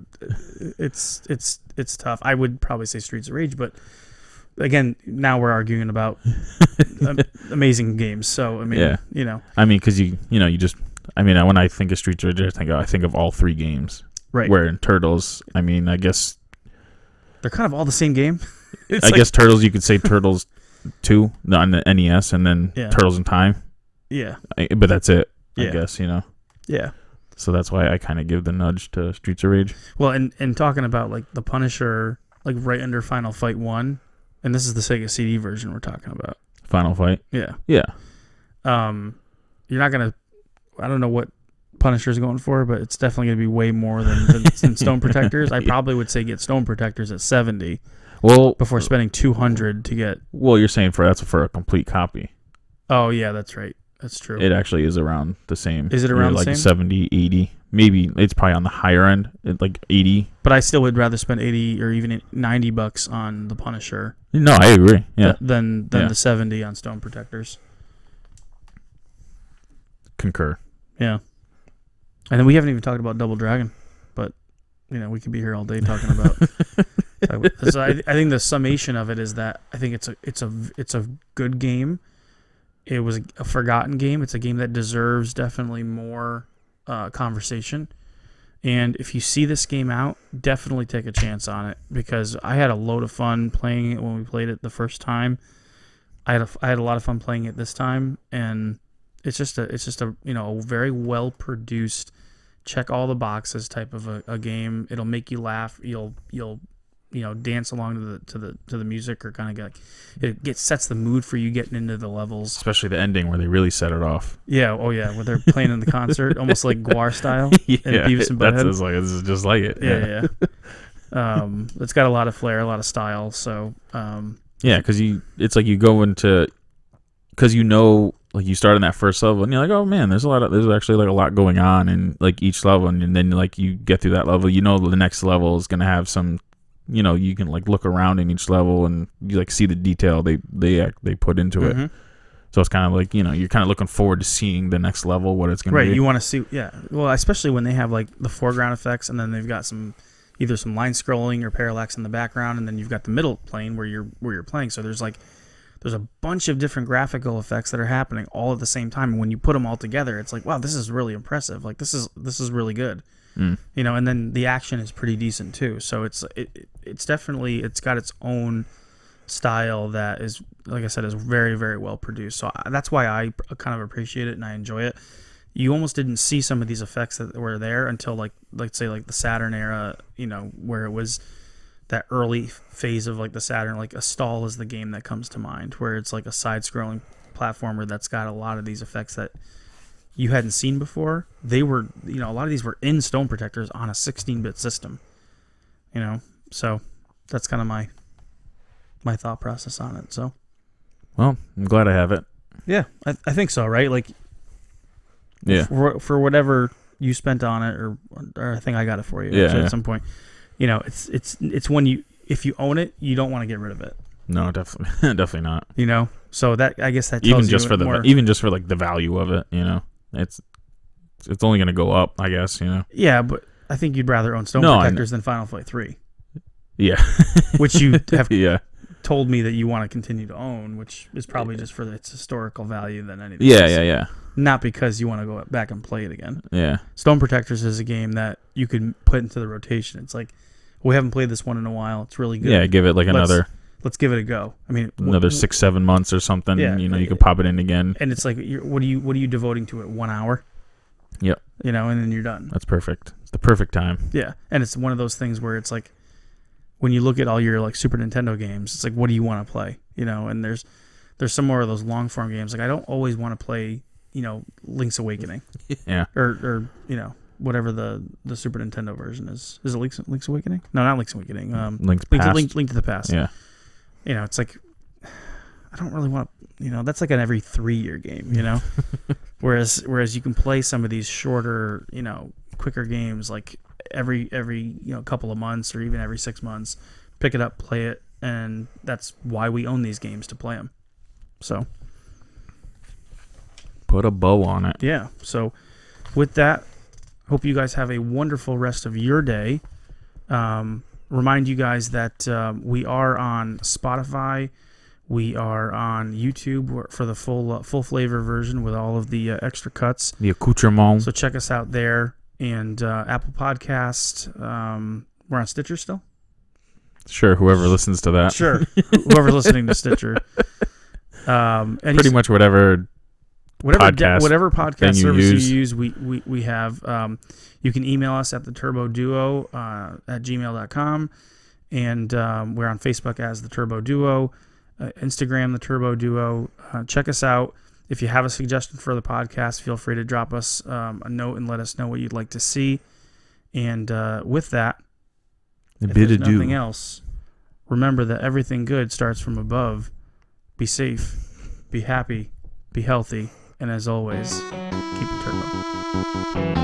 Speaker 2: it's it's it's tough. I would probably say Streets of Rage, but again, now we're
Speaker 1: (laughs)
Speaker 2: arguing about am- amazing games. So I mean,
Speaker 1: Yeah.
Speaker 2: you know,
Speaker 1: I mean, because you you know you just I mean when I think of Street Rage, I think I think of all three games.
Speaker 2: Right.
Speaker 1: Where in Turtles, I mean, I guess
Speaker 2: they're kind of all the same game. (laughs) It's
Speaker 1: I
Speaker 2: like-
Speaker 1: guess Turtles you could say Turtles
Speaker 2: (laughs)
Speaker 1: two no, on the NES, and then
Speaker 2: Yeah.
Speaker 1: Turtles in Time.
Speaker 2: yeah,
Speaker 1: I, but that's it. I
Speaker 2: Yeah.
Speaker 1: guess you know.
Speaker 2: yeah.
Speaker 1: So that's why I kind of give the nudge to Streets of Rage.
Speaker 2: Well, and and talking about like the Punisher, like right under Final Fight one, and this is the Sega CD version we're talking about.
Speaker 1: Final Fight.
Speaker 2: Yeah.
Speaker 1: Yeah.
Speaker 2: um, you're not gonna. I don't know what Punisher's going for, but it's definitely gonna be way more
Speaker 1: (laughs)
Speaker 2: than, than, than Stone Protectors. I probably would say get Stone Protectors at seventy
Speaker 1: Well,
Speaker 2: before spending two hundred to get.
Speaker 1: well, you're saying for that's for a complete copy.
Speaker 2: Oh yeah, that's right. That's true.
Speaker 1: It actually is around the same.
Speaker 2: Is it
Speaker 1: you know,
Speaker 2: around the
Speaker 1: like
Speaker 2: same?
Speaker 1: 70, 80. Maybe it's probably on the higher end, at like eighty.
Speaker 2: but I still would rather spend eighty or even ninety bucks on the Punisher
Speaker 1: No, I agree. Yeah,
Speaker 2: th- than than
Speaker 1: Yeah.
Speaker 2: the seventy on Stone Protectors.
Speaker 1: concur.
Speaker 2: Yeah. And then we haven't even talked about Double Dragon, but you know we could be here all day
Speaker 1: (laughs)
Speaker 2: talking about. talking about- so I, I think the summation of it is that I think it's a it's a it's a good game. It was a forgotten game. It's a game that deserves definitely more uh, conversation. And if you see this game out, definitely take a chance on it because I had a load of fun playing it when we played it the first time. I had a, I had a lot of fun playing it this time, and it's just a it's just a you know a very well produced, check all the boxes type of a, a game. It'll make you laugh. You'll you'll you know dance along to the to the to the music or kind of like it gets sets the mood for you getting into the levels.
Speaker 1: especially the ending where they really set it
Speaker 2: (laughs)
Speaker 1: off.
Speaker 2: Yeah, oh yeah, when they're playing in the concert, almost like Guar style and Beavis and
Speaker 1: that's
Speaker 2: Butthead.
Speaker 1: just like this is just like it.
Speaker 2: yeah, yeah. yeah. um, it's got a lot of flair, a lot of style. So um,
Speaker 1: Yeah, because you, it's like you go into, because you know, like you start in that first level, and you're like, oh man, there's a lot of, there's actually like a lot going on in like each level, and, then like you get through that level, you know, the next level is gonna have some, you know, you can like look around in each level and you like see the detail they they act, they put into
Speaker 2: Mm-hmm.
Speaker 1: it. So it's kind of like you know you're kind of looking forward to seeing the next level, what it's gonna
Speaker 2: right,
Speaker 1: be.
Speaker 2: you want to see, yeah. Well, especially when they have like the foreground effects, and then they've got some either some line scrolling or parallax in the background, and then you've got the middle plane where you're where you're playing. So there's like there's a bunch of different graphical effects that are happening all at the same time, and when you put them all together, it's like wow, this is really impressive. Like this is this is really good. You know, and then the action is pretty decent too. So it's it, it- it's definitely it's got its own style that is like I said is very very well produced. So I, that's why I pr- kind of appreciate it and I enjoy it. You almost didn't see some of these effects that were there until like let's say like the Saturn era, you know, where it was that early f- phase of like the Saturn like a stall is the game that comes to mind where it's like a side scrolling platformer that's got a lot of these effects that you hadn't seen before. They were, you know, a lot of these were in stone protectors on a 16-bit system. You know, so that's kind of my my thought process on it. So
Speaker 1: well, I'm glad I have it.
Speaker 2: yeah, I, I think so, right? Like
Speaker 1: Yeah,
Speaker 2: for, for whatever you spent on it, or, or I think I got it for you
Speaker 1: Yeah,
Speaker 2: actually,
Speaker 1: yeah.
Speaker 2: at some point. You know, it's it's it's when you if you own it, you don't want to get rid of it.
Speaker 1: no, definitely, (laughs) definitely not.
Speaker 2: You know, so that I guess that tells
Speaker 1: even just
Speaker 2: you
Speaker 1: for the
Speaker 2: more-
Speaker 1: even just for like the value of it you know it's it's only gonna go up i guess you know
Speaker 2: yeah, but I think you'd rather own stone
Speaker 1: No, I kn-
Speaker 2: protectors than Final Fight Three,
Speaker 1: (laughs) yeah
Speaker 2: which you have
Speaker 1: yeah
Speaker 2: told me that you want to continue to own, which is probably just for its historical value than anything.
Speaker 1: yeah
Speaker 2: else.
Speaker 1: yeah yeah
Speaker 2: Not because you want to go back and play it again.
Speaker 1: yeah
Speaker 2: Stone Protectors is a game that you can put into the rotation. It's like we haven't played this one in a while. It's really good.
Speaker 1: yeah give it like
Speaker 2: Let's-
Speaker 1: another
Speaker 2: Let's give it a go. I mean, wh-
Speaker 1: another six seven months or something
Speaker 2: Yeah,
Speaker 1: you know
Speaker 2: yeah,
Speaker 1: you can
Speaker 2: yeah.
Speaker 1: pop it in again
Speaker 2: And it's like, you're, what are you what are you devoting to it? One hour,
Speaker 1: yeah
Speaker 2: you know, and then you're done.
Speaker 1: that's perfect it's the perfect time
Speaker 2: Yeah, and it's one of those things where it's like when you look at all your like Super Nintendo games, it's like what do you want to play? You know, and there's there's some more of those long form games. Like I don't always want to play, you know, Link's Awakening
Speaker 1: yeah
Speaker 2: or or you know whatever the the Super Nintendo version is. Is it Link's, Link's Awakening? No, not Link's Awakening. Um,
Speaker 1: Link's
Speaker 2: Link, to,
Speaker 1: Past.
Speaker 2: Link, Link to the Past.
Speaker 1: yeah
Speaker 2: You know, it's like (sighs) I don't really want to. You know, that's like an every three year game. You know, whereas whereas you can play some of these shorter, you know, quicker games like every every you know couple of months or even every six months, pick it up, play it, and that's why we own these games to play them. So
Speaker 1: put a bow on it
Speaker 2: yeah. So with that, hope you guys have a wonderful rest of your day. Um, remind you guys that um, we are on Spotify. We are on YouTube where- for the full uh, full flavor version with all of the uh, extra cuts.
Speaker 1: the accoutrement
Speaker 2: So check us out there and uh, Apple Podcast. Um, we're on Stitcher still.
Speaker 1: sure whoever listens to that
Speaker 2: Sure. (laughs) Whoever's listening to Stitcher. Um, and
Speaker 1: pretty much whatever
Speaker 2: whatever de-
Speaker 1: podcast
Speaker 2: whatever podcast
Speaker 1: thing you
Speaker 2: service
Speaker 1: use.
Speaker 2: you use we, we, we have um, you can email us at the turbo duo uh, at gmail.com and um, we're on facebook as the turbo duo uh, instagram the turbo duo uh, check us out if you have a suggestion for the podcast feel free to drop us um, a note and let us know what you'd like to see and uh, with that
Speaker 1: the
Speaker 2: if
Speaker 1: bit
Speaker 2: there's
Speaker 1: of
Speaker 2: nothing
Speaker 1: do
Speaker 2: else remember that everything good starts from above be safe be happy be healthy and as always keep it turbo